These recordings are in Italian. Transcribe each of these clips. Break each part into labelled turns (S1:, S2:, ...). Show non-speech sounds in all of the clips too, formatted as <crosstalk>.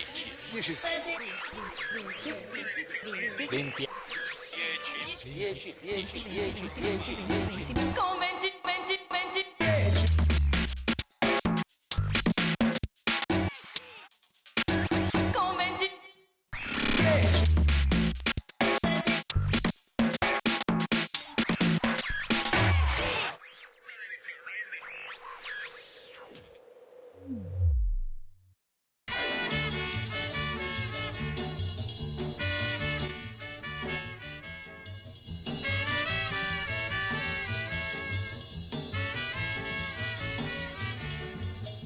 S1: 10 20 10 10 10 10 10
S2: Con 20, 20, 20. Con 20.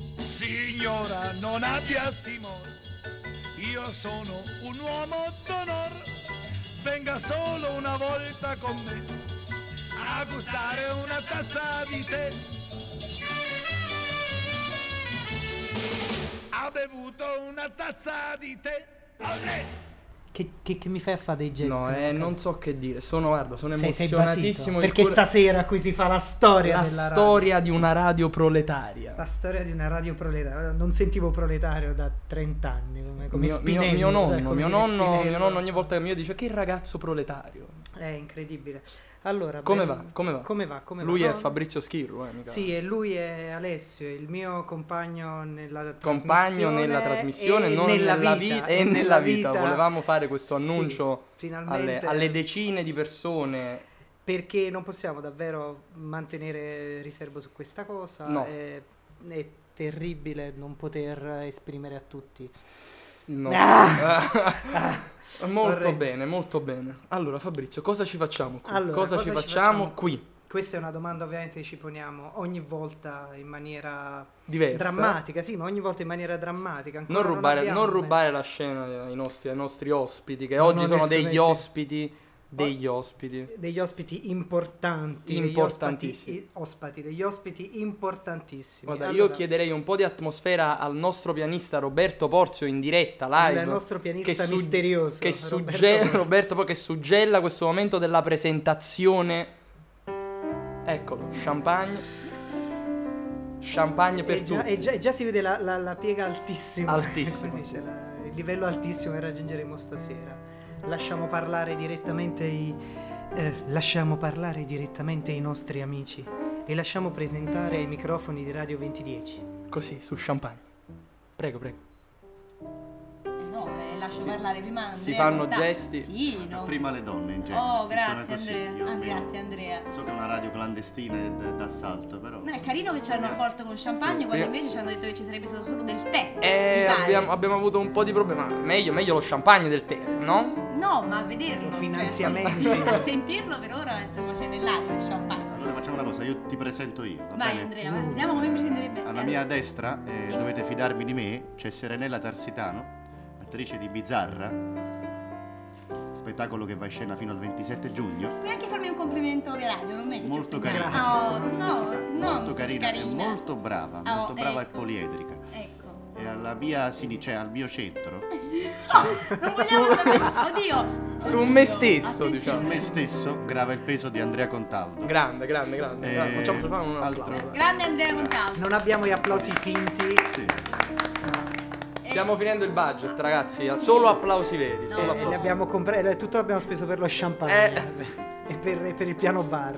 S3: Signora, non abbia timore, io sono un uomo d'onore. Venga solo una volta con me a gustare una tazza di tè. Ha bevuto una tazza di tè. Olè!
S4: Che, che- che mi fai a fare dei gesti?
S5: No, eh,
S4: Luca?
S5: non so che dire. Sono, guarda, sono
S4: sei, sei
S5: emozionatissimo.
S4: basito.
S5: il
S4: Perché
S5: cuore-
S4: stasera qui si fa la storia
S5: la
S4: della
S5: storia di una radio proletaria.
S4: radio. La storia di una radio proletaria. Non sentivo proletario da 30 anni. Come, come
S5: Ecco, mio, mio-
S4: Spinelli,
S5: mio
S4: cioè,
S5: nonno,
S4: come
S5: mio nonno,
S4: Spinelli.
S5: mio nonno ogni volta che mi vede dice che ragazzo proletario.
S4: È incredibile. Allora,
S5: Come
S4: ben-
S5: va? Come va?
S4: Come va? Come va?
S5: Lui
S4: No,
S5: è Fabrizio Schirru, eh, mica.
S4: Sì, e lui è Alessio, il mio compagno nella
S5: Compagno
S4: trasmissione
S5: nella trasmissione,
S4: e
S5: non
S4: nella
S5: nella
S4: vita,
S5: vi- e nella vita. Volevamo fare questo
S4: Sì,
S5: annuncio alle,
S4: finalmente,
S5: alle decine di persone.
S4: perché non possiamo davvero mantenere riservo su questa cosa.
S5: No.
S4: È, è terribile non poter esprimere a
S5: <laughs>
S4: tutti.
S5: No. <laughs> molto
S4: Ah! Vorrei-
S5: bene, molto bene. Allora, Fabrizio, cosa ci facciamo qui?
S4: Allora,
S5: cosa, ci facciamo, qui?
S4: Questa è una domanda ovviamente che ci poniamo ogni volta in maniera
S5: Diversa.
S4: drammatica, sì, ma ogni volta in maniera drammatica.
S5: Non
S4: Ancora
S5: rubare, non
S4: abbiamo-
S5: rubare la scena ai nostri, ai nostri ospiti, che
S4: No,
S5: oggi
S4: no,
S5: sono
S4: adesso
S5: degli
S4: metti-
S5: ospiti.
S4: Oh.
S5: Degli ospiti.
S4: degli ospiti importanti, degli
S5: Importantissimi.
S4: ospiti- ospiti, degli ospiti importantissimi.
S5: Guarda, io
S4: Allora,
S5: chiederei un po' di atmosfera al nostro pianista Roberto Porzio in diretta live.
S4: il nostro pianista
S5: che su-
S4: misterioso,
S5: Che
S4: Roberto
S5: sugge-
S4: Porzio.
S5: <laughs> Roberto poi che suggella questo momento della presentazione. Eccolo, champagne. Champagne per
S4: e Eh, già,
S5: tutti.
S4: e già- e già si vede la, la- la piega altissima. <laughs>
S5: Altissima.
S4: Come si dice, la- il livello altissimo che raggiungeremo stasera. Lasciamo parlare direttamente i eh, lasciamo parlare direttamente i nostri amici e lasciamo presentare i microfoni di Radio 2010.
S5: Così, su champagne. Prego, prego.
S6: No, eh, lascio parlare prima Andrea.
S5: Si fanno
S6: Guarda-
S5: gesti.
S6: Sì, no.
S7: Prima le donne in genere.
S6: Oh,
S7: funziona
S6: grazie
S7: così,
S6: Andrea.
S7: più o
S6: Ah,
S7: meno.
S6: grazie Andrea.
S7: So che è una radio clandestina e d- d'assalto, però.
S6: No, è carino che ci hanno accolto con champagne
S5: Sì,
S6: quando
S5: prima-
S6: invece ci hanno detto che ci sarebbe stato solo del tè.
S5: Eh,
S6: Mi pare.
S5: abbiamo, abbiamo avuto un po' di problema. Meglio, meglio lo champagne del tè, no?
S6: No, ma a vederlo. cioè,
S4: Finanziamenti.
S6: sì, <laughs> a sentirlo per ora, insomma, c'è nell'aria il champagne.
S7: Allora facciamo una cosa, io ti presento io. Va
S6: Vai
S7: bene?
S6: Andrea, vai, vediamo come mi sentirebbe.
S7: Alla mia destra, eh,
S6: Sì.
S7: dovete fidarvi di me, c'è Serenella Tarsitano, attrice di Bizzarra, spettacolo che va in scena fino al 27 giugno.
S6: Puoi anche farmi un complimento alle radio, non è che
S7: Molto
S6: ci offendiamo.
S7: carina.
S6: Oh, no, no,
S7: molto
S6: non sono
S7: carina,
S6: carina.
S7: e molto brava,
S6: Ah,
S7: molto brava
S6: ecco.
S7: e poliedrica.
S6: Ecco.
S7: E alla mia sinistra, cioè al mio centro,
S6: Non vogliamo sapere. Oddio.
S5: Su me
S6: Oddio,
S5: stesso,
S6: attenzione.
S5: diciamo.
S7: me stesso grava il peso di Andrea Contaldo.
S5: Grande, grande, grande.
S7: Eh,
S5: grande. Facciamo facciamo un
S7: altro.
S5: applauso.
S6: Grande Andrea Montalvo.
S4: Non abbiamo gli applausi finti.
S7: Sì.
S6: Eh,
S5: Stiamo finendo il budget, ragazzi. Solo applausi veri.
S6: No,
S5: Solo
S4: Eh,
S5: applausi. Eh.
S4: li abbiamo comprati, tutto l'abbiamo speso per lo champagne eh, e per, e per il piano bar.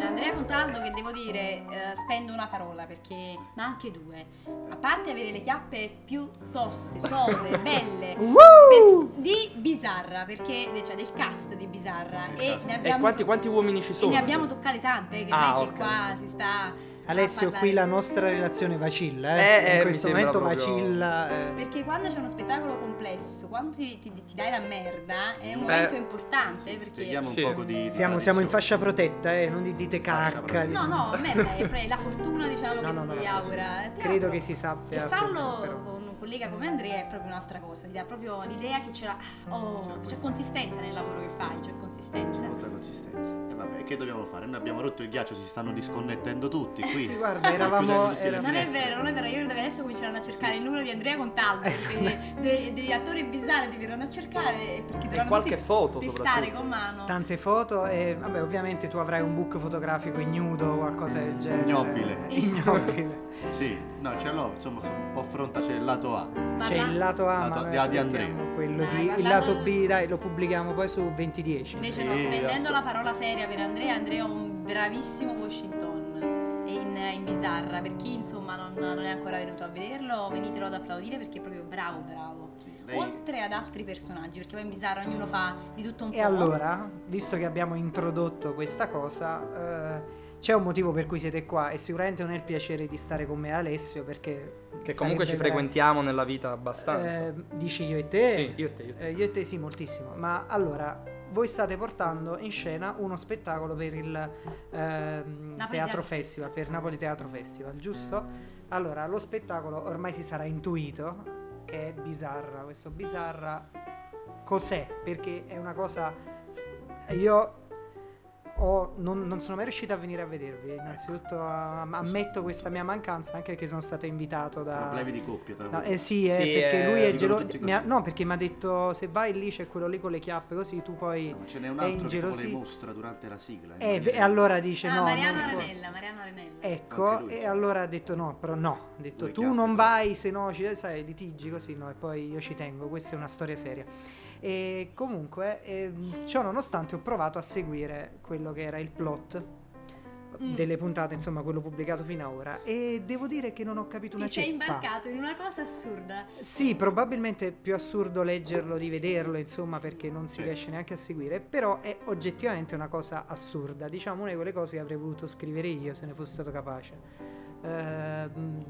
S6: Andrea Montalvo che devo dire eh, spendo una parola perché ma anche due. A parte avere le chiappe più toste,
S5: <laughs>
S6: sode, belle per- di Bizarra, perché cioè del cast di Bizarra
S7: Del
S6: e
S7: cast.
S6: ne
S5: E
S6: abbiamo
S5: quanti, quanti uomini ci
S6: e
S5: sono?
S6: ne abbiamo toccate tante, eh, che
S5: Ah,
S6: non è che
S5: ok.
S6: qua si sta
S4: Alessio,
S6: a parlare.
S4: qui la nostra relazione vacilla,
S5: Eh,
S4: eh.
S5: eh,
S4: in
S5: mi
S4: questo
S5: sembra
S4: momento
S5: proprio-
S4: vacilla. eh.
S6: Perché quando c'è uno spettacolo complesso, quando ti, ti- ti dai la merda, è un
S5: Beh,
S6: momento importante perché
S7: Spieghiamo
S5: Sì.
S7: un poco di. di
S4: Siamo, siamo in
S7: tradizione.
S4: fascia protetta, eh, non dite
S7: Fascia
S4: cacca.
S7: protetta.
S6: No, no,
S4: <laughs>
S6: merda, è pre- la fortuna diciamo
S4: No,
S6: che
S4: no, no,
S6: si
S4: no,
S6: augura. È
S4: Credo
S6: teatro.
S4: che si sappia.
S6: E farlo
S4: però.
S6: con un collega come Andrea è proprio un'altra cosa, ti dà proprio l'idea che c'è, la- oh, c'è consistenza nel lavoro che fai, c'è consistenza.
S7: Molta consistenza. E vabbè, che dobbiamo fare? Noi abbiamo rotto il ghiaccio, si stanno disconnettendo tutti qui.
S4: <laughs> <laughs> Sì, guarda,
S7: Chiudiamo
S4: eravamo-
S7: tutte le
S4: era-
S6: Non è
S7: finestre.
S6: vero, non è vero, io credo che adesso cominceranno a cercare il numero di Andrea Contaldo, perché de- degli attori bizzarri ti verranno a cercare e perché dovranno
S5: qualche
S6: tutti
S5: foto,
S6: pestare
S5: soprattutto.
S6: con mano.
S4: Tante foto e vabbè, ovviamente tu avrai un book fotografico ignudo o qualcosa del genere.
S7: Ignobile.
S4: <laughs> Ignobile.
S7: Sì, No, ce l'ho, insomma, sono un po' affronta, c'è il lato A.
S4: C'è il lato A, ma
S7: Lato-
S4: noi
S7: di- di
S4: aspettiamo
S7: Andrea.
S4: quello
S6: Dai,
S4: di- il
S6: parlando-
S4: lato B, dai, lo pubblichiamo poi su 2010.
S6: Invece
S7: Sì,
S6: no, spendendo
S5: adesso-
S6: la parola seria per Andrea, Andrea è un bravissimo Washington e in, in bizzarra. Per chi insomma non, non è ancora venuto a vederlo, venitelo ad applaudire perché è proprio bravo, bravo.
S7: Sì, lei-
S6: Oltre ad altri personaggi, perché poi in bizzarra ognuno fa di tutto un po'.
S4: E allora, visto che abbiamo introdotto questa cosa, eh, c'è un motivo per cui siete qua e sicuramente non è il piacere di stare con me e Alessio perché...
S5: Che comunque ci
S4: sarebbe vera-
S5: frequentiamo nella vita abbastanza.
S4: Eh, dici io e te?
S5: Sì, io e te, io e te.
S4: Eh, io e te sì, moltissimo. Ma allora, voi state portando in scena uno spettacolo per il ehm,
S6: Napoli
S4: Teatro
S6: Teatro.
S4: Festival, per Napoli Teatro Festival, giusto? Allora, lo spettacolo ormai si sarà intuito che è bizzarra. Questo bizzarra cos'è? Perché è una cosa... Io... ho- non, non sono mai riuscito a venire a vedervi.
S7: Ecco.
S4: Innanzitutto ah, ammetto questa mia mancanza, anche perché sono stato invitato da.
S7: Problemi di coppia, tra
S4: No,
S7: l'altro.
S4: eh sì, eh,
S5: Sì,
S4: perché
S5: eh,
S4: lui è
S7: dicono
S4: geloso.
S7: tutti
S4: mi ha-
S7: così.
S4: No, perché mi ha detto se vai lì c'è quello lì con le chiappe così tu poi...
S7: Ma ce n'è un
S4: è
S7: altro che
S4: ingelosi-
S7: le mostra durante la sigla.
S4: Eh,
S7: immagino.
S4: e allora dice
S6: Ah,
S4: no...
S6: Mariano
S4: non può-
S6: Arenella, Mariano Arenella.
S4: Ecco,
S7: Anche lui.
S4: e allora ha detto no, però no, ha detto
S7: Lui
S4: tu
S7: chiappe, esatto.
S4: non
S7: tra
S4: vai se no ci, sai, litigi così, no, e poi io ci tengo, questa è una storia seria. E comunque, ehm, ciò nonostante ho provato a seguire quello che era il plot
S6: Mm.
S4: delle puntate, insomma quello pubblicato fino ad ora, e devo dire che non ho capito una
S6: Ti sei
S4: ceppa.
S6: imbarcato in una cosa assurda.
S4: Sì, probabilmente è più assurdo leggerlo di vederlo, insomma, perché non si
S7: Certo.
S4: riesce neanche a seguire, però è oggettivamente una cosa assurda, diciamo una di quelle cose che avrei voluto scrivere io se ne fossi stato capace. Ehm,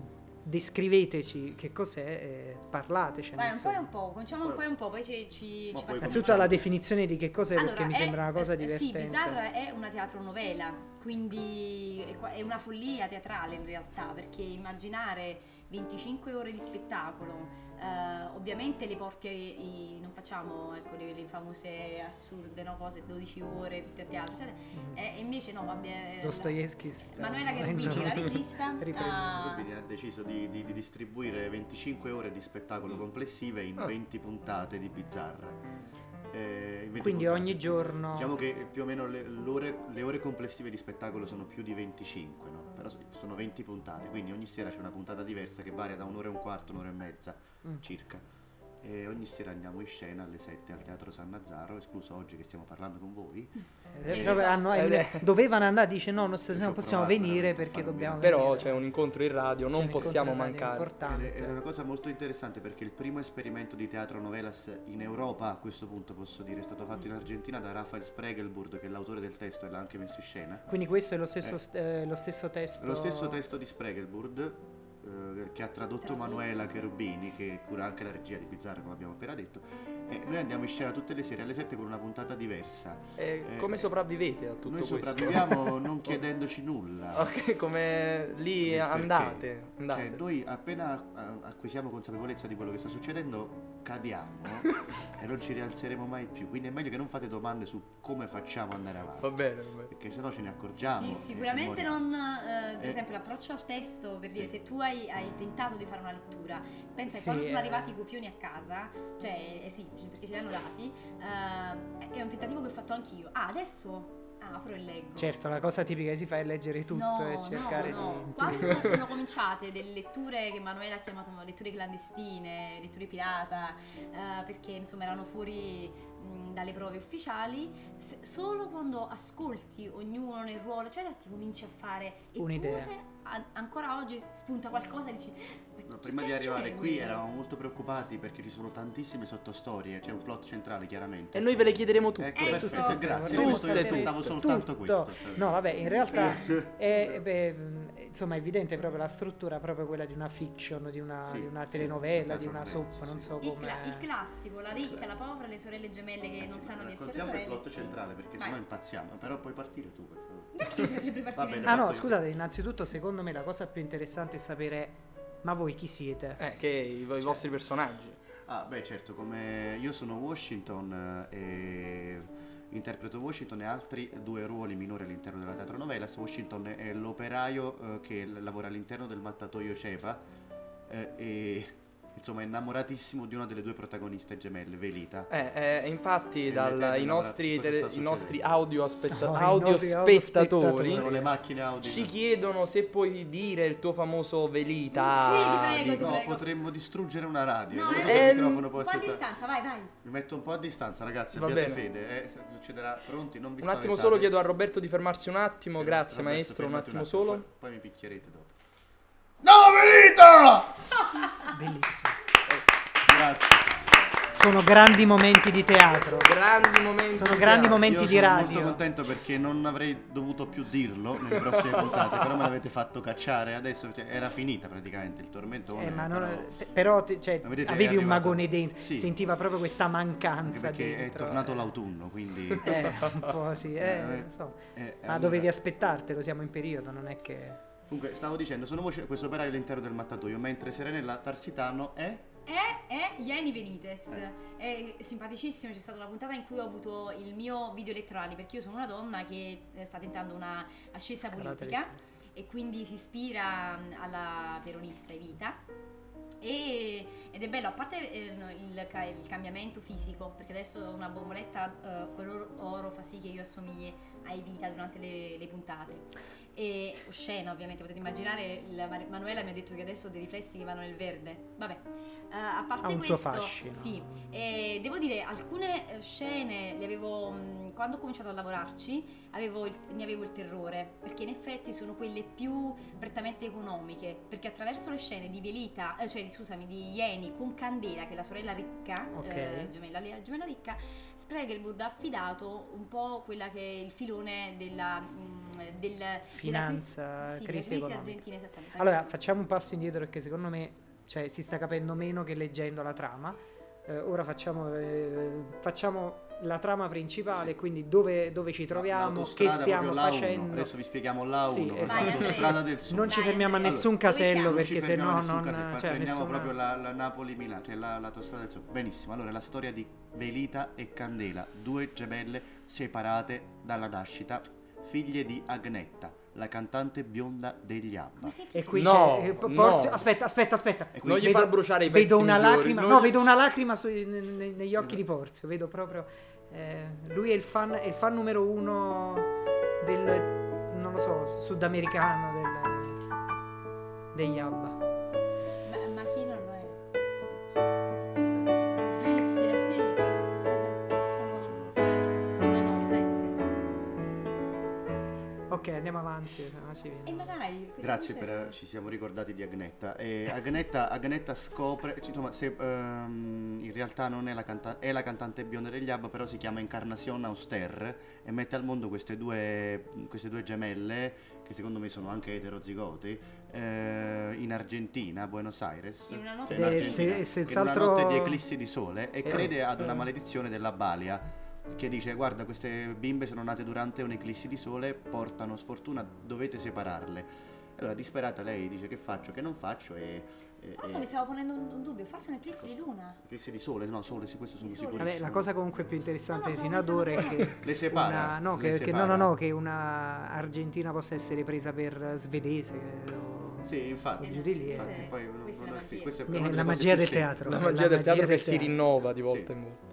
S4: descriveteci che cos'è, e parlatecene.
S6: Vai, un po' e
S4: insomma.
S6: un po', cominciamo un po' e un po', poi ci, ci,
S7: Ma
S6: ci
S7: poi
S6: passiamo.
S4: Innanzitutto alla definizione di che cos'è, perché mi
S6: è-
S4: sembra una cosa
S6: eh, Sì,
S4: divertente.
S6: Bizarra è una teatronovela, quindi è qua- è una follia teatrale in realtà, perché immaginare 25 ore di spettacolo, eh, ovviamente le porti, i- non facciamo ecco, le, le famose assurde no, cose, 12 ore, tutte a teatro, eccetera. Eh, E invece no, vabbè... eh, la-
S4: Mm. Dostoevsky si sta
S6: Manuela
S4: muovendo.
S6: Cherubini, che è la regista,
S4: <laughs> Riprende.
S6: ha-
S7: Quindi ha deciso di, di- di distribuire 25 ore di spettacolo complessive in
S4: Mm. Ah.
S7: 20 puntate di Bizzarra. Eh, in 20
S4: Quindi
S7: puntate,
S4: ogni
S7: sì.
S4: giorno...
S7: Diciamo che più o meno le, l'ore- le ore complessive di spettacolo sono più di 25, no? però so- sono 20 puntate, quindi ogni sera c'è una puntata diversa che varia da un'ora e un quarto, un'ora e mezza
S4: Mm.
S7: circa. E ogni sera andiamo in scena alle 7 al Teatro San Nazzaro, escluso oggi che stiamo parlando con voi.
S4: Eh,
S6: Che
S4: proprio
S6: cosa?
S4: hanno-
S5: Eh, beh.
S4: dovevano andare, dice no, non, se-
S7: Io
S4: se
S7: ci
S4: non
S7: ho
S4: possiamo
S7: provato
S4: venire
S7: veramente a
S4: perché
S7: farlo
S4: dobbiamo
S7: venire.
S5: Però
S4: venire. Cioè,
S5: c'è un incontro in radio,
S4: Eh, C'è
S5: non
S4: un
S5: possiamo
S4: incontro radio
S5: mancare.
S7: Ed
S4: importante.
S7: è- Era una cosa molto interessante perché il primo esperimento di teatro novelas in Europa, a questo punto posso dire, è stato fatto in
S5: Mm.
S7: Argentina da Rafael Spregelburg, che è l'autore del testo e l'ha anche messo in scena.
S4: Quindi questo è lo stesso,
S7: Eh.
S4: st- eh, lo stesso testo.
S7: Lo stesso testo di Spregelburg, eh, che ha tradotto
S6: Tra-
S7: Manuela Cherubini, che cura anche la regia di Bizzarra, come abbiamo appena detto. E noi andiamo in scena tutte le sere alle 7 con una puntata diversa.
S5: Eh,
S7: Eh,
S5: come sopravvivete a tutto
S7: noi
S5: questo?
S7: sopravviviamo non chiedendoci nulla.
S5: <laughs> Ok, come lì
S7: Perché?
S5: andate, andate.
S7: Cioè, noi appena eh, acquisiamo consapevolezza di quello che sta succedendo, cadiamo e non ci rialzeremo mai più. Quindi è meglio che non fate domande su come facciamo ad andare avanti.
S5: Va bene, va bene.
S7: Perché sennò ce ne accorgiamo.
S6: Sì,
S7: e- e
S6: sicuramente
S7: moriamo.
S6: non, eh, per
S7: Eh.
S6: esempio, l'approccio al testo, per dire,
S7: Sì.
S6: se tu hai, hai tentato di fare una lettura, pensa
S4: Sì,
S6: che quando sono
S4: eh.
S6: arrivati i copioni a casa, cioè, eh sì, c- perché ce li hanno dati, eh, è un tentativo che ho fatto anch'io. Ah, adesso apro e leggo.
S4: Certo, la cosa tipica che si fa è leggere tutto
S6: No,
S4: e
S6: no,
S4: cercare
S6: no.
S4: di. <laughs>
S6: Quando sono cominciate delle letture che Manuela ha chiamato letture clandestine, letture pirata, eh, perché insomma erano fuori mh, dalle prove ufficiali, se- solo quando ascolti ognuno nel ruolo, cioè ti cominci a fare eppure,
S4: Un'idea.
S6: a- ancora oggi spunta qualcosa e dici "Ma
S7: No,
S6: chi
S7: prima di
S6: cazzo
S7: arrivare
S6: è
S7: qui
S6: quello?"
S7: eravamo molto preoccupati perché ci sono tantissime sottostorie, c'è un plot centrale chiaramente.
S5: E noi ve le chiederemo tutte.
S7: Ecco,
S6: Ecco,
S7: perfetto, grazie.
S5: tutte,
S7: questo io
S5: tutte,
S7: aspettavo
S5: tutte.
S7: soltanto
S4: Tutto.
S7: questo. cioè.
S4: No, vabbè, in
S7: <laughs>
S4: realtà
S7: Sì.
S5: eh,
S4: è, è- beh, mh, insomma, è evidente proprio la struttura, proprio quella di una fiction, di una,
S7: Sì,
S4: di una
S7: sì,
S4: telenovela,
S7: una
S4: di una
S7: telenovela,
S4: soap,
S7: sì,
S4: non
S7: sì.
S4: so
S6: il,
S4: come.
S6: cla- il classico, la ricca, la povera, le sorelle gemelle che
S7: Eh sì,
S6: non
S7: ma
S6: sanno di essere
S7: raccontiamo
S6: sorelle.
S7: il plot
S6: sì.
S7: centrale perché
S6: Vai.
S7: sennò impazziamo. Però puoi partire tu, per favore. <laughs>
S6: Perché devo sempre partire
S7: bene,
S6: io?
S4: ah,
S7: fatto
S4: no,
S7: io.
S4: scusate, innanzitutto, secondo me la cosa più interessante è sapere. Ma voi chi siete?
S5: Eh, che i, i vostri personaggi.
S7: Ah, beh, certo, come io sono Washington eh, e interpreto Washington e altri due ruoli minori all'interno della teatronovela. Washington è l'operaio eh, che l- lavora all'interno del mattatoio Cepa eh, e Insomma, è innamoratissimo di una delle due protagoniste gemelle, Velita.
S5: Eh, eh, infatti
S7: E
S5: dai
S7: l'Eterno
S5: nostri,
S7: cosa
S5: tele-
S7: sta
S5: i nostri
S7: succedendo?
S5: audio, aspetta-
S4: No, i
S5: audio
S4: nostri audio
S5: spettatori
S7: Sono le macchine Audi.
S5: ci chiedono se puoi dire il tuo famoso velita.
S6: Sì, ti prego,
S5: di-
S6: ti
S7: No,
S6: prego.
S7: potremmo distruggere una radio.
S6: No,
S7: Non so
S6: eh,
S7: se il
S5: ehm,
S7: microfono può
S6: Un po' a
S7: essere-
S6: distanza, vai, vai.
S7: Mi metto un po' a distanza, ragazzi.
S5: Va
S7: abbiate
S5: bene.
S7: fede. eh, se- succederà. Pronti? Non vi
S5: Un attimo
S7: spaventate.
S5: solo chiedo a Roberto di fermarsi un attimo,
S7: Fermate,
S5: grazie
S7: Roberto,
S5: maestro, un
S7: fermate
S5: attimo solo.
S7: Poi, poi mi picchierete dopo. No, Velita!
S4: Ah, Bellissimo.
S7: Grazie.
S4: Sono grandi momenti di teatro.
S5: Grandi momenti.
S4: Sono
S5: di
S4: grandi
S5: teatro.
S4: momenti
S7: Io
S4: di
S7: sono
S4: radio.
S7: molto contento perché non avrei dovuto più dirlo
S4: <laughs>
S7: nelle prossime puntate, però me l'avete fatto cacciare adesso, cioè, era finita praticamente il tormentone.
S4: Eh, ma non-
S7: però-
S4: pe- però ti- cioè,
S7: Ma vedete, è
S4: avevi un
S7: arrivato-
S4: magone dentro,
S7: Sì.
S4: sentiva proprio questa
S7: anche
S4: mancanza.
S7: perché è
S4: dentro.
S7: tornato l'autunno, quindi...
S4: <laughs> Eh, un po' sì, eh,
S7: Eh,
S4: lo so.
S7: eh,
S4: Ma
S7: allora-
S4: dovevi aspettartelo, siamo in periodo, non è che...
S7: Comunque, stavo dicendo, sono voce questo operaio all'interno del mattatoio, mentre Serenella Tarsitano è...
S6: È, è Ieni Benitez. È simpaticissimo, c'è stata una puntata in cui ho avuto il mio video elettorale perché io sono una donna che eh, sta tentando una ascesa politica e quindi si ispira mh, alla peronista Evita. E, ed è bello, a parte eh, no, il, ca- il cambiamento fisico, perché adesso una bomboletta eh, color oro fa sì che io assomigli a Evita durante le, le puntate. E oscena, ovviamente, potete immaginare, il Mar- Manuela mi ha detto che adesso ho dei riflessi che vanno nel verde. Vabbè, eh, a parte
S4: Ha un
S6: questo,
S4: suo fascino.
S6: sì, eh, devo dire, alcune eh, scene le avevo, mh, quando ho cominciato a lavorarci, avevo il- ne avevo il terrore, perché in effetti sono quelle più prettamente economiche, perché attraverso le scene di Velita, eh, cioè di, scusami, di Ieni con Candela, che è la sorella ricca,
S4: Ok.
S6: eh, gemella, la gemella ricca, Spregelburg ha affidato un po' quella che è il filone della... mh, del, della
S4: Finanza,
S6: crisi- sì, della
S4: crisi
S6: crisi
S4: economica.
S6: argentina, esattamente.
S4: Allora, facciamo un passo indietro perché secondo me cioè, si sta capendo meno che leggendo la trama. Eh, ora facciamo, eh, facciamo la trama principale,
S7: Sì.
S4: quindi dove, dove ci troviamo, che
S7: l'autostrada,
S4: stiamo
S7: proprio l'A1.
S4: facendo.
S7: Adesso vi spieghiamo l'A1,
S4: Sì, esatto.
S7: l'autostrada del sud.
S4: Non ci
S6: Dai,
S4: fermiamo a
S6: Andrea.
S4: nessun
S6: Allora, dove
S4: casello
S6: siamo?
S4: perché
S7: se
S4: sennò non... cioè,
S7: prendiamo
S4: nessuna-
S7: proprio la, la Napoli Milano, cioè la, l'autostrada del sud. Benissimo. Allora, la storia di Velita e Candela, due gemelle separate dalla nascita, figlie di Agnetta, la cantante bionda degli Abba.
S6: Come sei
S4: E
S6: preso?
S4: qui
S5: No,
S4: c'è... eh, po-
S5: no.
S4: Porzio- Aspetta, aspetta, aspetta.
S7: E
S5: Non
S7: quindi
S5: gli far bruciare i pezzi
S4: Vedo una
S5: migliori,
S4: lacrima,
S5: non
S4: no,
S5: gli- Eh.
S4: vedo una lacrima sui- ne- ne- negli occhi di Porzio, vedo proprio... eh, lui è il, fan, è il fan numero uno del, non lo so, sudamericano del, degli Abba.
S6: Ma, ma chi non lo è? Svezia, sì. Sono- No, no, Svezia.
S4: Ok, andiamo avanti. se no ci viene.
S6: E ma dai, questa
S7: Grazie
S6: voce-
S7: per ci siamo ricordati di Agnetta. E Agnetta, Agnetta scopre, insomma, se, ehm, in realtà non è la, canta- è la cantante bionda degli Abba, però si chiama Encarnacion Auster e mette al mondo queste due, queste due gemelle, che secondo me sono anche eterozigoti, eh, in Argentina, a Buenos Aires.
S6: In una notte
S7: Cioè, in
S6: Eh,
S7: Argentina,
S4: se- senz'altro-
S7: in una notte di eclissi di sole e
S4: Eh,
S7: crede ad
S4: eh.
S7: una maledizione della Balia. Che dice, guarda, queste bimbe sono nate durante un'eclissi di sole, portano sfortuna, dovete separarle. Allora, disperata, lei dice che faccio, che non faccio e... e-
S6: Non so,
S7: e-
S6: mi stavo ponendo un, un dubbio, forse un'eclissi di luna.
S7: Eclissi di sole, no, sole, sì, questo sono
S6: Di sole.
S7: sicuro.
S4: Vabbè, la cosa comunque più interessante
S6: No, no,
S4: fino ad
S6: stavo
S4: ora è
S6: pensando
S4: che...
S7: Le separa.
S4: una- no,
S7: le
S4: che, che no, no,
S7: separa.
S4: no, che una argentina possa essere presa per eh, svedese. eh, o-
S7: Sì, infatti.
S4: Giù di lì, eh.
S7: Infatti, poi non-
S6: Questa è
S7: non-
S6: la magia.
S7: questa è
S4: Eh,
S7: una
S4: la
S7: delle cose
S4: magia
S7: più
S4: del
S7: scene.
S4: teatro.
S5: La magia del teatro che si
S4: teatro.
S5: rinnova di
S7: Sì.
S5: volta in volta.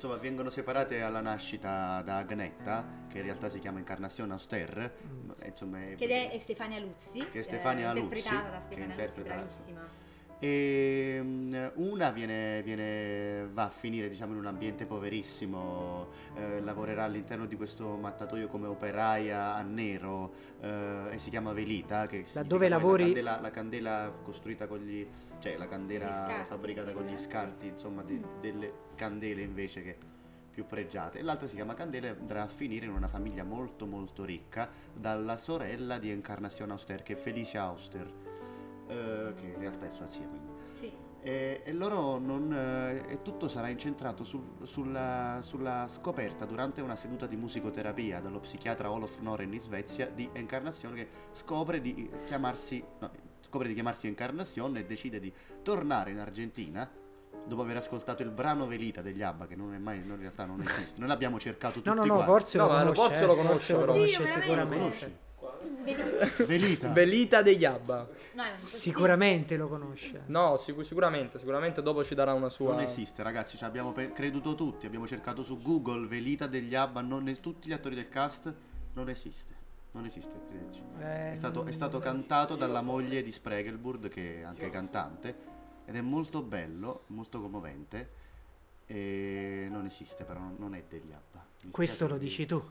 S7: Insomma, vengono separate alla nascita da Agnetta, che in realtà si chiama Encarnazione Auster.
S4: Mm.
S7: ma- Insomma, è-
S6: Che è, è Stefania Luzzi. eh,
S7: Che è Stefania Luzzi,
S6: Interpretata da
S7: che
S6: Stefania Luzzi,
S7: interpreta-
S6: bravissima.
S7: E mm, una viene, viene- va a finire diciamo, in un ambiente poverissimo, eh, lavorerà all'interno di questo mattatoio come operaia a nero eh, e si chiama Velita, che significa
S4: Laddove
S7: poi
S4: lavori-
S7: la candela, la candela costruita con gli... cioè la candela
S6: Gli scarti,
S7: fabbricata
S6: sì,
S7: con gli
S6: esatto.
S7: scarti, insomma, di- delle candele invece che più pregiate. E l'altra si chiama Candela e andrà a finire in una famiglia molto molto ricca dalla sorella di Encarnazione Auster, che è Felicia Auster, eh, che in realtà è sua zia quindi.
S6: Sì.
S7: E, e loro non, eh, e tutto sarà incentrato sul- sulla, sulla scoperta durante una seduta di musicoterapia dallo psichiatra Olof Noren in Svezia di Encarnazione che scopre di chiamarsi, no, scopre di chiamarsi Encarnazione e decide di tornare in Argentina dopo aver ascoltato il brano Velita degli Abba che non è mai, in realtà non esiste. Noi l'abbiamo cercato tutti
S4: No, no, no,
S7: quanti.
S4: Porzio
S5: No,
S4: lo
S5: ma
S4: conosce.
S5: Porzio
S4: eh,
S5: lo conosce, però.
S6: Oddio, veramente?
S7: Lo conosci? Velita.
S5: Velita degli Abba.
S6: No, è un-
S4: Sicuramente lo conosce.
S5: No, sicu- sicuramente, sicuramente dopo ci darà una sua.
S7: Non esiste, ragazzi, ci abbiamo pe- creduto tutti. Abbiamo cercato su Google Velita degli Abba, non ne- tutti gli attori del cast. Non esiste. Non esiste, credeteci.
S4: Eh,
S7: È stato, è stato cantato dalla moglie di Spregelburg, che è anche cantante, ed è molto bello, molto commovente. E non esiste, però, non- non è degli Abba. Mi
S4: Questo
S7: spiace
S4: lo
S7: dirvi.
S4: dici tu.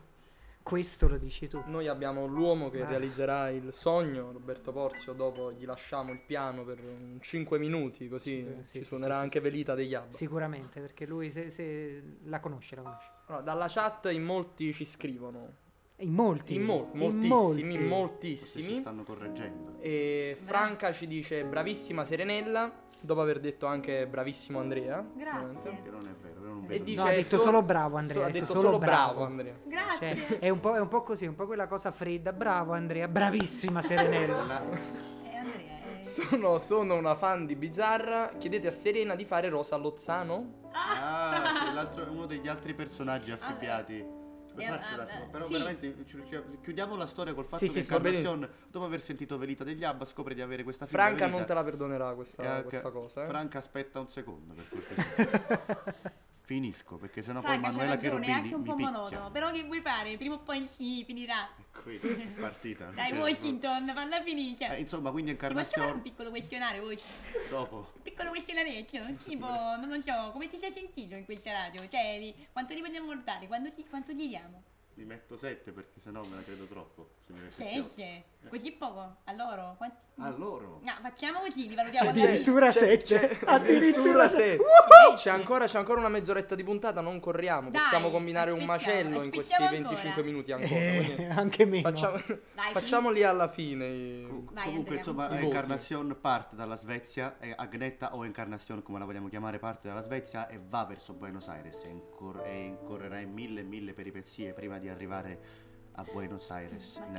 S4: Questo lo dici tu.
S5: Noi abbiamo l'uomo che
S4: Ah.
S5: realizzerà il sogno, Roberto Porzio, dopo gli lasciamo il piano per 5 minuti, così
S4: Eh, sì,
S5: ci
S4: sì,
S5: suonerà
S4: sì, sì,
S5: anche Velita degli Abba.
S4: Sicuramente, perché lui se, se la conosce, la conosce.
S5: Allora, dalla chat in molti ci scrivono.
S4: In molti.
S5: In, mol-
S4: in
S5: moltissimi,
S4: molti.
S5: in
S7: Forse ci
S5: moltissimi.
S7: stanno correggendo.
S5: E Franca ci dice bravissima Serenella, dopo aver detto anche bravissimo Andrea.
S6: Grazie.
S7: Che non è vero, però non
S5: E
S7: vedo.
S5: dice,
S4: No, ha detto
S5: so-
S4: solo bravo, Andrea,
S5: so- ha detto, solo, bravo, Andrea.
S6: Grazie.
S4: Cioè, è, un po', è un po' così, un po' quella cosa fredda. Bravo Andrea, bravissima
S7: <laughs>
S4: Serenella.
S6: Eh, Andrea, eh.
S5: Sono, sono una fan di Bizzarra. Chiedete a Serena di fare Rosa Lozzano?
S7: Ah, sì, l'altro- uno degli altri personaggi affibbiati.
S6: Eh,
S7: Faccio un
S6: eh,
S7: attimo,
S6: eh,
S7: però
S6: sì.
S7: veramente ci- ci- chiudiamo la storia col fatto
S5: Sì, sì,
S7: che
S5: sì, va bene.
S7: Carlosson, dopo aver sentito Velita degli Abba, scopre di avere questa figlia
S5: Franca
S7: Velita,
S5: non te la perdonerà
S7: e
S5: questa,
S7: anche-
S5: questa cosa. eh.
S7: Franca aspetta un secondo
S5: <laughs>
S7: per cortesia. Finisco perché sennò Ah, poi
S6: Franca, c'è
S7: Manuela
S6: ragione, è
S7: Cherubini
S6: anche un
S7: mi
S6: po'
S7: picchia.
S6: monotono. Però che vuoi fare? Prima o poi si finirà.
S7: Qui, partita.
S6: Dai,
S7: Cioè,
S6: Washington, falla finire. cioè.
S7: eh, insomma, quindi
S6: Ti faccio fare un
S7: Encarnazione
S6: piccolo questionario, Washington?
S7: dopo.
S6: Un piccolo questionareccio, tipo, non lo so, come ti sei sentito in questa radio? Cioè, li- quanto li vogliamo portare? Quanto gli, quanto gli diamo?
S7: Mi metto 7 perché sennò me la credo troppo. se mi mettessi otto.
S6: Sette? Così poco? A loro? Quanti?
S7: A loro.
S6: No, facciamo così, li valutiamo alla fine.
S4: Cioè, Addirittura
S5: C'è-
S4: 7.
S5: c'è-
S4: Addirittura
S5: Cioè, addirittura
S4: 7.
S5: sette.
S6: Sette.
S5: C'è ancora, c'è ancora una mezz'oretta di puntata, non corriamo.
S6: Dai,
S5: Possiamo combinare un
S6: aspettiamo,
S5: macello in questi
S6: aspettiamo
S5: 25
S6: ancora.
S5: minuti ancora. quindi
S4: Eh, anche meno.
S5: facciamo-
S6: Vai,
S5: facciamoli alla fine. i-
S7: Com-
S6: Vai,
S7: Comunque,
S6: Andrea.
S7: insomma,
S5: Ehm, I voti.
S7: Encarnacion parte dalla Svezia, e Agnetta o Encarnacion, come la vogliamo chiamare, parte dalla Svezia e va verso Buenos Aires e, incor- e incorrerà in mille e mille peripezie prima di arrivare a Buenos Aires,
S6: Ma
S7: in
S6: che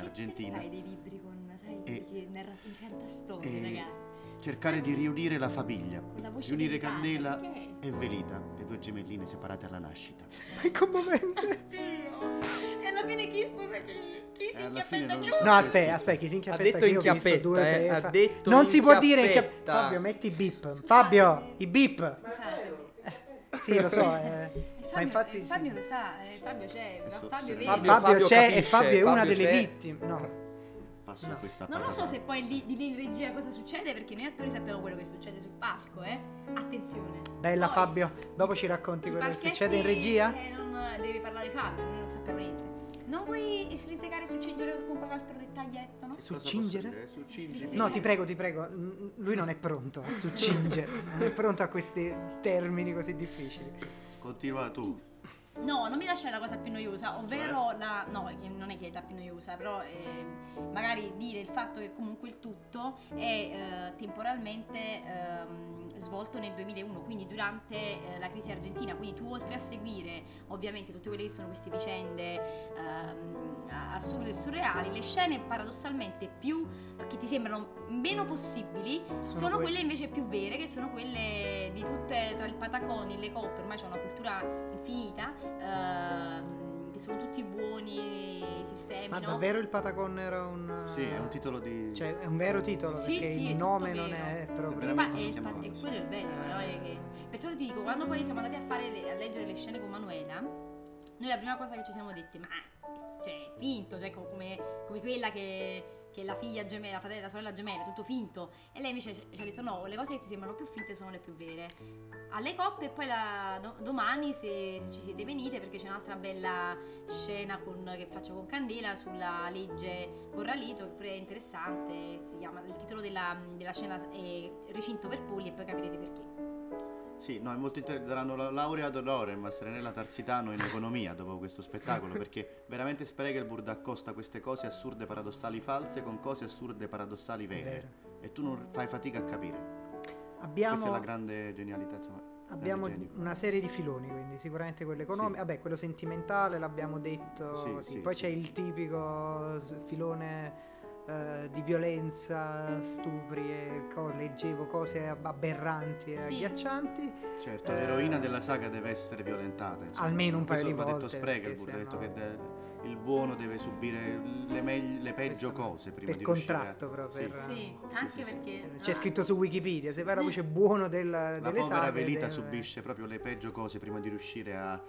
S6: te
S7: Argentina.
S6: ne fai dei libri con, sai,
S7: E-
S6: che narra in cantastorie,
S7: e-
S6: ragazzi.
S7: Cercare di riunire la famiglia,
S6: Con la voce
S7: riunire
S6: delicata,
S7: Candela
S6: perché?
S7: e Velita, le due gemelline separate alla nascita.
S4: È commovente.
S6: <laughs> E alla fine chi sposa chi? Chi si
S7: alla
S6: inchiappetta
S7: fine
S6: più?
S7: non-
S4: No, aspetta, aspetta, chi si inchiappetta?
S5: Ha detto
S4: che io ho visto
S5: inchiappetta,
S4: due o tre
S5: eh, ha
S4: fa-
S5: detto
S4: Non si può dire
S5: inchiappetta.
S4: inchiapp- Fabio, metti i bip.
S6: Scusate.
S4: Fabio, i bip.
S6: Scusate.
S4: Sì, lo so, eh,
S6: E
S4: ma
S6: Fabio,
S4: infatti
S6: eh,
S4: sì.
S6: Fabio lo sa, eh, Fabio c'è,
S7: Adesso-
S6: Fabio vede.
S5: Fabio-
S4: Fabio, c'è e
S5: capisce,
S4: Fabio è una
S5: Fabio
S4: delle
S5: c'è.
S4: vittime. No.
S7: Passo
S4: No.
S7: a questa
S6: Non lo
S7: parte.
S6: so se poi lì, di lì in regia cosa succede, perché noi attori sappiamo quello che succede sul palco, eh. Attenzione.
S4: Bella
S6: Poi,
S4: Fabio, dopo ci racconti
S6: i
S4: quello che
S6: palchetti,
S4: succede in regia?
S6: eh, non devi parlare Fabio, noi non sappiamo niente. Non vuoi strizzicare su Cingere o con qualche altro dettaglietto, no?
S7: Che
S4: Su
S7: cosa posso
S4: Cingere?
S7: dire? Su Cingere.
S6: Sì.
S4: No, ti prego, ti prego, mm, lui non è pronto a
S6: <laughs>
S4: succingere, non è pronto a questi termini così difficili.
S7: Continua tu.
S6: Mm. No, non mi lasciare la cosa più noiosa, ovvero la... No, che non è che è la più noiosa, però eh, magari dire il fatto che comunque il tutto è eh, temporalmente ehm, svolto nel 2001, quindi durante eh, la crisi argentina, quindi tu oltre a seguire ovviamente tutte quelle che sono queste vicende ehm, assurde e surreali, le scene paradossalmente più che ti sembrano meno possibili sono,
S4: que-
S6: quelle invece più vere, che sono quelle di tutte tra il Patagone, le coppe, ormai c'è una cultura infinita, ehm, che sono tutti buoni sistemi,
S4: Ma
S6: no?
S4: davvero il Patacon era un...
S7: Sì, è un titolo di...
S4: Cioè, è un vero titolo,
S6: Sì,
S4: perché
S6: sì, è
S4: il
S6: tutto
S4: nome non
S6: vero.
S4: è
S6: Il
S4: proprio...
S7: Veramente
S6: pa-
S7: si
S6: e il
S7: chiamava
S6: pa- e
S7: così.
S6: quello è il bello, no? È che- Perciò ti dico, quando poi siamo andati a, fare le- a leggere le scene con Manuela, noi la prima cosa che ci siamo detti, ma cioè, è finto, cioè, co- come, come quella che, che è la figlia gemella, la fratelli- la sorella gemella, è tutto finto. E lei invece ci ci ha detto no, le cose che ti sembrano più finte sono le più vere. Alle coppe e poi la- do- domani se, se ci siete venite perché c'è un'altra bella scena con- che faccio con Candela sulla legge Corralito che pure è interessante, si chiama, il titolo della, della scena è Recinto per polli e poi capirete perché.
S7: Sì, no, è molto interessante. Daranno la laurea d'onore ma Serenella Tarsitano in economia dopo questo spettacolo perché veramente Spregelburg accosta queste cose assurde paradossali false con cose assurde paradossali vere. E tu non fai fatica a capire. Questa è
S4: Abbiamo,
S7: la grande genialità, insomma.
S4: abbiamo
S7: grande genio.
S4: una serie di filoni, quindi sicuramente quello economico,
S7: Sì.
S4: vabbè, quello sentimentale l'abbiamo detto,
S7: Sì,
S4: sì.
S7: sì,
S4: poi
S7: sì,
S4: c'è
S7: sì.
S4: il tipico s- filone eh, eh, di violenza, stupri e co- leggevo cose ab- aberranti e
S6: Sì.
S4: agghiaccianti.
S7: Certo, l'eroina della saga deve essere violentata. insomma.
S4: eh, Almeno un paio
S7: Questo
S4: di
S7: l'ha
S4: volte,
S7: detto Spregelburg,
S4: perché
S7: ha detto che
S4: sennò-
S7: de- il buono deve subire le, megli- le peggio
S4: Questo-
S7: cose prima
S4: per
S7: di
S4: contratto
S7: riuscire a-
S4: proprio, per-
S6: Ah, Sì,
S7: Sì,
S6: anche
S7: sì, sì.
S6: perché...
S4: C'è
S6: ah,
S4: scritto su Wikipedia, se vai
S6: <laughs>
S4: alla voce buono della,
S7: La
S4: delle
S7: povera
S4: saghe,
S7: Velita
S4: del-
S7: subisce proprio le peggio cose prima di riuscire a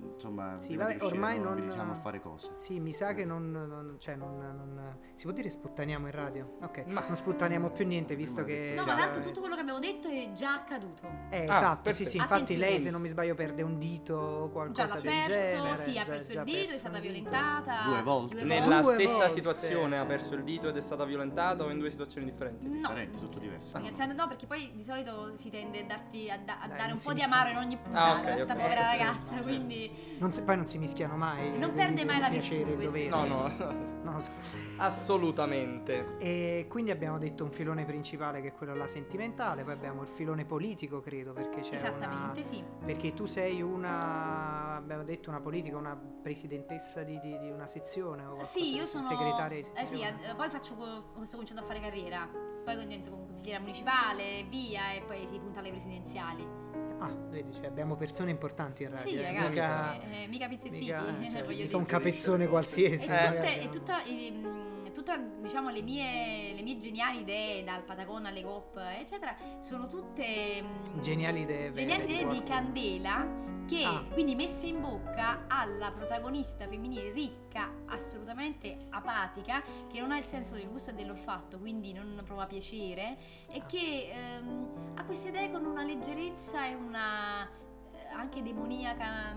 S7: insomma,
S4: Sì,
S7: prima
S4: vabbè,
S7: di riuscire
S4: ormai
S7: no,
S4: non-
S7: diciamo, a fare cose.
S4: Sì, mi sa che non, non- cioè, non- non- Si può dire sputtaniamo in radio? Ok, ma non sputtaniamo più niente visto
S7: Prima ho
S4: che...
S7: detto
S6: No, ma tanto tutto quello che abbiamo detto è già accaduto.
S4: Eh,
S5: Ah,
S4: esatto, sì,
S5: perfetto.
S4: sì, infatti
S6: Attenzione.
S4: lei se non mi sbaglio perde un dito o qualcosa
S6: Già l'ha
S4: del
S6: perso,
S4: genere,
S6: sì, ha
S4: già-
S6: perso
S4: già
S6: il dito, è
S4: perso
S6: stata
S4: un dito.
S6: violentata.
S7: Due volte.
S5: Nella
S4: Due
S5: stessa
S4: volte.
S5: situazione ha perso il dito ed è stata violentata o in due situazioni differenti?
S4: Mm.
S6: No.
S7: Differente, tutto diverso.
S6: Iniziando, no, perché poi di solito si tende a, darti, a, da-
S4: Dai,
S6: a dare
S4: Eh, non
S6: un
S4: si Ah,
S6: po' di
S4: rischia.
S6: amaro in ogni puntata
S5: ok,
S6: questa
S5: ok.
S6: povera
S5: Eh, sì,
S6: ragazza,
S5: certo.
S6: quindi...
S4: Non si- poi non si mischiano mai.
S6: Non
S4: eh,
S6: perde
S4: il-
S6: mai
S4: il
S6: la
S4: piacere,
S6: virtù,
S4: il
S6: questo è
S4: dovere.
S5: No, no, <laughs>
S4: No, scusa.
S5: assolutamente.
S4: E quindi abbiamo detto un filone principale che è quello là sentimentale, poi abbiamo il filone politico, credo, perché c'è una...
S6: Esattamente, sì.
S4: Perché tu sei una, abbiamo detto una politica, una presidentessa di, di- di una sezione o qualcosa,
S6: Sì, io sono
S4: segretaria di
S6: eh sì,
S4: sezione.
S6: eh, poi faccio co- sto cominciando a fare carriera. Poi divento consigliera municipale, via e poi si punta alle presidenziali.
S4: Ah, vedi, cioè, abbiamo persone importanti in radio.
S6: sì,
S4: eh,
S6: ragazzi,
S4: mica-
S6: eh, eh, mica pizze e fighi,
S4: mica- cioè,
S6: <laughs> voglio
S4: mica
S6: dire.
S4: un capezzone cioè,
S6: E <laughs>
S4: qualsiesi.
S5: Eh.
S4: noi
S6: tutte, e
S4: abbiamo-
S6: tutta, ehm, tutta, diciamo, le mie, le mie geniali idee, dal Patagon alle COP, eccetera, sono tutte ehm,
S4: Geniali idee.
S6: geniali
S4: vere,
S6: idee di
S4: porco.
S6: Candela che
S4: Cioè, Ah.
S6: quindi messe in bocca alla protagonista femminile ricca, assolutamente apatica, che non ha il senso del gusto e dell'olfatto, quindi non prova piacere e che ehm, ha queste idee con una leggerezza e una eh, anche demoniaca,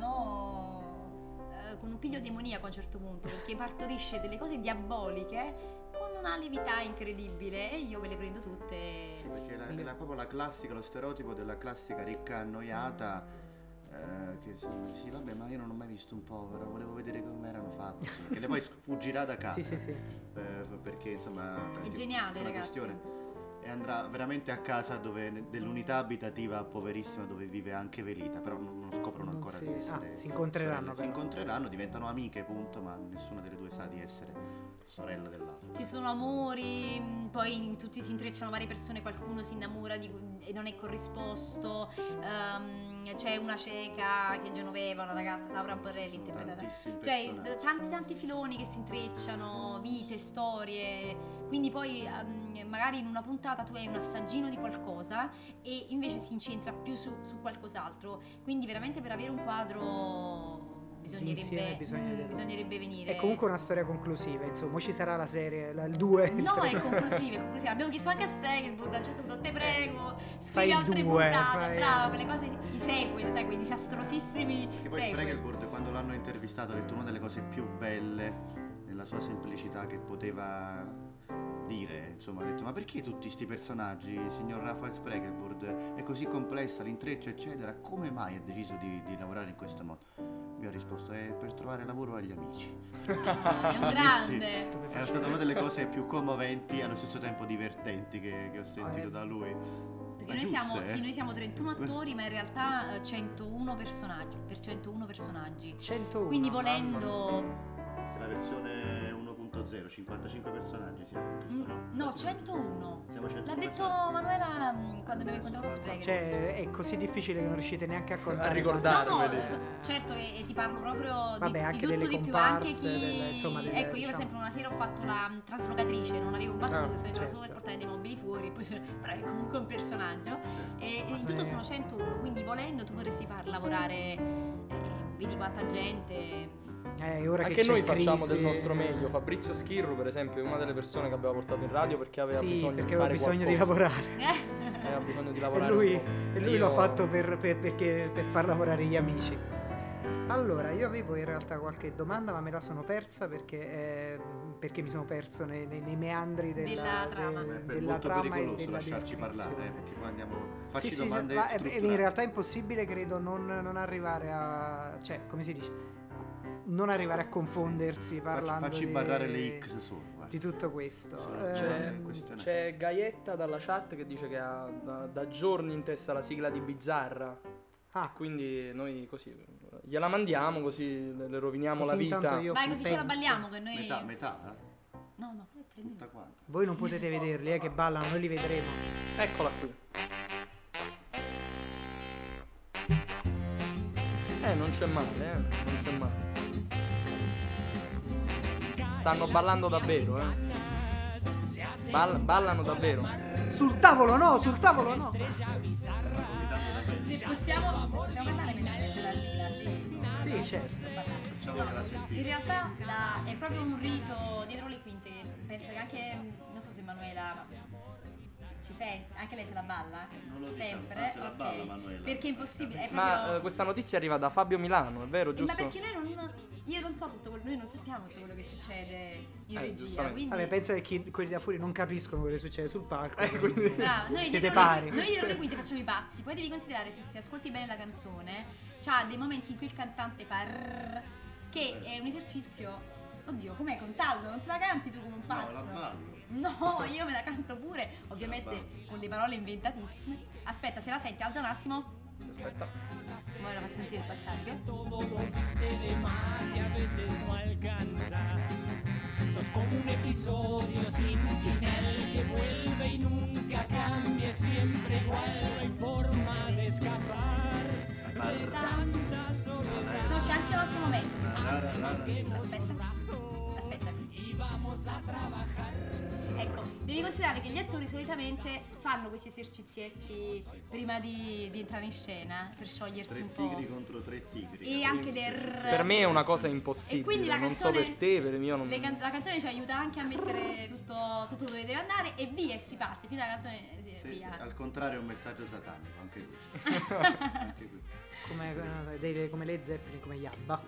S6: no? Eh, con un piglio demoniaco a un certo punto, perché partorisce delle cose diaboliche con una levità incredibile e io me le prendo
S7: Sì,
S6: tutte.
S7: perché la, la- proprio la classica, lo stereotipo della classica ricca annoiata. eh, che si sì, vabbè, ma io non ho mai visto un povero, volevo vedere come erano fatti. insomma, che poi fuggirà da casa.
S4: <laughs> Sì, sì, sì.
S7: eh, perché insomma
S6: È geniale,
S7: una
S6: ragazzi.
S7: e andrà veramente a casa dove, dell'unità abitativa poverissima dove vive anche Velita però non, non scoprono
S4: Non
S7: ancora
S4: si-
S7: di essere
S4: ah, si incontreranno
S7: sorelle. si
S4: però.
S7: incontreranno diventano amiche punto ma nessuna delle due sa di essere sorella dell'altra
S6: Ci sono amori, mh, poi in- tutti si intrecciano varie persone, qualcuno si innamora di, e non è corrisposto. ehm, c'è una cieca che è Genoveva, una ragazza, Laura Borrelli
S7: sono
S6: interpretata.
S7: tantissimi
S6: Cioè, d-
S7: personaggi
S6: tanti tanti filoni che si intrecciano, vite, storie. Quindi poi ehm, magari in una puntata tu hai un assaggino di qualcosa e invece si incentra più su, su qualcos'altro. Quindi veramente per avere un quadro
S4: D'insieme
S6: bisognerebbe,
S4: bisognerebbe-
S6: mm, bisognerebbe venire.
S4: È comunque una storia conclusiva, insomma, ci sarà la serie, la, il 2. <laughs>
S6: No, è conclusiva, è conclusiva. Abbiamo chiesto anche a Spregelburg, a un certo punto, te prego,
S4: Fai
S6: scrivi
S4: il
S6: altre
S4: due,
S6: puntate,
S4: fai-
S6: bravo, quelle cose, i sequel, sai, quei disastrosissimi
S7: che poi
S6: sequel.
S7: Spregelburg quando l'hanno intervistato ha detto una delle cose più belle nella sua semplicità che poteva dire insomma ha detto ma perché tutti questi personaggi signor Rafael Spregelburg è così complessa l'intreccio eccetera come mai ha deciso di, di lavorare in questo modo mi ha risposto è per trovare lavoro agli amici
S6: È un grande.
S7: è stata una delle cose più commoventi e allo stesso tempo divertenti che, che ho sentito da lui
S6: Perché
S7: Ma
S6: noi,
S7: giusto,
S6: siamo,
S7: eh?
S6: sì, noi siamo 31 attori, ma in realtà eh, 101 personaggi, per 101 personaggi.
S4: 101.
S6: Quindi
S5: mamma
S6: volendo...
S7: questa è la versione 1.0 55 personaggi siamo tutto, no?
S6: No, esatto. 101.
S7: siamo 100
S6: L'ha detto
S7: personaggi.
S6: Manuela mm, quando abbiamo incontrato Spregelburg.
S4: Cioè, è così difficile che non riuscite neanche a Eh, contare.
S5: ricordarvele.
S4: quanti-
S6: No,
S5: Vedete.
S6: no, so- certo, e, e ti parlo proprio di,
S4: Vabbè,
S6: di
S4: anche
S6: tutto
S4: delle
S6: di più,
S4: comparse,
S6: anche chi...
S4: delle- insomma, delle-
S6: ecco, io per
S4: diciamo-
S6: esempio una sera ho fatto la mm, traslocatrice, non avevo battuto,
S5: Ah,
S6: sono entrata
S4: certo.
S6: solo per portare dei mobili fuori, poi sono... <laughs> però è comunque un personaggio. E
S4: insomma,
S6: in tutto
S4: se-
S6: sono 101, quindi volendo tu potresti far lavorare, eh, vedi quanta gente...
S4: Eh, ora che
S5: Anche
S4: c'è
S5: noi facciamo
S4: crisi-
S5: del nostro meglio. Fabrizio Schirru, per esempio, è una delle persone che abbiamo portato in radio perché aveva
S4: sì,
S5: bisogno
S4: perché
S5: di
S4: aveva
S5: fare
S4: bisogno di
S5: qualcosa.
S4: lavorare.
S5: Aveva Eh, bisogno
S4: <laughs>
S5: di
S4: E
S5: lavorare.
S4: lui,
S5: un po'.
S4: e lui
S5: Io-
S4: l'ha fatto per, per- perché- per far lavorare gli amici. Allora, io avevo in realtà qualche domanda, ma me la sono persa perché, eh, perché mi sono perso nei, nei- nei meandri della,
S6: Della trama.
S4: de-
S7: È per
S4: della
S7: molto
S4: trama e
S7: pericoloso
S4: della
S7: lasciarci
S4: descrizione.
S7: parlare, eh, perché qua andiamo.
S4: Sì,
S7: Facci
S4: sì,
S7: domande.
S4: ma è- è in
S7: strutturate.
S4: realtà impossibile, credo, non, non arrivare a. cioè, come si dice? Non arrivare a confondersi
S7: Facci,
S4: parlando.
S7: facci
S4: di-
S7: barrare le X solo. guarda.
S4: Di tutto questo.
S7: Sono-
S4: Eh,
S7: c'è
S5: Ehm,
S7: questione.
S5: C'è Gaietta dalla chat che dice che ha da, da giorni in testa la sigla di Bizzarra.
S4: ah,
S5: Quindi noi così gliela mandiamo così le le roviniamo
S4: Così
S5: la vita.
S4: intanto io-
S6: Vai così ce la
S4: penso.
S6: balliamo che noi...
S7: Metà, metà. eh?
S6: No, ma quello è
S7: tutta quanta.
S4: Voi non potete vederli, eh, che ballano, noi li vedremo.
S5: Eccola qui. Eh, non c'è male, eh. Non c'è male. Stanno ballando davvero, eh. Ball- ballano davvero.
S4: Sul tavolo no, sul tavolo no.
S6: Se possiamo, se possiamo parlare mentre della sigla, sì.
S4: Sì, certo.
S6: Parlare.
S7: Facciamo che la
S6: In
S7: sentite.
S6: realtà la- è proprio un rito dietro le quinte. Penso che anche, non so se Manuela ma- ci- ci sente, anche lei se la balla.
S7: Non lo diciamo,
S6: Sempre.
S7: ah, se la
S6: ok.
S7: balla Manuela.
S6: Perché è impossibile. È proprio...
S5: Ma eh, questa notizia arriva da Fabio Milano, è vero,
S6: Eh, ma
S5: giusto?
S6: perché noi non, io non so tutto quello, noi non sappiamo tutto quello che succede in
S5: Eh,
S6: regia.
S5: giustamente.
S6: Quindi,
S4: Vabbè, penso che chi- quelli da fuori non capiscono quello che succede sul palco.
S5: Eh, quindi-
S6: Brava, noi
S4: Siete
S6: dietro,
S4: pari.
S6: Noi dietro le quinte facciamo i pazzi. Poi devi considerare se, se ascolti bene la canzone, c'ha dei momenti in cui il cantante fa rrrr, che è un esercizio. Oddio, com'è contaldo? Non te la canti tu come un
S7: No,
S6: pazzo?
S7: la ballo. <laughs>
S6: No, io me la canto pure, ovviamente
S7: ballo.
S6: con le parole inventatissime. Aspetta, se la senti, alza un attimo.
S5: Aspetta.
S6: Ora la faccio sentire il passaggio.
S8: todo lo viste de más y a veces no alcanza. Sos como un episodio sin final que vuelve y nunca cambia, siempre igual, no hay forma de escapar de tanta soledad.
S6: No, c'è anche un altro momento.
S7: Ra, ra, ra, ra.
S6: Aspetta. Aspetta. Ecco, devi considerare che gli attori solitamente fanno questi eserzizietti prima di, di entrare in scena per sciogliersi
S7: Tre
S6: un
S7: tigri
S6: po'.
S7: contro tre tigri.
S6: E
S7: capito?
S6: anche le
S7: Sì, sì,
S6: rrr.
S7: sì.
S5: Per me è una cosa
S6: E
S5: impossibile,
S6: quindi la
S5: non so
S6: canzone,
S5: per te, per io non...
S6: le can- la canzone ci aiuta anche a mettere tutto, tutto dove deve andare e via e si parte. Fino alla canzone sì,
S7: Sì, sì,
S6: via.
S7: al contrario è un messaggio satanico, anche questo. anche qui.
S4: Come, eh, dei- come le Zeppelin, come Yabba.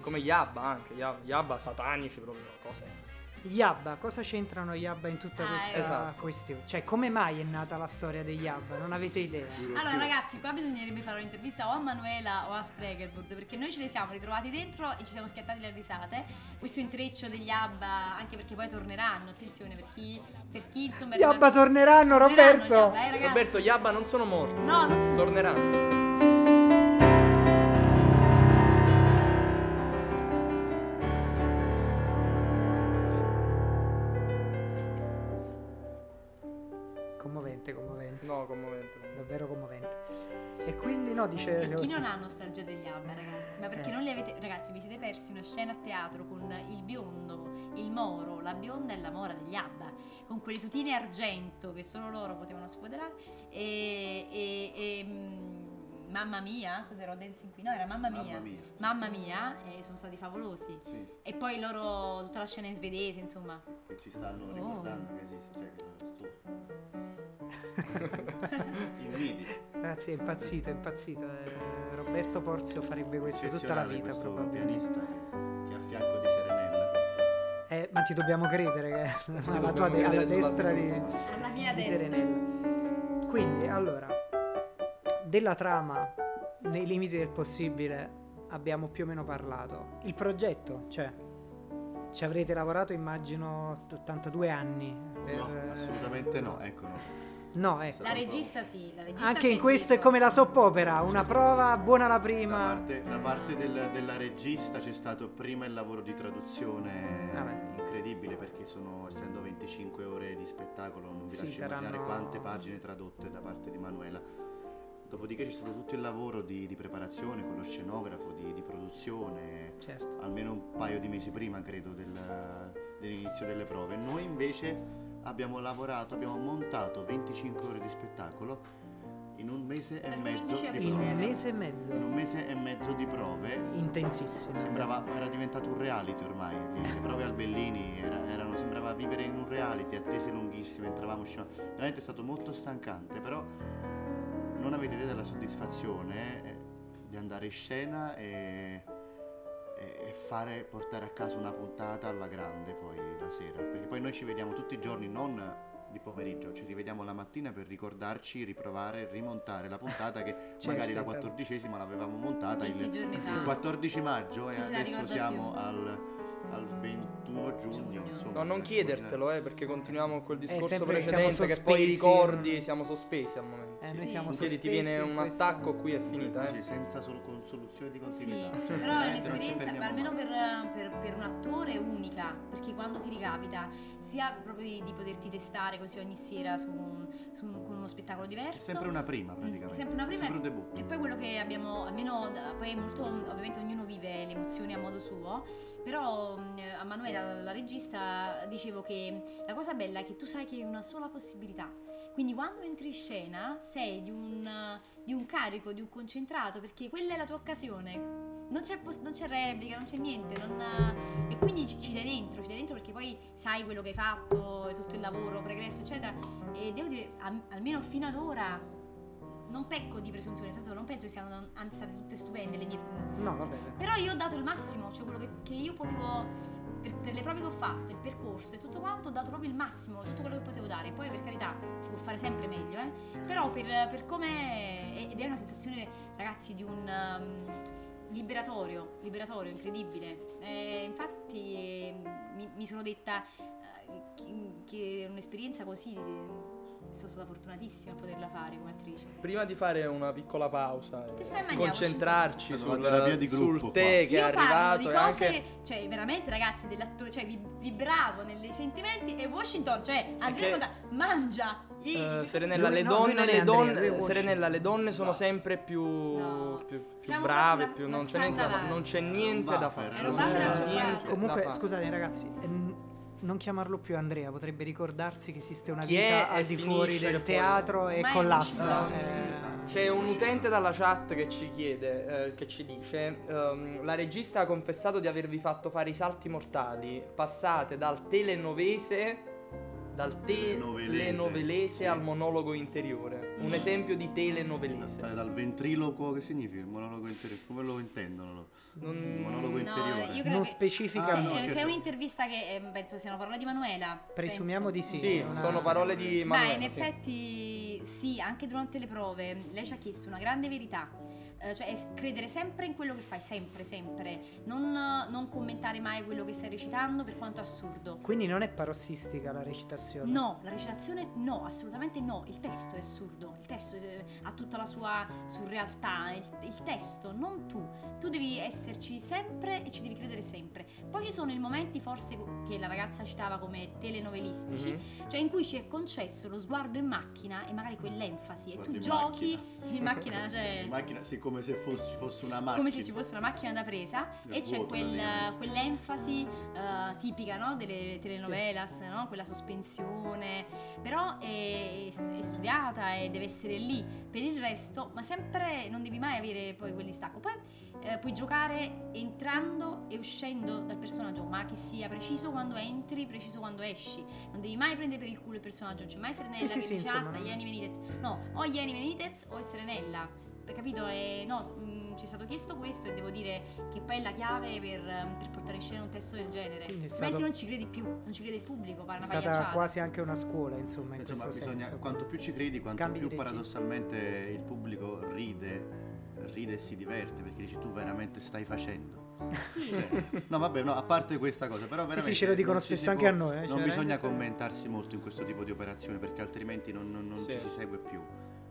S5: Come Yabba anche, Yabba, Yabba satanici proprio, cose...
S4: Yabba, cosa c'entrano Yabba in tutta
S6: Ah,
S4: questa
S5: esatto.
S4: questione? Cioè, come mai è nata la storia degli Yabba? Non avete idea.
S6: Allora ragazzi, qua bisognerebbe fare un'intervista o a Manuela o a Spregerwood perché noi ce le siamo ritrovati dentro e ci siamo schiattati le risate. Questo intreccio degli Abba, anche perché poi torneranno, attenzione, per chi, per chi insomma... è
S4: Gli Abba
S6: rimasto-
S4: torneranno,
S6: torneranno
S4: Roberto!
S6: gli Abba, eh, ragazzi.
S5: Roberto, gli Abba non sono morti.
S6: No, non si...
S5: Torneranno.
S4: Commovente, commovente.
S5: No, commovente. commovente.
S4: Davvero commovente. E quindi, no, dice...
S6: E chi non ha nostalgia degli Abba, ragazzi? Ma perché
S4: Eh.
S6: non li avete... Ragazzi, vi siete persi una scena a teatro con il biondo, il moro, la bionda e la mora degli Abba, con quelle tutine argento che solo loro potevano sfoderare e... e- e, mm, mamma mia, cos'era Hot Dancing qui? No, era mamma mia.
S7: Mamma mia.
S6: Mamma mia, eh, sono stati favolosi.
S7: Sì,
S6: E poi loro, tutta la scena in svedese, insomma.
S7: che ci stanno
S6: Oh.
S7: ricordando che esiste, cioè che non
S4: <laughs>
S7: <laughs> è Invidi.
S4: Ragazzi, è impazzito, è impazzito. eh, Roberto Porzio farebbe questo tutta la
S7: Eccezionale
S4: vita,
S7: questo
S4: probabilmente.
S7: pianista che è a fianco di Serenella.
S4: Eh, ma ti dobbiamo credere, che <laughs> alla, tua
S5: dobbiamo
S4: de- alla
S5: credere sulla
S4: destra
S5: tua-
S4: di...
S6: Alla mia
S4: di
S6: destra.
S4: Serenella. Quindi, allora, della trama, nei limiti del possibile, abbiamo più o meno parlato. Il progetto, cioè, ci avrete lavorato, immagino, 82 anni. per-
S7: No, assolutamente no, ecco no.
S4: No, ecco.
S6: La regista sì, la regista
S4: Anche
S6: c'è
S4: in questo è
S6: dietro.
S4: come la soppopera, una prova buona la
S7: Da
S4: prima.
S7: parte, da parte del- della regista c'è stato prima il lavoro di traduzione
S4: Vabbè.
S7: incredibile perché sono, essendo 25 ore di spettacolo non vi
S4: Sì,
S7: lascio
S4: saranno-
S7: immaginare quante pagine tradotte da parte di Manuela. Dopodiché c'è stato tutto il lavoro di, di preparazione con lo scenografo, di, di produzione,
S4: Certo.
S7: almeno un paio di mesi prima credo del- dell'inizio delle prove. Noi invece abbiamo lavorato, abbiamo montato 25 ore di spettacolo in un mese e
S6: Dal
S7: mezzo
S6: 15
S5: Ecco,
S7: di
S4: In
S6: aprile.
S7: prove.
S4: un mese e
S7: In
S4: mezzo.
S7: un mese e mezzo di prove
S4: Intensissimo.
S7: sembrava era diventato un reality ormai. Le prove al Bellini era- erano, sembrava vivere in un reality, attese lunghissime, entravamo, uscivamo. Veramente è stato molto stancante, però non avete idea della soddisfazione eh, di andare in scena e, e- e fare, portare a casa una puntata alla grande poi la sera. Perché poi noi ci vediamo tutti i giorni, non di pomeriggio, ci rivediamo la mattina per ricordarci, riprovare, rimontare la puntata che
S4: <laughs> Certo,
S7: magari la
S4: intanto.
S7: quattordicesima l'avevamo montata il,
S6: 20 giorni fa.
S7: il 14 maggio e
S6: Ah. Chi se la
S7: adesso
S6: ricorda
S7: siamo
S6: più?
S7: al, al 21 giugno.
S6: Giugno.
S7: insomma.
S5: No, non eh, chiedertelo, eh, perché continuiamo con quel discorso
S4: sempre- siamo
S5: precedente che poi i
S4: sospesi.
S5: ricordi siamo sospesi al momento.
S4: Eh, noi
S6: Sì.
S4: siamo
S5: Ieri
S4: sospesi
S5: ti viene
S4: in
S5: un
S4: questa-
S5: attacco qui è finita,
S7: Sì,
S5: eh.
S7: senza solo con soluzione di
S6: Sì,
S7: continuità. Cioè,
S6: però è
S7: veramente non ci
S6: un'esperienza, ma
S7: fermiamo
S6: almeno
S7: mai.
S6: per, per- per un attore è unica, perché quando ti ricapita sia proprio di, di poterti testare così ogni sera su un- su un- con uno spettacolo
S7: È
S6: diverso.
S7: sempre una prima
S6: Mm,
S7: praticamente.
S6: è sempre una prima
S7: Sempre un debutto.
S6: E poi quello che abbiamo, almeno da- poi è molto, ovviamente ognuno vive le emozioni a modo suo, però mh, a Manuela, la regista, dicevo che la cosa bella è che tu sai che hai una sola possibilità, quindi quando entri in scena sei di un, di un carico, di un concentrato, perché quella è la tua occasione. Non c'è, pos- non c'è replica, non c'è niente, non- e quindi ci, ci dai dentro, ci dai dentro perché poi sai quello che hai fatto, tutto il lavoro, pregresso, eccetera. E devo dire, am- almeno fino ad ora, non pecco di presunzione, nel senso non penso che siano anzi state tutte stupende le mie.
S4: No, vabbè.
S6: Però io ho dato il massimo, cioè quello che, che io potevo. Per, per le prove che ho fatto, il percorso e tutto quanto, ho dato proprio il massimo, tutto quello che potevo dare. Poi, per carità, si può fare sempre meglio, eh. Però, per, per come. Ed è una sensazione, ragazzi, di un. um, liberatorio, liberatorio, incredibile. Eh, infatti, eh, mi, mi sono detta eh, che- che un'esperienza così. eh, Sono stata fortunatissima a poterla fare come attrice.
S5: Prima di fare una piccola pausa,
S6: Che
S5: eh,
S6: stai mangiando,
S5: concentrarci
S7: Cinque?
S5: sul,
S7: Sono la terapia di
S5: sul
S7: gruppo,
S5: tè
S7: qua.
S5: che è
S6: Io parlo
S5: arrivato
S6: di
S5: e
S6: cose,
S5: anche
S6: cioè veramente ragazzi, dell'attore, cioè vi, vibravo nei sentimenti e Washington, cioè Andrea
S5: Perché-
S6: Conta, mangia! i-
S5: Eh,
S6: i-
S5: Serenella,
S4: Lui-
S5: le
S4: no, lui non
S5: donne,
S4: è
S5: le
S4: Andrea, lui
S5: donne,
S4: è Washington.
S5: Serenella, le donne sono
S7: No.
S5: sempre più,
S6: No.
S5: più- più
S6: Siamo
S5: brave,
S6: proprio
S5: più,
S6: una-
S5: non,
S6: una
S5: c'è niente da,
S6: spanna
S5: fa- non c'è niente
S7: Era
S5: da
S7: un
S5: fare.
S7: buffer,
S5: Non
S6: era un
S5: c'è
S6: buffer
S5: niente
S6: acciugato.
S5: da
S4: Comunque,
S5: fare.
S4: scusate ragazzi, ehm, non chiamarlo più Andrea, potrebbe ricordarsi che esiste una
S5: Chi è
S4: vita
S5: e
S4: al di fuori
S5: finisce
S4: del
S5: poi-
S4: teatro e
S6: Ma è
S4: collassa.
S6: uscito.
S4: eh.
S7: Esatto.
S5: C'è un utente dalla chat che ci chiede, eh, che ci dice, ehm, la regista ha confessato di avervi fatto fare i salti mortali, passate dal telenovese, dal
S7: Telenovelese.
S5: telenovelese
S7: Sì.
S5: al monologo interiore, un esempio di telenovelese.
S7: Dal, dal ventriloquo che significa il monologo interiore? Come lo intendono? loro? Il
S5: Non-
S7: monologo
S6: No,
S7: interiore.
S6: io credo
S4: Non
S6: che-
S4: specifica
S7: Ah,
S6: se,
S7: no,
S6: eh, se è
S7: certo.
S6: un'intervista che eh, penso siano parole di Manuela.
S4: Presumiamo
S6: penso.
S4: di
S5: Sì,
S4: Sì, una-
S5: sono parole di
S6: Ma
S5: Manuela.
S6: in
S5: sì.
S6: effetti sì, anche durante le prove lei ci ha chiesto una grande verità, eh, cioè es- credere sempre in quello che fai, sempre, sempre, non, non commentare mai quello che stai recitando per quanto assurdo.
S4: Quindi non è parossistica la recitazione.
S6: No, la recitazione no, assolutamente no, il testo è assurdo, il testo eh, ha tutta la sua surrealtà, il, il testo, non tu, tu devi esserci sempre e ci devi credere sempre. Poi ci sono i momenti forse co- che la ragazza citava come telenovelistici,
S5: Mhm.
S6: cioè in cui ci è concesso lo sguardo in macchina e magari quell'enfasi e
S7: Guardi
S6: tu
S7: in
S6: giochi in macchina,
S7: <laughs> In
S6: cioè
S7: macchina, sì, come se fosse- ci fosse una macchina.
S6: come se ci fosse una macchina da presa
S7: Del
S6: e c'è
S7: vuoto,
S6: quel-
S7: praticamente.
S6: quell'enfasi eh, tipica no? delle telenovelas, no? quella sospensione, però è, è studiata e deve essere lì per il resto, ma sempre non devi mai avere poi quel distacco. Poi eh, puoi giocare entrando e uscendo dal personaggio, ma che sia preciso quando entri, preciso quando esci, non devi mai prendere per il culo il personaggio, non c'è mai Serenella
S4: Sì, sì,
S6: che
S4: sì,
S6: dice ah
S4: insomma,
S6: sta
S4: non-
S6: Ieni Benitez, no, o Ieni Benitez o è Serenella. Hai capito? E no, s- mh, ci è stato chiesto questo e devo dire che poi è la chiave per, ehm, per portare in scena un testo del genere.
S4: Quindi è
S6: Altrimenti
S4: stato-
S6: non ci credi più, non ci crede il pubblico, pare
S4: È
S6: una
S4: stata
S6: pagliacciata.
S4: quasi anche una scuola, insomma, in
S7: Insomma,
S4: questo
S7: bisogna,
S4: senso.
S7: quanto più ci credi, quanto
S4: Cambi
S7: più
S4: di regista.
S7: paradossalmente il pubblico ride ride e si diverte perché dici tu veramente stai facendo
S6: Sì.
S4: <laughs>
S7: Cioè, no vabbè no a parte questa cosa però
S4: Sì,
S7: veramente
S4: sì, ce lo dicono
S7: non ci si
S4: spesso anche
S7: può-
S4: a noi. eh, cioè,
S7: non bisogna
S4: veramente sta-
S7: commentarsi molto in questo tipo di operazione perché altrimenti non, non- non
S5: Sì.
S7: ci si segue più.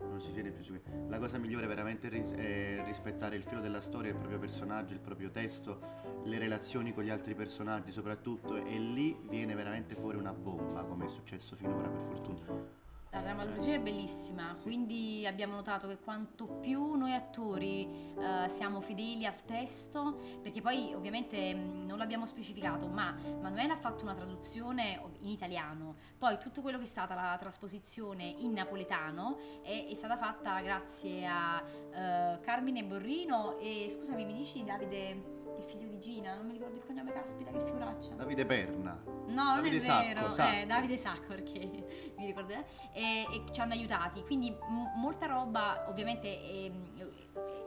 S7: Non si tiene più su. La cosa migliore veramente ris- è rispettare il filo della storia, il proprio personaggio, il proprio testo, le relazioni con gli altri personaggi soprattutto e lì viene veramente fuori una bomba come è successo finora per fortuna.
S6: La drammaturgia è bellissima, quindi abbiamo notato che quanto più noi attori eh, siamo fedeli al testo, perché poi ovviamente mh, non l'abbiamo specificato, ma Manuela ha fatto una traduzione ov- in italiano, poi tutto quello che è stata la trasposizione in napoletano è, è stata fatta grazie a eh, Carmine Borrino e scusami mi dici Davide... Il figlio di Gina, non mi ricordo il cognome, caspita, che figuraccia.
S7: Davide Perna.
S6: No, non è
S7: Davide Sacco,
S6: vero, Eh,
S7: Sacco.
S6: Davide Sacco perché <laughs> mi ricordo eh, e, e ci hanno aiutati, quindi m- molta roba ovviamente ehm,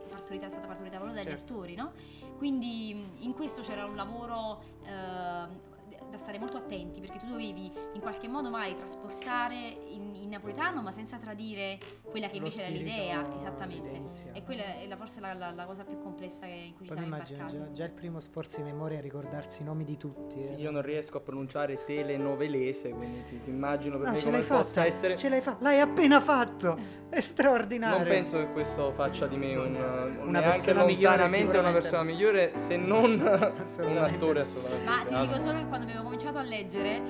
S6: è, partorita- è stata partorita proprio dagli
S5: Certo.
S6: mm, attori, no? Quindi mh, in questo c'era un lavoro ehm, d- da stare molto attenti perché tu dovevi in qualche modo mai trasportare in, in napoletano ma senza tradire quella che
S4: Lo
S6: invece era
S4: spirito,
S6: l'idea,
S4: l'idea
S6: esattamente.
S4: iniziale.
S6: E quella è la- forse la, la- la cosa più complessa che- in cui ci
S4: Poi mi
S6: siamo
S4: immagino
S6: imbarcati.
S4: già, già il primo sforzo di memoria a ricordarsi i nomi di tutti.
S5: Sì,
S4: eh.
S5: io non riesco a pronunciare telenovelese, quindi ti, ti immagino per
S4: Ah,
S5: me
S4: ce l'hai
S5: come possa
S4: fatta,
S5: essere.
S4: ce l'hai fatta, l'hai appena fatto, è straordinario.
S5: Non penso che questo faccia di me un,
S4: Una
S5: neanche
S4: persona migliore,
S5: lontanamente
S4: sicuramente.
S5: una persona migliore, se non <laughs> un
S4: Assolutamente.
S5: attore assolutamente.
S6: Ma ti
S5: bravo.
S6: dico solo che quando abbiamo cominciato a leggere,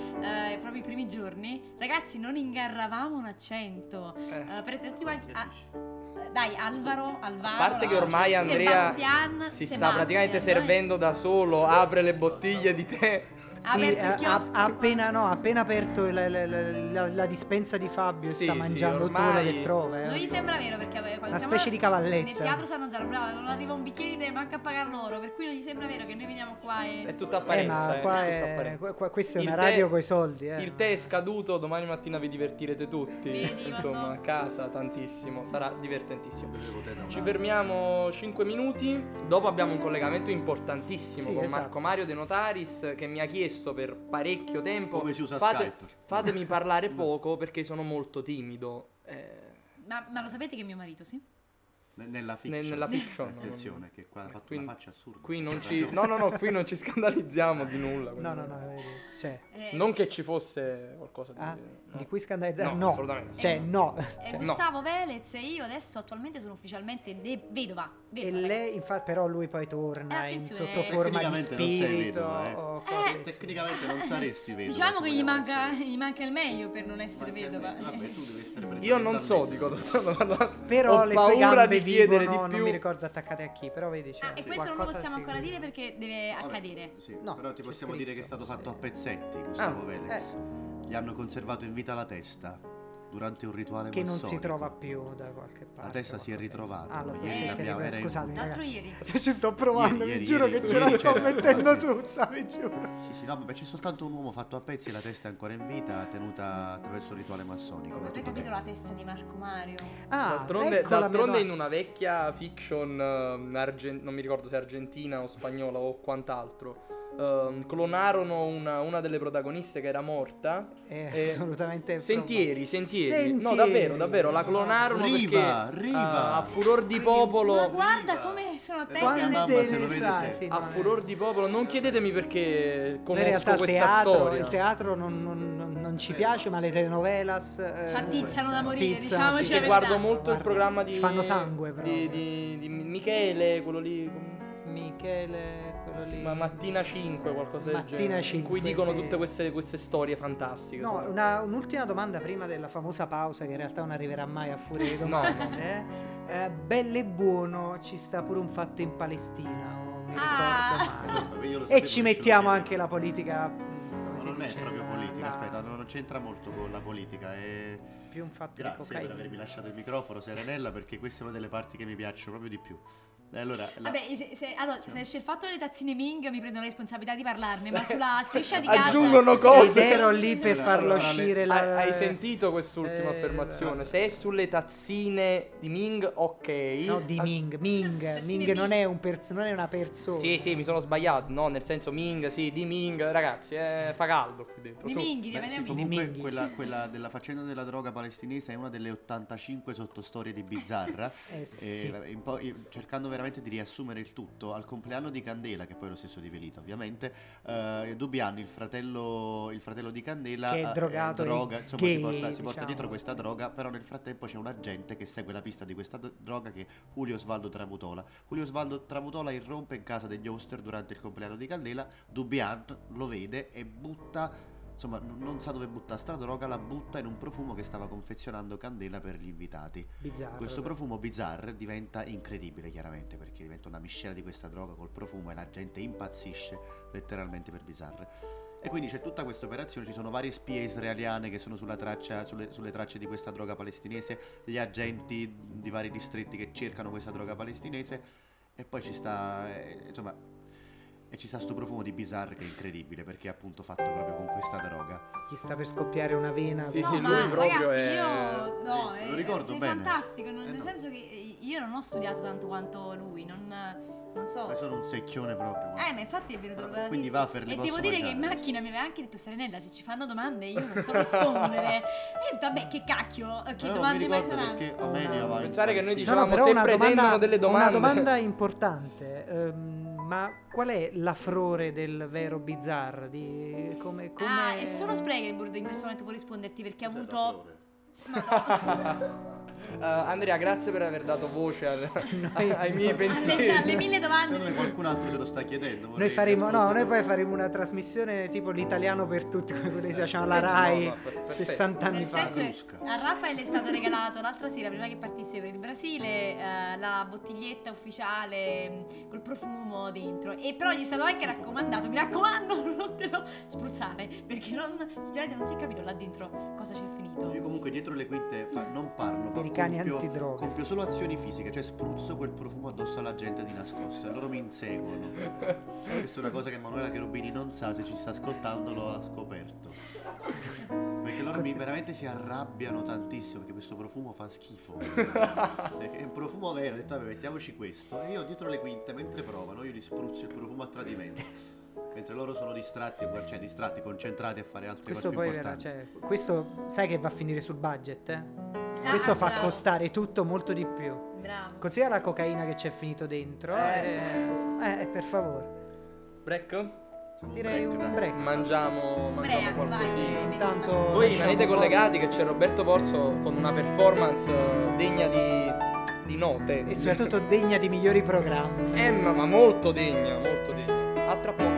S6: eh, proprio i primi giorni, ragazzi, non ingarravamo un accento.
S5: Eh.
S6: Eh, per tutti quanti. ah, eh, dai, Alvaro, Alvaro.
S5: A parte che ormai Andrea
S6: Sebastian,
S5: si sta
S6: Sebastian,
S5: praticamente
S6: noi-
S5: servendo da solo, apre le bottiglie di tè.
S6: Ha aperto il
S4: ha-
S6: chiosco.
S4: ha eh, appena, no, ha appena aperto la, la- la- la- la dispensa di Fabio e
S5: Sì,
S4: sta
S5: sì,
S4: mangiando
S5: ormai-
S4: tutto quello che trova. eh.
S6: Non gli sembra vero perché eh, quando
S4: Una
S6: siamo
S4: specie di cavalletta.
S6: Nel teatro San Zaro, bravo, non arriva un bicchiere di tè, manca a pagar loro, per cui non gli sembra vero che noi veniamo qua
S5: È
S6: e...
S5: tutta
S4: Eh,
S5: apparenza.
S4: ma
S5: eh,
S4: qua
S5: tutta
S4: è-
S5: apparenza.
S4: qua- qua- questa è
S5: Il
S4: una
S5: tè-
S4: radio coi soldi. eh.
S5: Il tè è scaduto, domani mattina vi divertirete tutti.
S6: Vedi,
S5: Insomma,
S6: quando-
S5: a casa tantissimo, sarà divertentissimo.
S7: Bevevo te da un
S5: Ci
S7: anno.
S5: fermiamo 5 minuti, dopo abbiamo un collegamento importantissimo
S4: Sì,
S5: con
S4: esatto.
S5: Marco Mario De Notaris che mi ha chiesto per parecchio tempo
S7: Come si usa Skype.
S5: fatemi
S7: <laughs>
S5: parlare poco perché sono molto timido. Eh,
S6: Ma, ma lo sapete che mio marito, sì?
S7: Ne- Nella
S5: Ne-
S7: fiction.
S5: nella fiction, no,
S7: Attenzione, che qua ha
S5: Eh,
S7: fatto
S5: quindi-
S7: una faccia assurda.
S5: qui non ci No, no, no, qui non ci scandalizziamo di nulla.
S4: No, no,
S5: quindi-
S4: no, eh, cioè,
S6: Eh,
S5: Non che ci fosse qualcosa di,
S4: ah,
S5: no.
S4: di cui scandalizzare?
S5: No,
S4: No,
S5: assolutamente.
S4: Cioè, no.
S6: eh,
S5: no.
S6: Gustavo Velez e io adesso attualmente sono ufficialmente de- vedova.
S4: E
S6: vedova
S4: lei,
S6: ragazzi.
S4: infatti, però lui poi
S6: Eh,
S4: torna in
S6: attenzione,
S4: sotto forma di
S7: Tecnicamente non sei
S4: spirito.
S7: vedova, eh.
S5: oh,
S4: o cose-
S7: Tecnicamente non saresti vedovo.
S6: Diciamo
S7: se
S6: che gli
S7: vogliamo
S6: manca,
S7: essere-
S6: gli manca il meglio per non <laughs> essere
S7: Manca il
S6: vedova. Eh,
S7: meglio. Vabbè, tu devi essere presa
S5: Io non so di
S7: mentalmente.
S5: cosa stanno parlando.
S4: Però
S5: Ho
S4: le sue
S5: paura
S4: gambe
S5: di chiedere
S4: vivono,
S5: di più.
S4: non mi ricordo attaccate a chi, però vedi, cioè,
S6: Ah, e questo non lo
S4: qualcosa
S6: possiamo
S4: si-
S6: ancora dire perché deve
S7: certo. Vabbè,
S6: accadere.
S7: Sì,
S4: No,
S7: però ti
S4: c'è
S7: possiamo dire che è
S4: scritto.
S7: stato fatto a pezzetti, Gustavo
S5: Ah, eh.
S7: Velez. Gli hanno conservato in vita la testa durante un rituale
S4: Che non si
S7: massonico.
S4: trova più da qualche parte.
S7: La testa si è
S4: qualcosa.
S7: ritrovata.
S4: Ah, la
S7: non
S6: testa
S7: glieli
S6: si è
S7: abbiamo-
S4: ritrovata,
S7: era
S4: scusate.
S7: in-
S6: L'altro
S4: <laughs>
S6: Eh, ieri.
S4: Ci sto provando,
S7: Ieri,
S4: vi
S7: ieri,
S4: giuro
S7: ieri,
S4: che ce la
S7: ieri
S4: sto
S7: c'era-
S4: mettendo tutta, vi giuro.
S7: Sì, sì, no, ma c'è soltanto un uomo fatto a pezzi e la testa è ancora in vita, tenuta attraverso un rituale massonico. da
S6: Tu hai
S7: tutto
S6: capito
S7: tempo.
S6: la testa di Marco Mario?
S4: Ah,
S5: D'altronde,
S4: ecco la mia
S5: d'altronde in
S4: domanda.
S5: una vecchia fiction, ehm, argen- non mi ricordo se argentina o spagnola o quant'altro, ehm, clonarono una, una delle protagoniste che era morta.
S4: È
S5: Eh,
S4: assolutamente...
S5: Sentieri, sentieri, No,
S4: Sentieri.
S5: davvero, davvero, la clonarono
S7: Riva,
S5: perché
S7: Riva.
S5: ah, a furor di popolo...
S6: Ma guarda
S7: Viva!
S6: come sono attenti
S7: Eh, Guarda,
S6: alle-
S7: mamma,
S4: Quante
S7: se lo
S4: ne
S7: vedi,
S4: sa,
S7: sì.
S4: sì,
S5: A
S4: no,
S5: furor di popolo, non chiedetemi perché
S4: In
S5: conosco
S4: realtà il
S5: questa
S4: teatro,
S5: storia.
S4: il teatro non, non- non- non ci piace, ma le telenovelas... eh,
S6: Ci attizzano da morire,
S4: attizzano,
S6: diciamoci
S4: sì.
S6: la
S5: Che
S6: verità.
S5: guardo molto il
S4: Guarda,
S5: programma di.
S4: ci fanno sangue, però.
S5: Di, di- di Michele, quello lì. com-
S4: Michele, quello lì...
S5: Ma mattina 5, qualcosa del
S4: Mattina
S5: genere. in
S4: 5,
S5: cui dicono
S4: sì.
S5: tutte queste, queste storie fantastiche.
S4: No,
S5: insomma.
S4: una- un'ultima domanda prima della famosa pausa che in realtà non arriverà mai a furia di domande. eh. Eh, bello e buono ci sta pure un fatto in Palestina, non mi
S6: Ah.
S4: ricordo
S5: <laughs>
S4: male.
S7: Vabbè, io lo sapevo
S4: e
S7: che
S4: ci
S7: ce
S4: mettiamo
S7: l'avevi.
S4: anche la politica. mm, come si
S7: Non è
S4: dice?
S7: proprio
S4: La-
S7: politica,
S4: la-
S7: aspetta, non non c'entra molto con la politica. È...
S4: Più un fatto di
S7: Grazie per
S4: cocaina.
S7: avermi lasciato il microfono, Serenella, perché questa è una delle parti che mi piacciono proprio di più. E allora, la-
S6: Vabbè, se, se- allora, se esce il fatto delle tazzine Ming mi prendo la responsabilità di parlarne, ma
S7: <laughs>
S6: sulla striscia di Gaza...
S5: Aggiungono
S4: Ed
S5: cose.
S4: ero lì per
S7: Allora,
S4: farlo
S7: allora, le-
S4: uscire
S5: Hai,
S4: la...
S5: hai sentito quest'ultima
S4: eh,
S5: affermazione?
S4: la-
S5: Se è sulle tazzine di Ming, ok.
S4: No, di
S5: Ah,
S4: Ming. Ming,
S6: Tazzine
S4: Ming non
S6: Ming.
S4: è, un perso- non è una persona.
S5: Sì, sì, mi sono sbagliato. No, nel senso Ming, sì, di Ming. Ragazzi, eh, fa caldo qui dentro.
S6: Di
S5: su.
S6: Minghi, di
S7: Beh, sì,
S6: Minghi.
S7: comunque
S4: Minghi.
S7: quella, quella della faccenda della droga palestinese è una delle 85 sottostorie di Bizzarra.
S4: Eh,
S7: E
S4: sì.
S7: la- in po- io- cercando veramente di riassumere il tutto, al compleanno di Candela, che poi è lo stesso di Velita ovviamente, eh, Dubbiani, il fratello, il fratello di Candela,
S4: Che è
S7: eh,
S4: drogato,
S7: droga,
S4: è
S7: insomma,
S4: gay,
S7: si, porta, si porta
S4: diciamo.
S7: dietro questa droga, però nel frattempo c'è un agente che segue la pista di questa do- droga che è Julio Osvaldo Tramutola. Julio Osvaldo Tramutola irrompe in casa degli Oster durante il compleanno di Candela, Dubbian lo vede e butta... Insomma, n- non sa dove butta sta droga, la butta in un profumo che stava confezionando Candela per gli invitati.
S4: Bizzarro.
S7: Questo profumo bizzarro diventa incredibile, chiaramente, perché diventa una miscela di questa droga col profumo e la gente impazzisce letteralmente per bizzarre. E quindi c'è tutta questa operazione, ci sono varie spie israeliane che sono sulla traccia- sulle, sulle tracce di questa droga palestinese, gli agenti di vari distretti che cercano questa droga palestinese e poi ci sta, eh, insomma, e ci sta sto profumo di bizzarre che è incredibile perché è appunto fatto proprio con questa droga.
S4: Gli sta per scoppiare una vena.
S5: Sì,
S6: No,
S5: sì,
S6: ma
S5: lui proprio
S6: ragazzi,
S5: è-
S6: io no,
S7: Lo
S6: è,
S7: ricordo
S6: sei
S7: bene.
S6: fantastico, nel
S7: Eh, no.
S6: senso che io non ho studiato tanto quanto lui, non, non so.
S7: Ma sono un secchione proprio.
S6: Oh. Eh, ma infatti è venuto
S7: Quindi
S6: provatissimo.
S7: wafer li
S6: E
S7: posso
S6: devo dire che in
S7: mangiare.
S6: macchina mi aveva anche detto Serenella, se ci fanno domande io non so
S7: <laughs>
S6: rispondere. e ho detto, vabbè, che cacchio, eh, che
S7: Ma no, non mi
S6: domande mai
S7: ricordo
S6: saranno?
S7: perché Omenia va in
S5: Pensare che noi
S7: Palestina.
S5: diciamo, se pretendono delle
S4: Una
S5: domande.
S4: domanda importante. ehm, ma qual è l'affrore del vero bizzar? Di, come, come...
S6: Ah, e solo Spregelburg in questo momento può risponderti perché
S7: Esatto,
S6: ha avuto...
S5: <laughs> Eh, Andrea, grazie per aver dato
S4: <laughs>
S5: voce al- ai miei pensieri.
S6: Alle, alle
S7: <laughs>
S6: mille domande.
S7: Secondo me qualcun altro te lo sta chiedendo. vorrei
S4: Noi
S7: che
S4: faremo, no, noi
S7: ascoltano.
S4: poi faremo una trasmissione tipo l'italiano per tutti, <laughs> come quelle che si facevano alla
S5: Eh, no,
S4: Rai
S5: no, per- perfetto.
S4: 60 anni
S6: Nel
S4: fa.
S6: senso
S7: Rusca.
S6: che a Raffaele è stato regalato l'altra sera, prima che partisse per il Brasile, eh, la bottiglietta ufficiale mh, col profumo dentro. E però gli è stato anche raccomandato, mi raccomando, <laughs> non te lo spruzzare, perché non, sinceramente non si è capito là dentro cosa c'è finito.
S7: Io comunque dietro le quinte fa- non parlo, ma
S4: Per i cani
S7: compio,
S4: antidroga.
S7: compio solo azioni fisiche, cioè spruzzo quel profumo addosso alla gente di nascosto e loro mi inseguono. Questa è una cosa che Manuela Cherubini non sa, se ci sta ascoltando lo ha scoperto. Perché loro mi- veramente si arrabbiano tantissimo perché questo profumo fa schifo. È un profumo vero, ho detto vabbè mettiamoci questo. E io dietro le quinte, mentre provano, io gli spruzzo il profumo a tradimento. Mentre loro sono distratti, a guard- cioè distratti, concentrati a fare altre
S4: Questo
S7: cose più
S4: poi verrà,
S7: importanti.
S4: cioè, questo sai che va a finire sul budget, eh?
S6: Ah,
S4: Questo fa
S6: bravo,
S4: costare tutto molto di più.
S6: Bravo. <laughs>
S4: Considera la cocaina che c'è finito dentro.
S5: Eh,
S4: eh, eh, per favore.
S5: Break?
S7: Facciamo un
S4: Direi
S7: break,
S4: un
S7: dai.
S4: break.
S5: Mangiamo, mangiamo
S6: Brea, vai.
S5: qualcosina.
S4: Intanto
S5: Voi
S4: lasciamo
S5: rimanete
S4: un po'
S5: collegati che c'è Roberto Porzo con una performance eh, degna di, di note.
S4: E
S5: <laughs>
S4: soprattutto degna di migliori programmi.
S5: Eh, ma, ma molto degna, molto degna. A tra poco.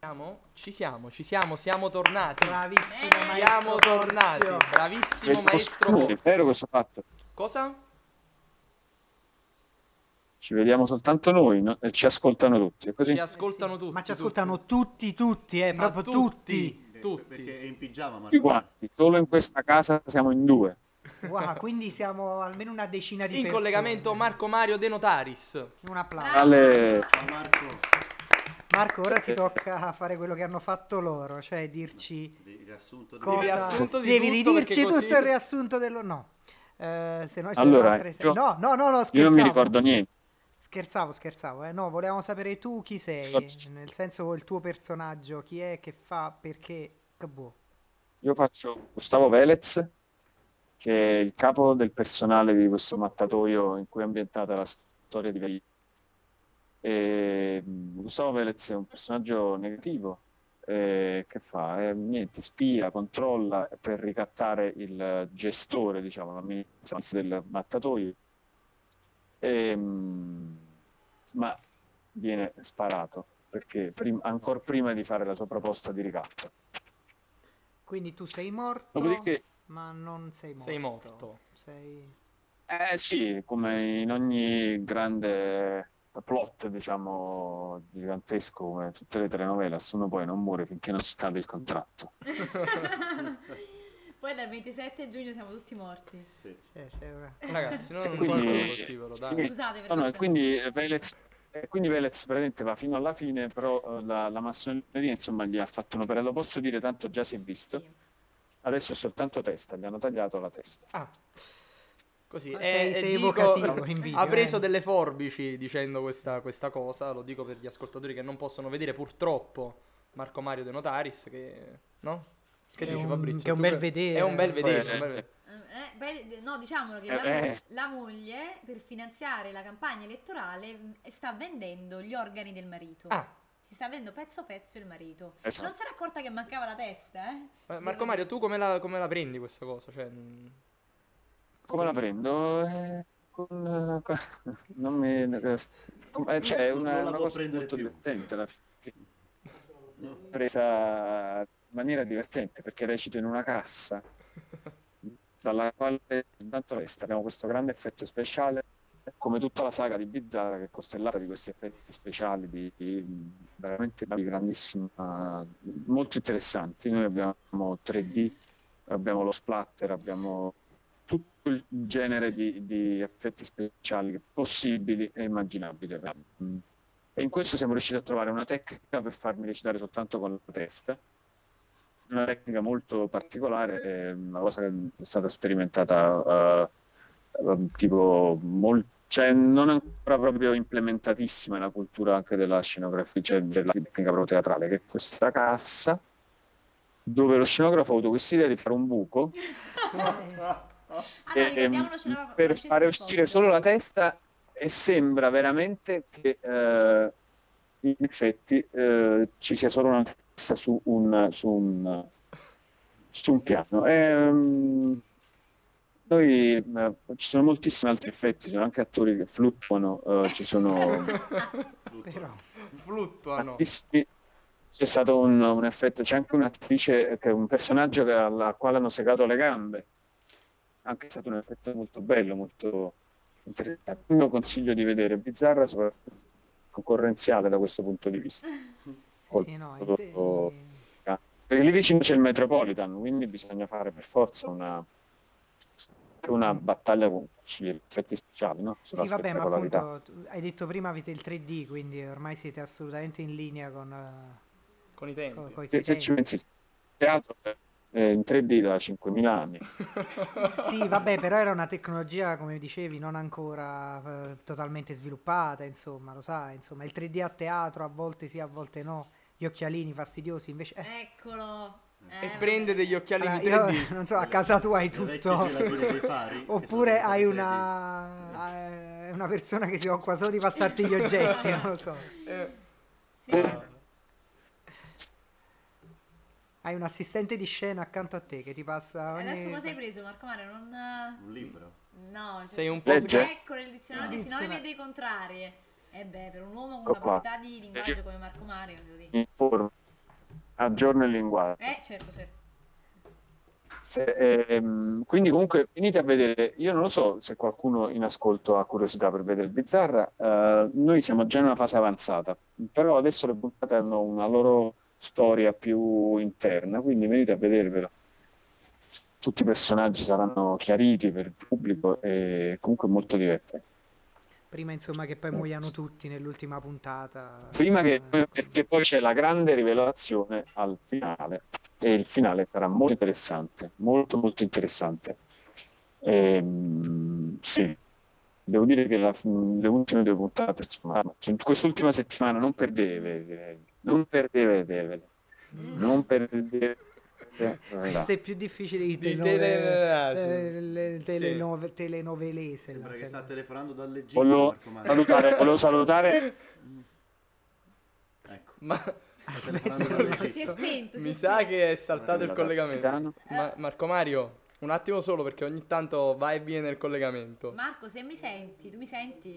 S5: siamo? Ci siamo, ci siamo, siamo tornati.
S4: Bravissimo, maestro
S5: Siamo tornati.
S4: Porzio.
S5: Bravissimo maestro.
S9: È vero questo fatto.
S5: Cosa?
S9: Ci vediamo soltanto noi, no? E ci ascoltano tutti. È così.
S5: Ci ascoltano tutti.
S4: Eh Ma ci
S5: tutti.
S4: ascoltano tutti, tutti, eh,
S5: Ma
S4: proprio tutti.
S5: Tutti.
S7: Perché è in pigiama,
S9: Tutti
S7: Marco.
S9: quanti. Solo in questa casa siamo in due.
S4: Wow, quindi siamo almeno una decina di
S5: In
S4: persone.
S5: collegamento Marco Mario De Notaris.
S4: Un applauso.
S9: Ale,
S7: Ciao Marco.
S4: Marco, ora ti tocca fare quello che hanno fatto loro, cioè dirci
S7: Il riassunto di-
S4: cosa...
S5: riassunto di
S4: Devi
S5: tutto, perché
S4: ridirci
S5: così-
S4: tutto il riassunto dello... No. Eh, se noi siamo
S9: Allora,
S4: altre-
S9: io-
S4: No, no, no, no, scherzavo.
S9: io non mi ricordo niente.
S4: Scherzavo, scherzavo, eh. No, volevamo sapere tu chi sei,
S9: Ricordo-
S4: nel senso il tuo personaggio, chi è, che fa, perché, che boh.
S9: Io faccio Gustavo Velez, che è il capo del personale di questo mattatoio in cui è ambientata la storia di Vegas. E, mh, Gustavo Velez è un personaggio negativo eh, che fa Eh, niente, spia, controlla per ricattare il gestore, diciamo, l'amministratore del mattatoio. E, mh, ma viene sparato perché prim- ancora prima di fare la sua proposta di ricatto.
S4: Quindi tu sei morto,
S9: Dopodiché,
S4: ma non sei morto.
S5: Sei morto.
S4: Sei-
S9: Eh sì, come in ogni grande plot, diciamo, gigantesco, come tutte le telenovelas, uno poi non muore finché non scade il contratto.
S6: Poi dal 27 giugno siamo tutti morti.
S4: eh, sei una-
S5: Ragazzi, non
S9: E
S5: non
S9: quindi-
S5: guardo lo scivolo, dai.
S9: quindi-
S6: Scusate per
S9: No, no, e
S6: questa-
S9: quindi Velez, e quindi Velez praticamente va fino alla fine, però eh, la, la massoneria, insomma, gli ha fatto un'opera, lo posso dire, tanto già si è visto.
S6: Sì.
S9: Adesso è soltanto testa, gli hanno tagliato la testa.
S5: Ah. Così,
S4: Ma
S5: e-
S4: sei-
S5: e
S4: sei
S5: dico- <laughs>
S4: evocativo in video,
S5: ha preso
S4: eh.
S5: delle forbici dicendo questa, questa cosa, lo dico per gli ascoltatori che non possono vedere purtroppo Marco Mario De Notaris che... No? Che
S4: Che è
S5: dici
S4: un-
S5: Fabrizio?
S4: che è un
S5: Tu
S4: bel vedere.
S5: È un bel vedere.
S9: Poi-
S5: un bel vedere.
S6: Eh, beh, no, diciamolo che
S9: Eh,
S6: la, mu-
S9: eh.
S6: la moglie, per finanziare la campagna elettorale, mh, sta vendendo gli organi del marito.
S5: Ah,
S6: Si sta vendendo pezzo pezzo il marito.
S9: Esatto.
S6: Non si era accorta che mancava la testa, eh?
S5: eh, Marco Mario, tu come la, come la prendi questa cosa? Cioè, mm, <laughs>
S9: Come la prendo? Eh, con, <laughs> eh, con- non mi... eh, eh, cioè, è
S7: Non
S9: una,
S7: la
S9: una
S7: può
S9: cosa
S7: prendere
S9: molto
S7: più.
S9: divertente alla fine, che- presa in maniera divertente perché recito in una cassa dalla quale tanto resta abbiamo questo grande effetto speciale come tutta la saga di Bizzarra che è costellata di questi effetti speciali di, di- veramente di grandissima molto interessanti noi abbiamo 3D abbiamo lo splatter abbiamo tutto il genere di, di effetti speciali possibili e immaginabili Mm. E in questo siamo riusciti a trovare una tecnica per farmi recitare soltanto con la testa, una tecnica molto particolare, è una cosa che è stata sperimentata eh, eh, tipo mol- cioè non ancora proprio implementatissima nella cultura anche della scenografia, cioè della tecnica proprio teatrale, che è questa cassa dove lo scenografo ha avuto questa idea di fare un buco
S6: Allora, Ah,
S9: Ehm,
S6: ricordiamo lo scenografo
S9: per
S6: Francesco
S9: fare
S6: Esposito.
S9: uscire solo la testa e sembra veramente che eh, in effetti eh, ci sia solo una testa su un, su un, su un piano. Ehm, noi, eh, ci sono moltissimi altri effetti, ci sono anche attori che fluttuano, eh, ci sono
S4: Però,
S5: fluttuano.
S9: artisti. C'è stato un, un effetto, c'è anche un'attrice, che è un personaggio che- alla quale hanno segato le gambe. Anche è stato un effetto molto bello, molto interessante. Io consiglio di vedere Bizzarra, soprattutto concorrenziale da questo punto di vista.
S4: sì, sì, no, in te-
S9: Col- Perché lì vicino c'è il Metropolitan, quindi bisogna fare per forza una, una battaglia con- sugli effetti speciali, no? Sulla
S4: Sì, vabbè, ma
S9: spettacolarità.
S4: appunto, tu- hai detto prima avete il 3D, quindi ormai siete assolutamente in linea con, eh,
S5: Con i
S4: co-
S5: <laughs> tempi.
S4: coi
S9: Se, se ci
S4: tempi.
S9: pensi, il teatro è in 3D da 5.000 anni.
S4: Sì, vabbè, però era una tecnologia, come dicevi, non ancora eh, totalmente sviluppata, insomma, lo sai, insomma, il 3D a teatro a volte sì, a volte no, gli occhialini fastidiosi invece... eh,
S6: Eccolo. Eh,
S5: E
S6: vabbè.
S5: prende degli occhialini
S4: allora, Ah, io
S5: 3D.
S4: non so, a casa tua hai
S7: Le vecchie
S4: tutto,
S7: gelatine dei fari,
S4: <laughs>
S7: che
S4: oppure
S7: sono
S4: hai
S7: in 3D.
S4: una, eh, una persona che si occupa solo di passarti gli oggetti, non lo so,
S5: Eh,
S4: <laughs> hai un assistente di scena accanto a te che ti passa ogni...
S6: Adesso cosa hai preso, Marco Mario? Non...
S7: Un libro.
S6: No, cioè-
S5: Sei un po'
S9: Legge.
S5: sga-
S6: Ecco il dizionario dei
S4: Dizionario.
S6: sinonimi e dei contrari. E beh, per un uomo con
S9: Ecco
S6: una
S9: qua.
S6: proprietà di linguaggio come Marco Mario, devo dire.
S9: in forma aggiorno il linguaggio.
S6: Eh, certo, certo.
S9: Se, ehm, quindi comunque venite a vedere, io non lo so se qualcuno in ascolto ha curiosità per vedere Bizzarra, eh, noi siamo già in una fase avanzata, però adesso le puntate hanno una loro storia più interna, quindi venite a vedervela. Tutti i personaggi saranno chiariti per il pubblico e comunque è molto divertente.
S4: Prima insomma che poi muoiano tutti nell'ultima puntata.
S9: Prima che,
S4: Eh,
S9: perché poi c'è la grande rivelazione al finale e il finale sarà molto interessante, molto molto interessante. Ehm, sì, devo dire che la- le ultime due puntate, insomma, in quest'ultima settimana non perdeve, non perdeve, non perdeve.
S4: Questa è più difficile di
S10: Di
S4: teleno-
S10: teleno-
S4: eh, le
S10: sì.
S4: telenove- telenovelese.
S7: Sembra
S4: la
S7: che sta
S4: tele-
S7: telefonando dal leggero.
S9: Volevo
S7: Marco Mario.
S9: salutare, volevo salutare
S7: Ecco,
S5: Ma
S7: sta
S4: Aspetta,
S7: telefonando dal leggero.
S6: Si è spento, si
S5: mi
S6: è
S5: sa
S6: spento.
S5: che è saltato il collegamento.
S9: Sicano.
S5: Ma- Marco Mario, un attimo solo perché ogni tanto va e viene il collegamento.
S6: Marco, se mi senti, tu mi senti?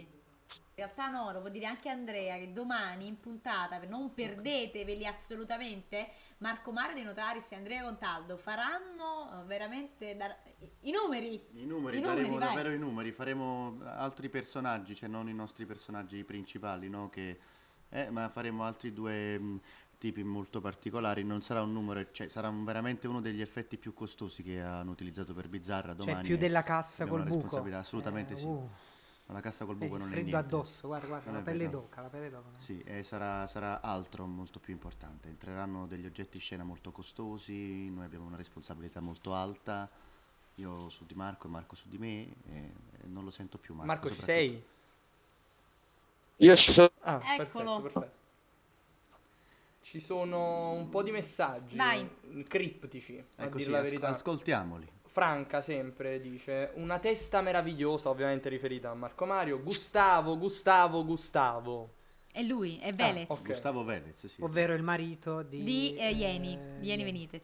S6: In realtà no, lo può dire anche Andrea che domani in puntata, per- non perdeteveli assolutamente, Marco Mario De Notaris e Andrea Contaldo faranno eh, veramente dar- i numeri.
S7: I numeri,
S6: I
S7: daremo
S6: numeri, vai.
S7: davvero i numeri, faremo altri personaggi, cioè non i nostri personaggi principali, no? Che, eh, ma faremo altri due mh, tipi molto particolari, non sarà un numero, cioè sarà un- veramente uno degli effetti più costosi che hanno utilizzato per Bizzarra domani.
S4: Cioè più
S7: eh.
S4: della cassa
S7: abbiamo
S4: col
S7: una
S4: buco.
S7: responsabilità, assolutamente
S4: Eh,
S7: sì.
S4: uh,
S7: Ma La cassa col
S4: eh,
S7: buco non è
S4: freddo
S7: niente.
S4: addosso, guarda, guarda,
S7: Non
S4: la
S7: è
S4: pelle
S7: vero.
S4: d'oca, la pelle d'oca. no?
S7: Sì, e sarà, sarà altro molto più importante. Entreranno degli oggetti in scena molto costosi, noi abbiamo una responsabilità molto alta. Io su di Marco e Marco su di me, e, e non lo sento più. Marco,
S5: Marco, ci
S7: soprattutto.
S5: sei?
S9: Io ci sono.
S5: Ah,
S6: Eccolo.
S5: perfetto, perfetto. Ci sono un po' di messaggi
S6: Vai.
S5: criptici, a
S7: Ecco
S5: dire
S7: sì,
S5: la
S7: asco-
S5: verità.
S7: ascoltiamoli.
S5: Franca sempre dice una testa meravigliosa, ovviamente riferita a Marco Mario. Gustavo, Gustavo, Gustavo. Ah,
S6: È lui,
S4: Ah,
S6: è Velez.
S5: ok.
S7: Gustavo Venez, sì.
S4: Ovvero il marito di,
S6: Di eh, Ieni,
S4: eh,
S6: di Ieni Benitez.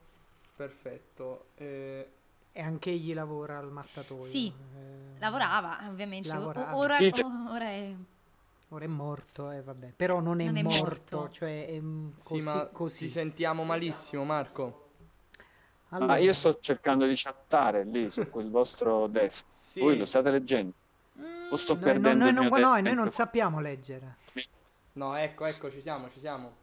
S5: Perfetto. eh,
S4: E anche egli lavora al mattatoio.
S6: Sì,
S4: eh,
S6: Lavorava, ovviamente. O-
S4: Lavorava.
S6: Ora,
S9: Sì, cioè-
S6: o- ora è...
S4: Ora è morto, eh, vabbè. Però non è,
S6: Non è
S4: morto,
S6: morto.
S4: cioè è mm,
S5: sì,
S4: così.
S5: ma
S4: così.
S5: ci sentiamo malissimo, Marco.
S9: Ma Ah, io sto cercando di chattare lì
S4: <laughs>
S9: su quel vostro desk.
S5: Sì.
S9: Voi lo state leggendo? O sto
S4: Noi, Mm, no,
S9: perdendo
S4: noi
S9: il
S4: non,
S9: mio
S4: no, noi
S9: tempo?
S4: non sappiamo leggere.
S5: No, ecco, ecco, ci siamo, ci siamo.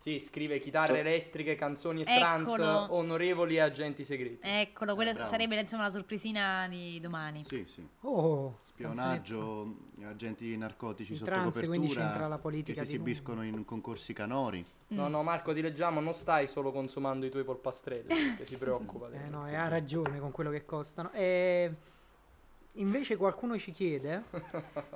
S5: Sì, scrive chitarre elettriche, canzoni e trans,
S6: Eccolo. Eh.
S5: onorevoli e agenti segreti.
S6: Eccolo,
S9: Eh,
S6: quella
S7: bravo.
S6: sarebbe insomma la sorpresina di domani.
S7: Sì, sì.
S4: Oh,
S7: Spionaggio, agenti narcotici
S4: Il
S7: sotto
S4: trans,
S7: copertura.
S4: quindi c'entra la politica
S7: Che si
S4: di nuovo.
S7: esibiscono in concorsi canori.
S5: No, no, Marco, ti leggiamo, non stai solo consumando i tuoi
S6: <laughs>
S5: polpastrelli, che si preoccupa.
S4: Eh,
S5: dentro.
S4: no, e ha
S5: <laughs>
S4: ragione con quello che costano. Eh, invece qualcuno ci chiede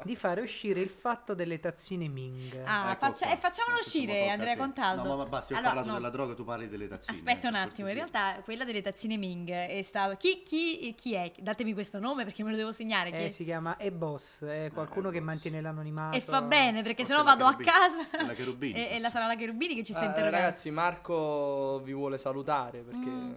S4: di fare uscire il fatto delle tazzine Ming.
S6: Ah,
S7: Ecco
S6: faccia-
S7: qua.
S6: eh, facciamolo
S7: Ecco, mo
S6: uscire,
S7: tocca a
S6: Andrea
S7: te.
S6: Contaldo.
S7: No, ma- ma basta, io ho
S6: Allora,
S7: parlato
S6: no.
S7: della droga, tu parli delle tazzine.
S6: Aspetta un
S7: per
S6: attimo, in
S7: cortesia.
S6: realtà quella delle tazzine Ming è stato... Chi, chi, chi è? Datemi questo nome perché me lo devo segnare. chi
S4: Eh,
S6: è?
S4: si chiama E-Boss, è qualcuno che
S7: E-Boss.
S4: mantiene l'anonimato.
S6: E fa bene perché
S7: Forse
S6: sennò
S7: la
S6: vado a
S7: Cherubini.
S6: casa
S7: È la
S6: <laughs>
S7: Cherubini,
S6: e, e
S7: forse.
S6: la sarà la Cherubini che ci sta
S5: Eh,
S6: interrogando.
S5: Ragazzi, Marco vi vuole salutare perché...
S6: Mm.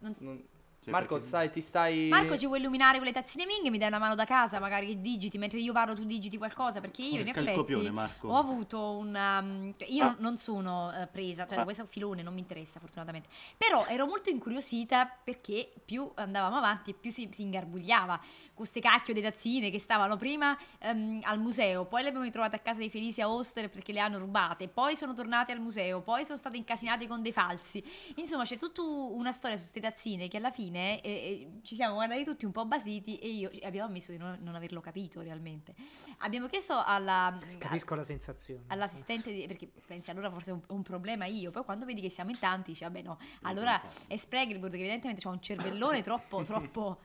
S6: Non-
S5: non-
S7: Cioè,
S5: Marco,
S7: perché-
S5: sai, ti stai...
S6: Marco ci vuoi illuminare con le tazzine Ming? Mi dai una mano da casa, magari che digiti, mentre io parlo tu digiti qualcosa, perché io in
S7: Pesca il
S6: effetti
S7: copione, Marco.
S6: ho avuto una... Io non- non sono eh, presa, cioè questo filone non mi interessa fortunatamente, però ero molto incuriosita perché più andavamo avanti più si, si ingarbugliava queste cacchio di tazzine che stavano prima ehm, al museo, poi le abbiamo ritrovate a casa dei Felicia Oster perché le hanno rubate, poi sono tornate al museo, poi sono state incasinate con dei falsi. Insomma, c'è tutta una storia su ste tazzine che alla fine eh, eh, ci siamo guardati tutti un po' basiti e io abbiamo ammesso di non, non averlo capito realmente. Abbiamo chiesto alla...
S4: Capisco la sensazione.
S6: All'assistente, di- perché pensi allora forse è un, un problema io, poi quando vedi che siamo in tanti dici vabbè no, allora è Spregelburg che evidentemente ha un cervellone troppo,
S5: <laughs>
S6: troppo,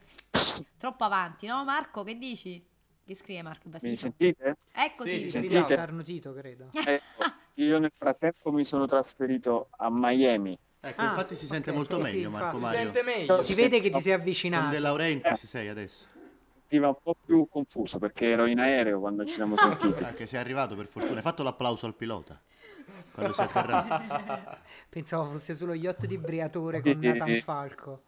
S6: troppo avanti, no Marco? Che dici? Che scrive Marco
S9: Mi
S6: Basito?
S9: sentite?
S6: Ecco
S5: Sì,
S4: Eh.
S5: ti
S4: Devi
S5: sentiamo.
S4: starnutito, credo. <laughs>
S9: Ecco, io nel frattempo mi sono trasferito a Miami.
S7: Ecco,
S4: Ah,
S7: infatti si sente
S4: ok,
S7: molto
S4: sì, sì,
S7: meglio Marco
S4: infatti.
S5: Ah, Si
S7: Mario.
S5: sente
S9: Ciao,
S5: meglio.
S4: Si
S9: Sì.
S4: vede che ti sei
S7: Con De
S4: avvicinato.
S7: Laurenti si sei adesso.
S9: Stiva un po' più confuso perché ero in aereo quando
S4: <laughs>
S9: ci siamo sentiti.
S7: Anche Ah, sei arrivato per fortuna. Hai fatto l'applauso al pilota. Quando si è atterrato.
S4: Pensavo fosse solo yacht di Briatore con
S9: Sì.
S4: Nathan Falco.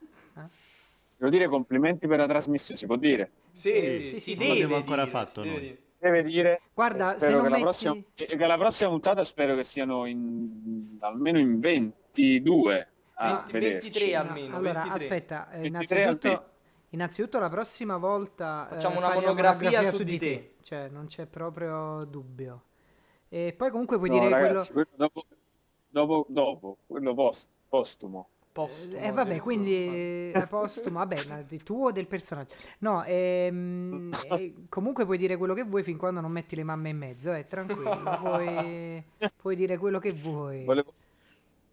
S9: Devo dire complimenti per la trasmissione, si può dire.
S5: Sì,
S4: Sì,
S5: sì,
S4: sì,
S5: sì,
S4: sì,
S5: si
S4: sì.
S5: deve
S7: L'abbiamo ancora
S5: dire,
S7: fatto
S5: si deve
S7: noi.
S5: dire.
S9: Si deve dire.
S4: Guarda,
S9: e
S4: se
S9: spero
S4: non
S9: che, la
S4: metti-
S9: prossima, che- che la prossima puntata spero che siano in- almeno in 20 22 a
S5: Venti-
S9: vederci.
S5: 23
S4: No,
S5: almeno,
S4: allora,
S5: 23.
S4: aspetta, eh,
S9: 23 almeno.
S4: innanzitutto, innanzitutto la prossima volta eh,
S5: Facciamo una
S4: fai
S5: monografia su di
S4: Cioè, non c'è proprio dubbio. E poi comunque puoi
S9: No,
S4: dire
S9: ragazzi, quello dopo, dopo, dopo, quello post- postumo.
S5: Postumo,
S4: quello... E Eh, vabbè,
S5: addirittura.
S4: quindi eh, postumo, vabbè, ma di tuo o del personaggio. No,
S9: <laughs>
S4: ehm, eh, comunque puoi dire quello che vuoi fin quando non metti le mamme in mezzo, eh, tranquillo.
S9: <laughs>
S4: Puoi, puoi dire quello che vuoi.
S9: Volevo,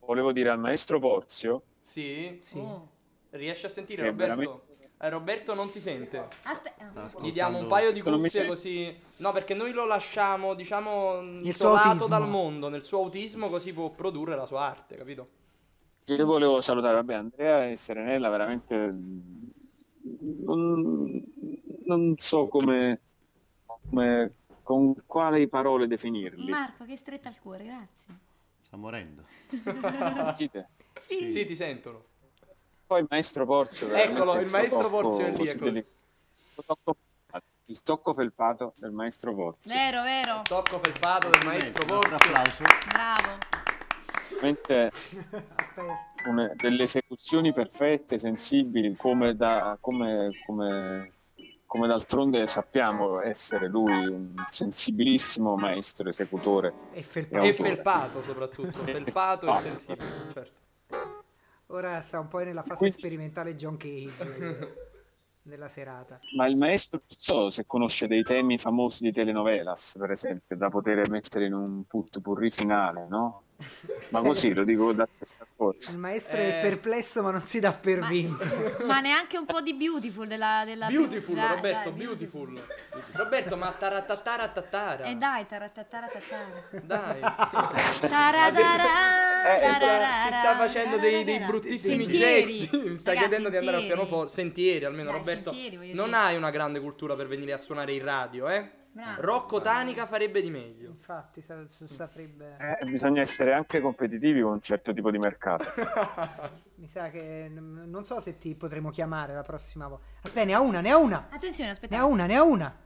S9: volevo dire al maestro Porzio
S5: Sì?
S4: Sì.
S6: Oh.
S5: Riesci a sentire
S9: Sì,
S5: Roberto?
S9: veramente.
S5: Eh, Roberto non ti sente.
S6: Aspetta,
S7: Sta
S6: ah,
S7: ascoltando.
S5: Gli diamo un paio di
S9: Non mi
S5: cuffie
S9: senti?
S5: così. No, perché noi lo lasciamo, diciamo,
S4: suo
S5: isolato
S4: autismo.
S5: dal mondo, nel suo autismo, così può produrre la sua arte, capito?
S7: <laughs>
S9: Io volevo salutare vabbè, Andrea e Serenella, veramente mm, non, non so come, come- con quali parole definirli.
S6: Marco, che stretta al cuore, grazie.
S7: Sta morendo.
S9: Sentite?
S6: Sì.
S5: Sì, ti sentono.
S9: Poi il maestro Porzio. veramente,
S5: Eccolo, il
S9: suo
S5: maestro
S9: tocco
S5: Porzio è lì,
S9: così
S5: eccolo.
S9: delicato. Il tocco felpato- Il tocco felpato del maestro Porzio.
S6: Vero, vero.
S5: Tocco felpato del maestro
S7: Un altro
S5: Porzio.
S7: applauso.
S6: Bravo.
S9: Veramente
S4: Aspetta.
S9: un- delle esecuzioni perfette, sensibili, come, da, come, come, come d'altronde sappiamo essere lui un sensibilissimo maestro esecutore.
S4: E
S9: E
S4: felpato.
S5: E
S9: autore.
S5: felpato soprattutto, felpato e sensibile, certo.
S4: Ora sta un po' nella fase
S9: Quindi-
S4: sperimentale John
S9: <laughs>
S4: Cage nella serata.
S9: Ma il maestro non so se conosce dei temi famosi di telenovelas, per esempio, da poter mettere in un put purri finale, no? Ma così lo dico da, da fuori.
S4: Il maestro
S5: Eh.
S4: è perplesso ma non si dà per
S6: Ma-
S4: vinto.
S5: <laughs>
S6: Ma neanche un po' di beautiful della... della
S5: Beautiful,
S6: già-
S5: Roberto,
S6: dai,
S5: beautiful. Roberto, ma taratatara tatara.
S6: E Eh, dai, taratatara tatara.
S5: Dai.
S6: Taradara,
S5: Eh, ci sta-
S6: tararara,
S5: ci sta facendo dei, dei
S6: tararara.
S5: bruttissimi
S6: Sentieri.
S5: gesti. Mi sta
S6: Raga,
S5: chiedendo di andare al
S6: sentieri.
S5: pianoforte. Sentieri, almeno
S6: Dai,
S5: Roberto.
S6: sentieri, voglio
S5: non
S6: dire.
S5: hai una grande cultura per venire a suonare in radio, eh?
S6: Bravo.
S5: Rocco Tanica farebbe di
S4: <laughs>
S5: meglio.
S4: Infatti sa- sa- saprebbe...
S9: Eh, bisogna essere anche competitivi con un certo tipo di mercato.
S4: Mi sa che... n- Non so se ti potremo chiamare la prossima volta. Aspetta, ne ha una, ne ha una!
S6: Attenzione,
S4: Ne
S6: aspetta.
S4: ha una, ne ha una!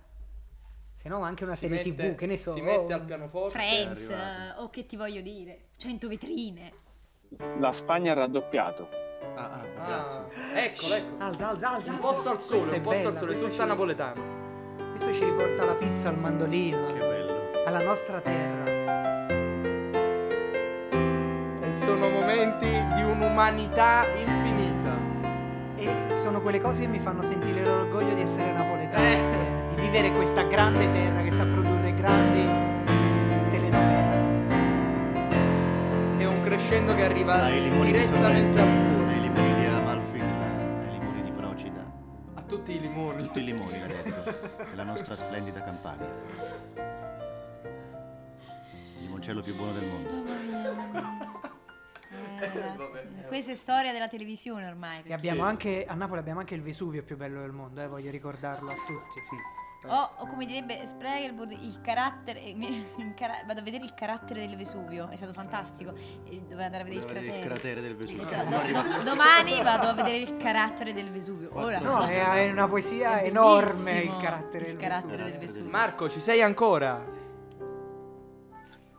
S4: Se no anche una
S5: Si
S4: serie
S5: mette-
S4: tv, che ne so.
S5: Si
S4: oh,
S5: mette al pianoforte.
S6: Friends,
S5: è arrivato.
S6: eh, o che ti voglio dire,
S5: <laughs>
S6: 100 vetrine.
S9: La Spagna ha raddoppiato.
S7: Ah, ah,
S5: Ah,
S7: grazie.
S5: Eccolo, eccolo.
S4: Alza, alza, alza!
S5: ecco. Un
S4: alza.
S5: posto al
S4: Questa
S5: sole,
S4: è
S5: un posto al
S4: bella,
S5: sole,
S4: questa
S5: tutta
S4: ci-
S5: napoletana.
S4: Questo ci riporta la pizza al mandolino,
S7: Che bello.
S4: alla nostra terra.
S5: E sono momenti di un'umanità infinita.
S4: E sono quelle cose che mi fanno sentire l'orgoglio di essere napoletano.
S5: Eh.
S4: Di vivere questa grande terra che sa produrre grandi telenovela.
S5: È un crescendo che arriva
S7: Dai limoni di
S5: direttamente
S7: Sorrento.
S5: al cuore.
S7: Dai limoni di Amalfi. della- Dai limoni di Procida.
S5: A tutti i limoni.
S7: Tutti i limoni, Roberto. Della nostra splendida Campania. Il limoncello più buono del mondo.
S6: Mamma mia, mamma mia. Eh, ragazzi,
S5: vabbè.
S6: Questa è storia della televisione ormai.
S4: E
S6: perché-
S4: abbiamo
S7: Sì.
S4: anche, a Napoli abbiamo anche il Vesuvio più bello del mondo, eh, voglio ricordarlo a tutti.
S6: O, o Oh, come direbbe Spregelburg, il carattere. eh, il cara- vado a vedere il carattere del Vesuvio, è stato fantastico. E Dovevo andare a vedere
S7: Dovrei vedere
S6: il
S7: Il
S6: carattere.
S7: cratere del Vesuvio.
S6: Do-
S7: Non arriva-
S6: do- domani vado a vedere il carattere del Vesuvio. Ora.
S4: No, è, è una poesia
S6: È
S4: enorme il
S6: bellissimo,
S4: carattere
S6: il
S4: del
S6: carattere
S4: Vesuvio.
S6: del Vesuvio.
S5: Marco, ci sei ancora?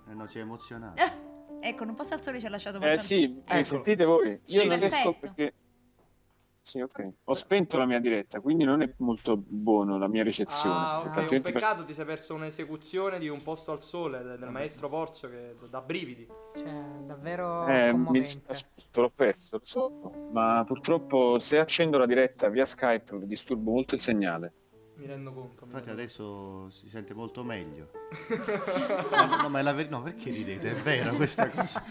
S7: Eh no, si è emozionato.
S6: Ah, ecco, non posso al sole ci ha lasciato
S9: Eh
S6: molto.
S9: sì, eh,
S5: Eccolo.
S9: sentite voi. Io
S6: Sì,
S9: non riesco
S6: perfetto.
S9: perché... Sì, ok. Ho spento la mia diretta, quindi non è molto buono la mia ricezione.
S5: Ah,
S9: perché
S5: ok. Un
S9: altrimenti-
S5: peccato ti sei perso un'esecuzione di Un posto al sole del, del maestro Porzio che da brividi.
S4: Cioè, davvero
S9: Eh, mi
S4: commovente.
S9: dispiace, l'ho perso, lo so. Ma purtroppo se accendo la diretta via Skype disturbo molto il segnale.
S5: Mi rendo conto. mi
S7: Infatti
S5: rendo
S7: adesso si sente molto
S4: <laughs>
S7: meglio. no, no, ma è la ver- no, perché ridete? È vero questa cosa.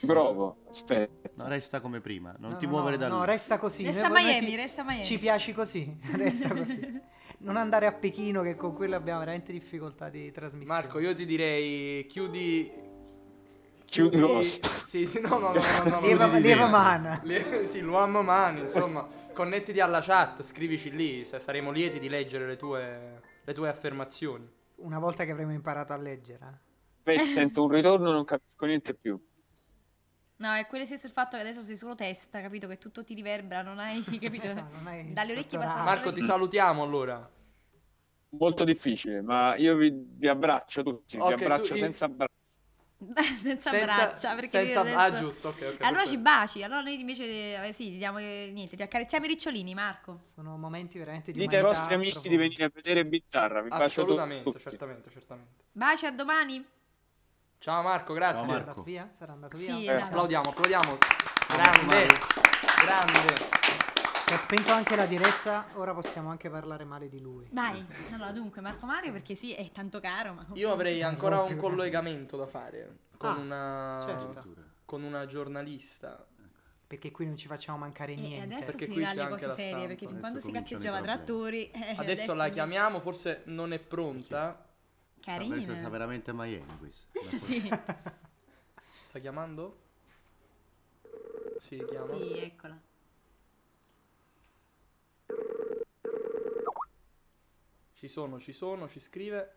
S9: Provo, aspetta.
S7: No, resta come prima, non
S4: No,
S7: ti
S4: no,
S7: muovere
S4: no,
S7: da
S4: No,
S7: lui.
S4: resta così.
S6: Resta
S4: Noi- noi
S6: Miami,
S4: ti-
S6: resta Miami.
S4: Ci piaci <laughs> così, resta così. Non andare a Pechino che con quello abbiamo veramente difficoltà di
S5: conto.
S4: trasmissione.
S5: Marco, io ti direi chiudi...
S9: Chiudi cosa?
S5: <laughs> Sì, sì, no, no, no, no. no, no.
S4: Leva, leva
S7: di vera.
S4: mana.
S5: Le- sì, lo amo mano, insomma. Connettiti alla chat, scrivici lì, se- saremo lieti di leggere le tue, le tue affermazioni.
S4: Una volta che avremo imparato a leggere. eh.
S9: Beh, sento un ritorno, non capisco niente più.
S6: No, è quello stesso il fatto che adesso sei solo testa, capito? Che tutto ti riverbera, non hai <laughs> capito?
S4: Esatto, non hai
S6: Dalle orecchie
S4: fatto
S6: passa
S4: radio.
S5: Marco, ti salutiamo allora.
S9: Molto difficile, ma io vi, vi abbraccio tutti,
S5: Ok,
S9: vi abbraccio
S5: tu-
S9: senza abbraccio.
S6: <laughs> senza, braccia. Perché
S5: senza-
S6: io
S5: Ah,
S6: <laughs> adesso-
S5: giusto, ok, ok.
S6: Allora
S5: perfetto.
S6: ci baci, allora noi invece eh, sì, ti diamo eh, niente, ti accarezziamo i ricciolini, Marco.
S4: Sono momenti veramente di
S9: Dite ai
S4: umanità
S9: vostri amici di
S4: profonda.
S9: venire a vedere Bizzarra, vi bacio tu-
S5: Assolutamente, certo,
S9: tutti.
S5: certamente, certamente.
S6: Baci a domani.
S5: Ciao Marco, grazie.
S7: Ciao,
S4: Sarà
S7: Marco.
S4: andato via? Sarà andato
S6: Sì,
S4: via?
S6: eh.
S5: Eh, Applaudiamo, applaudiamo. Grande, grande.
S4: Si è spento anche la diretta, ora possiamo anche parlare male di lui.
S6: Vai. Allora, dunque, Marco Mario perché sì, è tanto caro, ma
S5: Io avrei ancora un
S4: più.
S5: collegamento da fare con
S4: Ah,
S5: una
S4: certo.
S5: con una giornalista.
S6: Eh,
S4: Perché qui non ci facciamo mancare
S6: E- e
S4: niente.
S6: adesso
S5: Perché
S6: si
S5: qui
S6: va
S5: c'è
S6: alle
S5: anche
S6: cose
S5: la
S6: serie,
S5: stampa.
S6: perché fin
S7: Adesso
S6: quando si
S7: cominciano i
S6: cazzeggiava tra
S7: problemi.
S6: attori, eh,
S5: Adesso la
S6: invece-
S5: chiamiamo, forse non è pronta.
S6: Carina.
S7: Sta, sta veramente a Miami questo.
S4: <laughs>
S6: Questa sì.
S5: Sta chiamando? Sì, chiama.
S6: Sì, eccola.
S5: Ci sono, ci sono, ci scrive.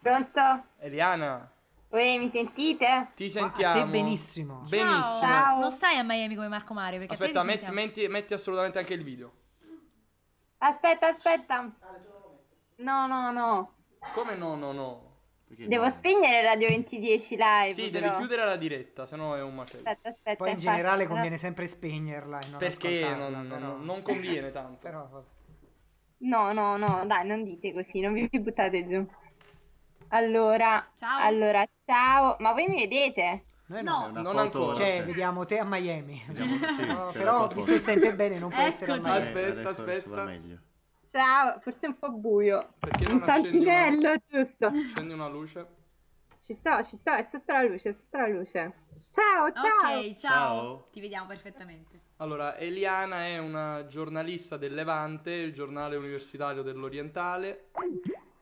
S10: Pronto?
S5: Eliana,
S10: Voi mi sentite?
S5: ti
S4: Ma Ah, a
S5: sentiamo.
S4: te benissimo.
S5: Benissimo.
S10: Ciao.
S6: Non stai a Miami come Marco Mario perché
S5: Aspetta,
S6: a te ti
S5: metti,
S6: sentiamo.
S5: metti- metti assolutamente anche il video.
S10: Aspetta, aspetta. No, no, no.
S5: Come no, no, no.
S10: Devo spegnere Radio 2010 live.
S5: Sì,
S10: però.
S5: devi chiudere la diretta, sennò è un macello.
S10: Aspetta, aspetta.
S4: Poi in
S10: infatti,
S4: generale
S10: no.
S4: conviene sempre spegnerla e non
S5: Perché
S4: ascoltarla,
S5: non, non-
S4: però,
S5: non
S4: sì.
S5: conviene tanto.
S4: <laughs> Però vabbè.
S10: No, no, no, dai, non dite così, non vi <laughs> buttate giù. Allora,
S6: Ciao.
S10: allora, ciao. Ma voi mi vedete?
S4: Noi
S6: No.
S4: no.
S5: Non ancora.
S4: Cioè, vediamo te a Miami. <laughs> No,
S7: però
S4: però visto che sente bene non può essere a
S6: Eccoti.
S4: Miami.
S5: Aspetta,
S7: Eh, adesso, adesso
S5: aspetta.
S7: va meglio. Cioè,
S10: Ciao, forse è un po' buio.
S5: Perché
S10: Un
S5: non accendi una,
S10: tantinello, giusto.
S5: accendi una luce?
S10: Ci sto, ci sto, è sotto la luce, è sotto la luce. Ciao, ciao.
S6: Ok, ciao.
S7: Ciao.
S6: Ti vediamo perfettamente.
S5: Allora, Eliana è una giornalista del Levante, il giornale universitario dell'Orientale.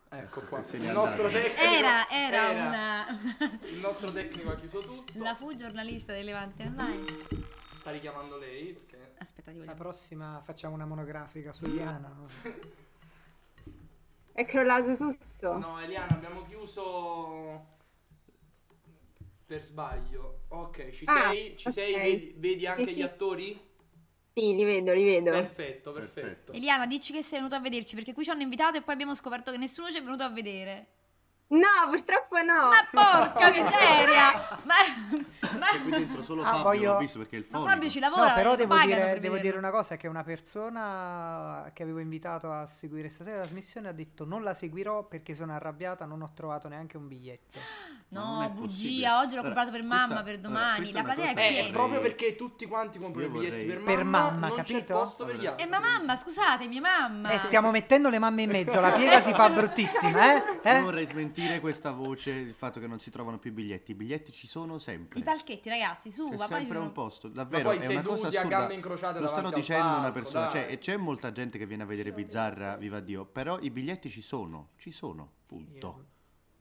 S5: Ecco qua.
S7: Se
S5: Il
S7: n'è
S5: nostro
S7: andato.
S5: tecnico
S6: Era, era,
S5: era-
S6: una <laughs>
S5: Il nostro tecnico ha chiuso tutto.
S6: la fu giornalista del Levante Online.
S5: Sta richiamando lei perché
S6: Aspetta, ti
S4: La
S6: voglio.
S4: prossima facciamo una monografica su Diana. no?
S10: È crollato tutto.
S5: No, Eliana, abbiamo chiuso per sbaglio. Ok, ci
S10: Ah,
S5: sei? Ci
S10: ok.
S5: sei? Vedi, vedi anche
S10: Sì,
S5: gli
S10: sì.
S5: attori?
S10: Sì, li vedo, li vedo.
S5: Perfetto, perfetto.
S6: Eliana, dici che sei venuto a vederci perché qui ci hanno invitato e poi abbiamo scoperto che nessuno ci è venuto a vedere.
S10: No, purtroppo <laughs> no.
S6: Ma porca miseria! Ma,
S7: C'è qui
S6: ma,
S7: dentro solo
S4: Ah,
S7: Fabio,
S4: voglio-
S7: l'ho visto perché è il
S6: ma
S7: fonico.
S6: Fabio ci lavora,
S4: No, però
S6: lo
S4: devo,
S6: pagano
S4: dire,
S6: per
S4: devo dire
S6: vederlo.
S4: una cosa, che una persona che avevo invitato a seguire stasera la trasmissione ha detto non la seguirò perché sono arrabbiata, non ho trovato neanche un biglietto.
S7: Ma
S6: No,
S7: non è
S6: bugia,
S7: possibile.
S6: oggi l'ho
S7: Allora,
S6: comprato per
S7: questa-
S6: mamma, per
S7: allora,
S6: domani,
S7: questa
S6: la
S7: è una
S6: platea è
S7: cosa che
S5: Eh,
S6: piena.
S7: vorrei-
S5: proprio perché tutti quanti comprano i
S7: Io
S5: biglietti per mamma,
S7: vorrei-
S4: Per mamma,
S5: non c'è
S4: capito?
S5: posto per gli
S7: Allora,
S5: altri.
S6: E Eh, ma mamma, scusatemi, mamma.
S4: Eh, stiamo mettendo le mamme in mezzo, la piega si fa bruttissima, eh?
S7: <laughs> Io
S4: eh?
S7: vorrei smentire questa voce, il fatto che non si trovano più i biglietti. I biglietti ci sono sempre.
S6: I palchetti, ragazzi, su,
S7: C'è
S6: ma poi ci
S7: sempre
S6: sono-
S7: un posto,
S5: Ma
S7: davvero
S5: poi
S7: è una cosa
S5: seduti a
S7: assurda.
S5: gambe incrociate
S7: Lo stanno
S5: davanti al
S7: dicendo una
S5: palco,
S7: persona, cioè,
S5: dai.
S7: e c'è molta gente che viene a vedere Bizzarra, viva Dio, però i biglietti ci sono, ci sono, punto.
S6: eh.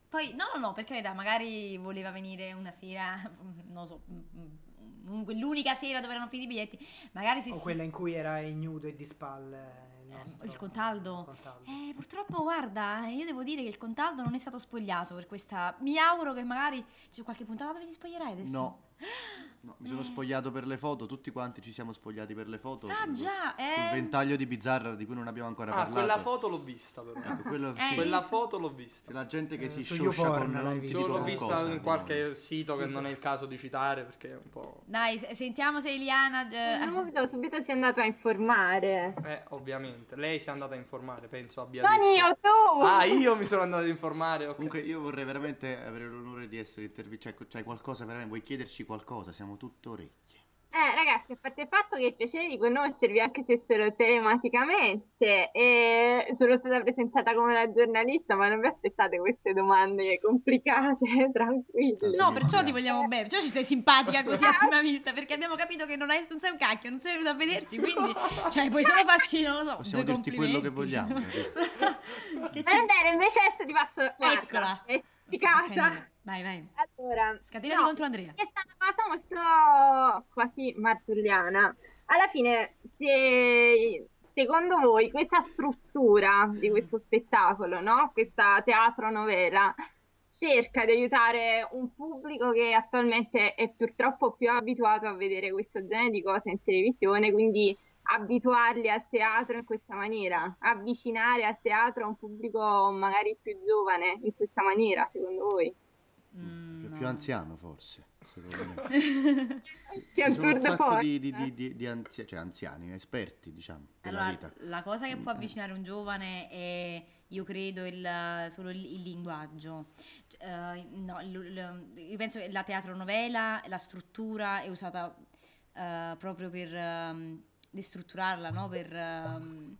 S6: Poi, no, no, no, per carità, magari voleva venire una sera, <laughs> non lo so, mm, mm, l'unica sera dove erano finiti i biglietti, magari si...
S4: O quella in cui era ignudo e di spalle. Eh, Il, nostro-
S6: il contaldo.
S4: il contaldo.
S6: Eh, purtroppo, guarda, eh, io devo dire che il contaldo non è stato spogliato per questa... Mi auguro che magari c'è qualche puntata dove ti spoglierai adesso.
S7: No. No, mi sono spogliato per le foto, tutti quanti ci siamo spogliati per le foto.
S6: Eh. Ah, già,
S7: Sul
S6: eh.
S7: ventaglio di Bizzarra di cui non abbiamo ancora
S5: Ah,
S7: parlato.
S5: quella foto l'ho vista però.
S7: Ecco, quello
S6: Eh,
S7: sì.
S5: Quella
S6: visto?
S5: foto l'ho vista.
S7: La gente che
S4: Eh,
S7: si
S4: su
S7: scioscia
S4: YouPorn
S7: con
S4: l'hai
S7: non ti
S4: vista?
S7: dico
S5: Solo
S4: con
S5: vista
S7: cosa,
S5: in
S7: no.
S5: qualche sito che
S4: Sito.
S5: non è il caso di citare perché è un po'...
S6: Dai, se- sentiamo se Eliana... eh,
S10: No, no, subito si è andato a informare.
S5: Eh, ovviamente. Lei si è andata a informare, penso abbia
S10: Non io,
S5: detto.
S10: oh, tu!
S5: Ah, io mi sono andato a informare, ok.
S7: Comunque io vorrei veramente avere l'onore di essere intervistato, cioè, c'hai qualcosa veramente, vuoi chiederci qualcosa, siamo tutto orecchie.
S10: Eh, ragazzi, a parte il fatto che è il piacere di conoscervi anche se solo telematicamente e sono stata presentata come una giornalista, ma non vi aspettate queste domande complicate, <laughs> tranquilli.
S6: No, perciò ti vogliamo bene, perciò ci sei simpatica così a prima vista, perché abbiamo capito che non, hai, non sei un cacchio, non sei venuto a vederci,
S7: <laughs>
S6: quindi cioè, puoi solo farci, non lo so,
S7: Possiamo
S6: due
S7: dirti quello che
S6: complimenti.
S7: vogliamo.
S6: <laughs> che
S10: Va
S6: ci...
S10: bene, invece adesso ti passo... guarda,
S6: Eccola.
S10: È di
S6: Carina.
S10: casa.
S6: Vai, vai.
S10: Allora,
S6: Scatenati
S10: no,
S6: contro Andrea.
S10: È stata una cosa molto quasi marzulliana. Alla fine, se, secondo voi questa struttura di questo spettacolo, no? questa teatro novela, cerca di aiutare un pubblico che attualmente è purtroppo più abituato a vedere questo genere di cose in televisione, quindi abituarli al teatro in questa maniera, avvicinare al teatro un pubblico magari più giovane in questa maniera, secondo voi?
S6: Mm,
S7: Cioè,
S6: no.
S7: più anziano forse, secondo me.
S6: <laughs>
S10: Che
S7: Ci sono un
S10: assurdo
S7: sacco
S10: forza. Eh,
S7: di, di- di- di- di anzia- cioè, anziani, esperti, diciamo, della
S6: Allora, eh,
S7: vita. Mm, eh.
S6: la cosa che può avvicinare un giovane è, io credo, il, solo il, il linguaggio. C- eh, no, il- il- io penso che la teatronovela, la struttura è usata eh, proprio per ehm, destrutturarla, no? Per, ehm,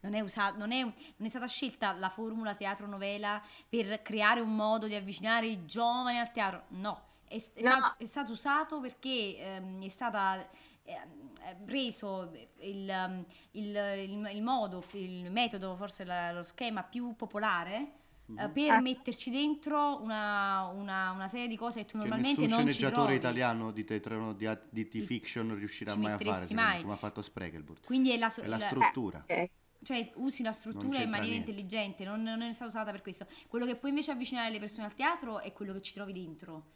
S6: non, è usa- non è- non è stata scelta la formula teatro-novela per creare un modo di avvicinare i giovani al teatro, no. È, è
S10: No.
S6: Stato, è stato usato perché ehm, è stata ehm, eh, preso il, ehm, il, il- il modo, il metodo, forse la- lo schema più popolare
S7: Mhm.
S6: eh, per
S10: Ah.
S6: metterci dentro una, una- una serie di cose che tu
S7: Che
S6: normalmente
S7: nessun
S6: non ci
S7: sceneggiatore
S6: trovi.
S7: italiano di, teatro, di, a- di T-Fiction riuscirà
S6: ci
S7: mai a fare,
S6: metteresti
S7: secondo me,
S6: mai.
S7: come ha fatto Spregelburg.
S6: Quindi è la, so-
S7: È la
S6: la-
S7: struttura.
S10: Eh,
S6: cioè usi la struttura in
S7: c'entra
S6: maniera
S7: niente.
S6: intelligente, non, non è stata usata per questo. Quello che può invece avvicinare le persone al teatro è quello che ci trovi dentro.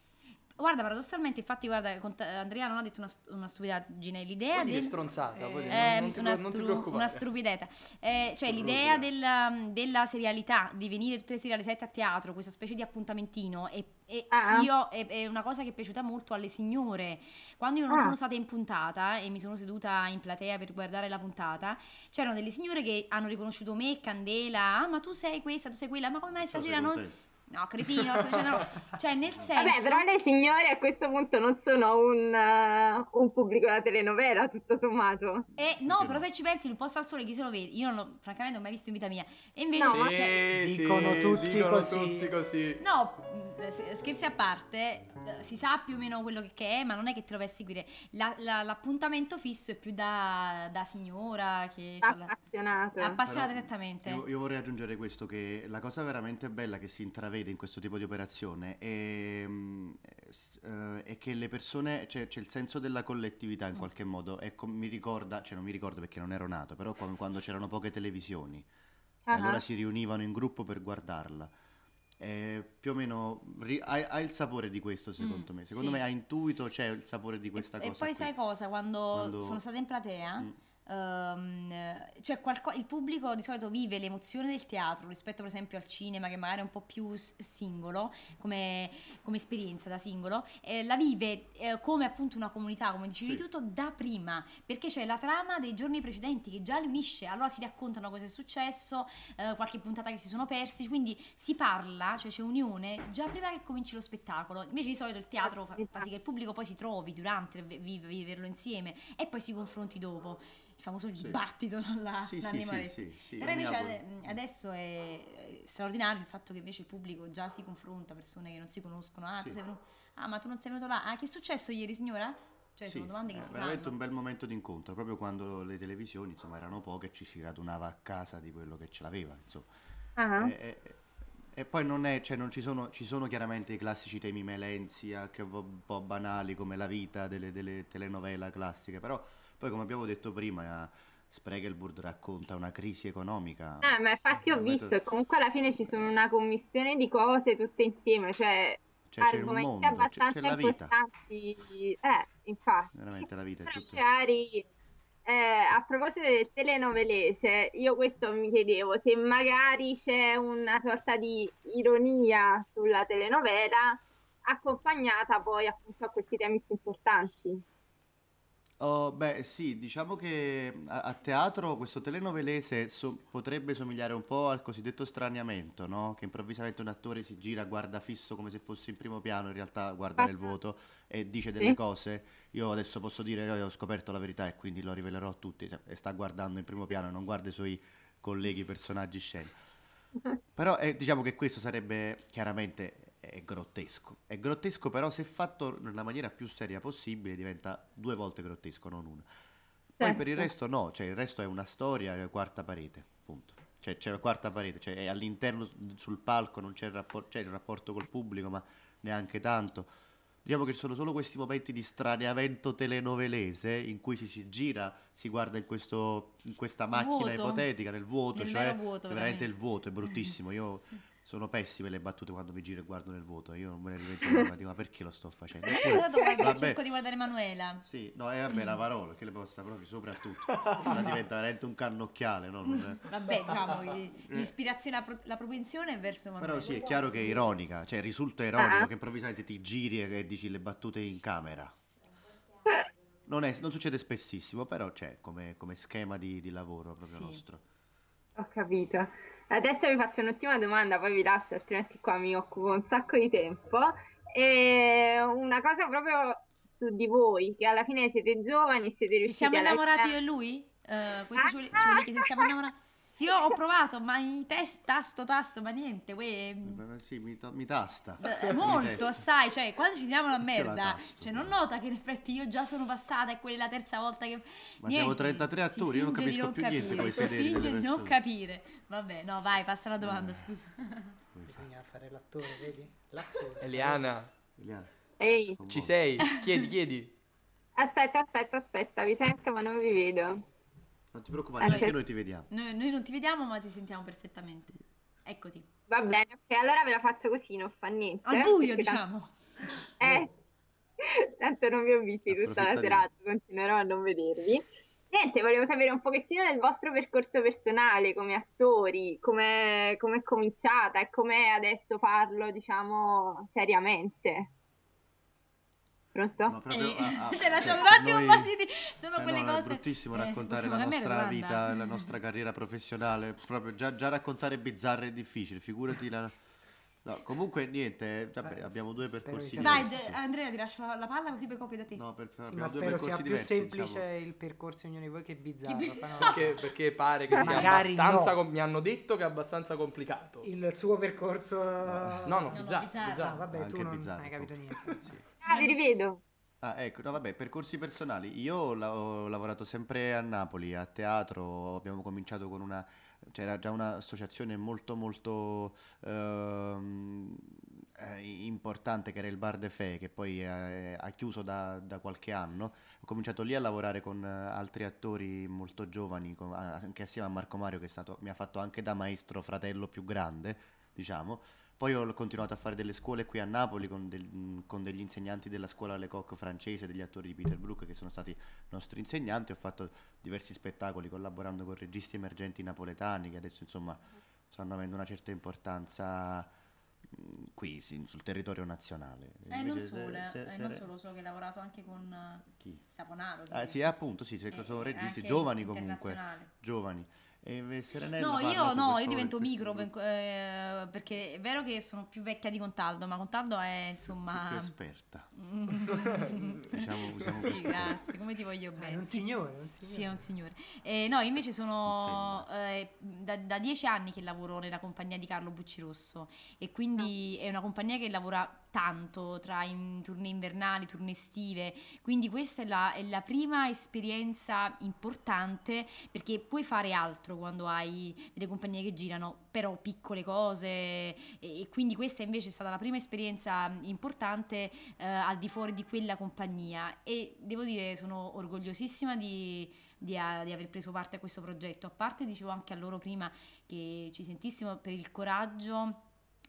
S6: Guarda, paradossalmente, infatti, guarda, cont- Andrea non ha detto una, st- una stupidaggine, l'idea
S5: Puoi dire
S6: del-
S5: stronzata, puoi dire,
S6: eh,
S5: non, non ti,
S6: una,
S5: pre- non ti
S6: stru-
S5: preoccupare.
S6: una stupidetta. Eh, cioè,
S5: Stru-
S6: l'idea della, della serialità, di venire tutte le sere alle 7 a teatro, questa specie di appuntamentino, è, è-
S10: Ah.
S6: io- è- è una cosa che è piaciuta molto alle signore. Quando io non
S10: Ah.
S6: sono stata in puntata e mi sono seduta in platea per guardare la puntata, c'erano delle signore che hanno riconosciuto me, Candela, ah, ma tu sei questa, tu sei quella, ma come mai
S7: So se
S6: stasera non...
S7: contenti.
S6: No, cretino, sto dicendo
S5: <laughs>
S6: no. Cioè, nel senso...
S10: Vabbè, però le signore a questo punto non sono un, eh, un pubblico da telenovela, tutto sommato.
S6: Eh, no,
S7: Perché
S6: però
S7: no?
S6: se ci pensi, il posto al sole chi se lo vede? Io non l'ho, francamente, non ho mai visto in vita mia. E invece,
S10: No,
S5: Sì,
S10: ma
S6: cioè,
S5: sì,
S4: dicono tutti
S5: dicono
S4: così.
S5: tutti così.
S6: no, mh, s- scherzi a parte, eh, si sa più o meno quello che- che è, ma non è che te lo vai a seguire. La- la- l'appuntamento fisso è più da, da signora che c'ha la-
S10: Appassionato.
S6: appassionata
S7: Però
S6: esattamente.
S7: Io, io vorrei aggiungere questo, che la cosa veramente bella che si intravede in questo tipo di operazione è, mm, s- eh, è che le persone, cioè, c'è il senso della collettività
S6: Mm.
S7: in qualche modo, e com- mi ricorda, cioè non mi ricordo perché non ero nato, però quan- quando c'erano poche televisioni, e
S10: Ah,
S7: allora si riunivano in gruppo per guardarla. Eh, più o meno ri- ha, ha il sapore di questo secondo
S6: Mm,
S7: me secondo
S6: sì.
S7: me ha intuito c'è il sapore di questa
S6: e, e
S7: cosa
S6: poi
S7: qui.
S6: sai cosa? Quando,
S7: Quando-
S6: sono stata in platea,
S7: Mm.
S6: ehm, eh, c'è qualco- il pubblico di solito vive l'emozione del teatro rispetto, per esempio, al cinema, che magari è un po' più s- singolo come, come esperienza da singolo, eh, la vive eh, come appunto una comunità, come dicevi
S7: Sì.
S6: tu, da prima, perché c'è la trama dei giorni precedenti che già li unisce, allora si raccontano cosa è successo, eh, qualche puntata che si sono persi, quindi si parla, cioè c'è unione già prima che cominci lo spettacolo. Invece di solito il teatro fa, fa sì che il pubblico poi si trovi durante, vi- vi- viverlo insieme e poi si confronti dopo. Il famoso
S7: Sì.
S6: dibattito <laughs> alla,
S7: sì,
S6: alla
S7: sì, sì,
S6: Nemoretta.
S7: sì, Mm. sì,
S6: ah, Però
S7: io mi
S6: invece
S7: auguro.
S6: ade- mh, adesso è è straordinario il fatto che invece il pubblico già si confronta, persone che non si conoscono, ah, tu
S7: Sì.
S6: sei venuto, ah ma tu non sei venuto là, ah che è successo ieri signora? Cioè
S7: Sì,
S6: sono domande che
S7: è
S6: si
S7: veramente
S6: fanno.
S7: un bel momento d'incontro, proprio quando le televisioni insomma, erano poche e ci si radunava a casa di quello che ce l'aveva. insomma.
S10: ah.
S7: E, e- Eh, e poi non è, cioè, non ci, sono, ci sono chiaramente i classici temi melenzia, che un po' banali come la vita delle, delle telenovela classiche, però poi come abbiamo detto prima, Spregelburg racconta una crisi economica.
S10: Eh, ma infatti ho
S7: Veramente-
S10: visto, e comunque alla fine ci sono una commissione di cose tutte insieme, cioè
S7: Cioè, c'è un
S10: argomenti
S7: mondo, c'è- c'è,
S10: abbastanza
S7: la vita,
S10: importanti. Eh, infatti.
S7: veramente la vita è
S10: Però,
S7: tutto.
S10: magari eh, a proposito del telenovelese, io questo mi chiedevo se magari c'è una sorta di ironia sulla telenovela accompagnata poi appunto a questi temi più importanti.
S7: Oh, beh, sì, diciamo che a, a teatro questo telenovelese so- potrebbe somigliare un po' al cosiddetto straniamento, no? Che improvvisamente un attore si gira, guarda fisso come se fosse in primo piano, in realtà guarda nel vuoto e dice delle
S10: Sì.
S7: cose. Io adesso posso dire che ho scoperto la verità e quindi lo rivelerò a tutti. cioè, E sta guardando in primo piano, non guarda i suoi colleghi, personaggi, scena. Però eh, diciamo che questo sarebbe chiaramente è grottesco. È grottesco, però, se fatto nella maniera più seria possibile, diventa due volte grottesco, non una. Poi
S10: Certo.
S7: per il resto no, cioè il resto è una storia, è quarta parete, punto. Cioè c'è la quarta parete, cioè è all'interno sul palco non c'è il rapporto, c'è il rapporto col pubblico, ma neanche tanto. Diciamo che ci sono solo questi momenti di straniamento telenovelese in cui ci si gira, si guarda in, questo, in questa macchina
S6: Vuoto.
S7: ipotetica, nel vuoto,
S6: Nel
S7: cioè
S6: mero vuoto,
S7: veramente il vuoto, è bruttissimo. Io Sono pessime le battute quando mi giro e guardo nel vuoto. Io non me le rivedo ma dico, ma perché lo sto facendo? <laughs>
S6: Esatto, guarda,
S7: vabbè.
S6: cerco di guardare Manuela.
S7: Sì, no, è vabbè la parola, che le posta proprio sopra a tutto. Ora diventa veramente un cannocchiale, no? Non è-
S6: Vabbè, diciamo, che l'ispirazione, la, pro- la propensione è verso Manuela.
S7: Eh. Però sì, è chiaro che è ironica, cioè
S6: Ah.
S7: risulta ironico che improvvisamente ti giri e dici le battute in camera.
S6: Eh.
S7: Non, è- non succede spessissimo, però c'è come, come schema di, di lavoro proprio
S6: Sì.
S7: nostro.
S10: Ho capito. Adesso vi faccio un'ultima domanda, poi vi lascio, altrimenti qua mi occupo un sacco di tempo. E una cosa proprio su di voi, che alla fine siete giovani, siete
S6: Ci
S10: riusciti
S6: siamo
S10: alla-
S6: innamorati di lui? Eh, questo ci vuole, ci vuole che ci siamo innamorati. Io ho provato, ma in testa, tasto, tasto, ma niente, uè, mh,
S7: Eh, Sì, mi, ta- mi tasta. <laughs>
S6: eh,
S7: Mi
S6: molto,
S7: testa.
S6: assai, cioè, quando ci siamo la
S7: Perché la
S6: merda,
S7: tasto?
S6: cioè, non nota che in effetti io già sono passata e quella è la terza volta che...
S7: Ma siamo 33
S6: si
S7: attori, io non
S6: finge di
S7: capisco più niente
S6: capire,
S7: coi
S6: si
S7: sederi di
S6: finge
S7: quelle
S6: di non
S7: persone. Eh.
S6: capire, vabbè, no, vai, passa la domanda, scusa. <laughs>
S4: Bisogna fare l'attore, vedi? L'attore.
S5: Eliana,
S7: Eliana,
S10: Ehi,
S7: sono
S5: ci
S7: morto.
S5: sei? Chiedi, chiedi.
S10: aspetta, aspetta, aspetta, vi sento ma non vi vedo.
S7: Non ti
S6: Eh,
S7: preoccupare, neanche noi ti vediamo.
S6: Noi, noi non ti vediamo, ma ti sentiamo perfettamente. Eccoti.
S10: Va bene, ok, allora ve la faccio così, non fa niente.
S6: Al
S10: eh,
S6: buio,
S10: perché tanto-
S6: diciamo.
S10: Eh, <laughs> tanto non vi ho visti tutta la
S7: Approfitta di-
S10: serata, continuerò a non vedervi. Niente, volevo sapere un pochettino del vostro percorso personale come attori, come come è cominciata e com'è adesso farlo, diciamo, seriamente. Pronto?
S7: No, proprio, ah, ah,
S6: <laughs> cioè, lascia un
S7: per
S6: attimo
S7: noi-
S6: un po' di... Sono
S7: Eh,
S6: quelle
S7: no,
S6: cose...
S7: È bruttissimo
S6: Eh,
S7: raccontare
S6: possiamo
S7: la
S6: cambiare
S7: nostra
S6: domanda?
S7: vita, la nostra carriera professionale. Proprio già, già raccontare è bizzarro e difficile, figurati la. No, comunque niente, eh, vabbè,
S4: Vabbè,
S7: abbiamo due
S4: spero
S7: percorsi
S4: sia-
S6: Dai,
S7: diversi.
S6: Ge- Andrea, ti lascio la palla così poi copio da te.
S7: no, per,
S4: Sì,
S7: abbiamo
S4: ma
S7: due
S4: spero
S7: percorsi
S4: sia più
S7: diversi,
S4: semplice
S7: diciamo.
S4: il percorso ognuno di voi che bizzarro.
S6: Che bi-
S4: fa una- <laughs>
S5: Perché, perché pare che sia
S4: Magari
S5: abbastanza.
S4: no.
S5: com- mi hanno detto che è abbastanza complicato.
S4: Il suo percorso...
S5: No, no,
S6: No, no,
S5: bizzarro,
S6: bizzarro.
S4: Ah,
S5: bizzarro.
S4: vabbè,
S7: Anche
S4: tu non
S7: bizzarro,
S4: hai capito
S7: proprio.
S4: niente.
S7: Sì.
S10: Ah, vi rivedo.
S7: Ah, ecco, no, vabbè, percorsi personali. Io la- ho lavorato sempre a Napoli, a teatro, abbiamo cominciato con una, c'era già un'associazione molto molto ehm, eh, importante che era il Bar de Fe, che poi eh, ha chiuso da, da qualche anno. Ho cominciato lì a lavorare con eh, altri attori molto giovani, con- a- anche assieme a Marco Mario, che è stato, mi ha fatto anche da maestro fratello più grande, diciamo. Poi ho continuato a fare delle scuole qui a Napoli con, del- mh, con degli insegnanti della scuola Lecoq francese, degli attori di Peter Brook che sono stati nostri insegnanti. Ho fatto diversi spettacoli collaborando con registi emergenti napoletani che adesso insomma stanno avendo una certa importanza mh, qui sì, sul territorio nazionale.
S6: Eh, non
S7: Invece se-
S6: solo, eh,
S7: se-
S6: eh,
S7: se-
S6: non solo, so che hai lavorato anche con eh,
S7: Chi?
S6: Saponaro.
S7: Ah, sì, appunto, sì, se-
S6: Eh,
S7: sono
S6: eh,
S7: registi
S6: anche
S7: giovani comunque,
S6: internazionale.
S7: giovani. E eh, Serenella
S6: No,
S7: parla
S6: io
S7: tu,
S6: no,
S7: questo-
S6: io divento
S7: questo-
S6: micro eh, perché è vero che sono più vecchia di Contaldo, ma Contaldo è <laughs>
S7: più
S6: insomma...
S7: esperta.
S6: Mm.
S7: Diciamo- usiamo
S6: sì,
S7: questo
S6: grazie, come ti voglio
S4: Ah,
S6: bene.
S4: è un signore, è un signore.
S6: Sì, è un signore. Eh, no, invece sono eh, da, da dieci anni che lavoro nella compagnia di Carlo Buccirosso e quindi è una compagnia che lavora tanto tra in- turni invernali, turni estive, quindi questa è la, è la prima esperienza importante perché puoi fare altro quando hai delle compagnie che girano, però piccole cose e, e quindi questa invece è stata la prima esperienza importante eh, al di fuori di quella compagnia e devo dire sono orgogliosissima di, di a- di aver preso parte a questo progetto. A parte dicevo anche a loro prima che ci sentissimo per il coraggio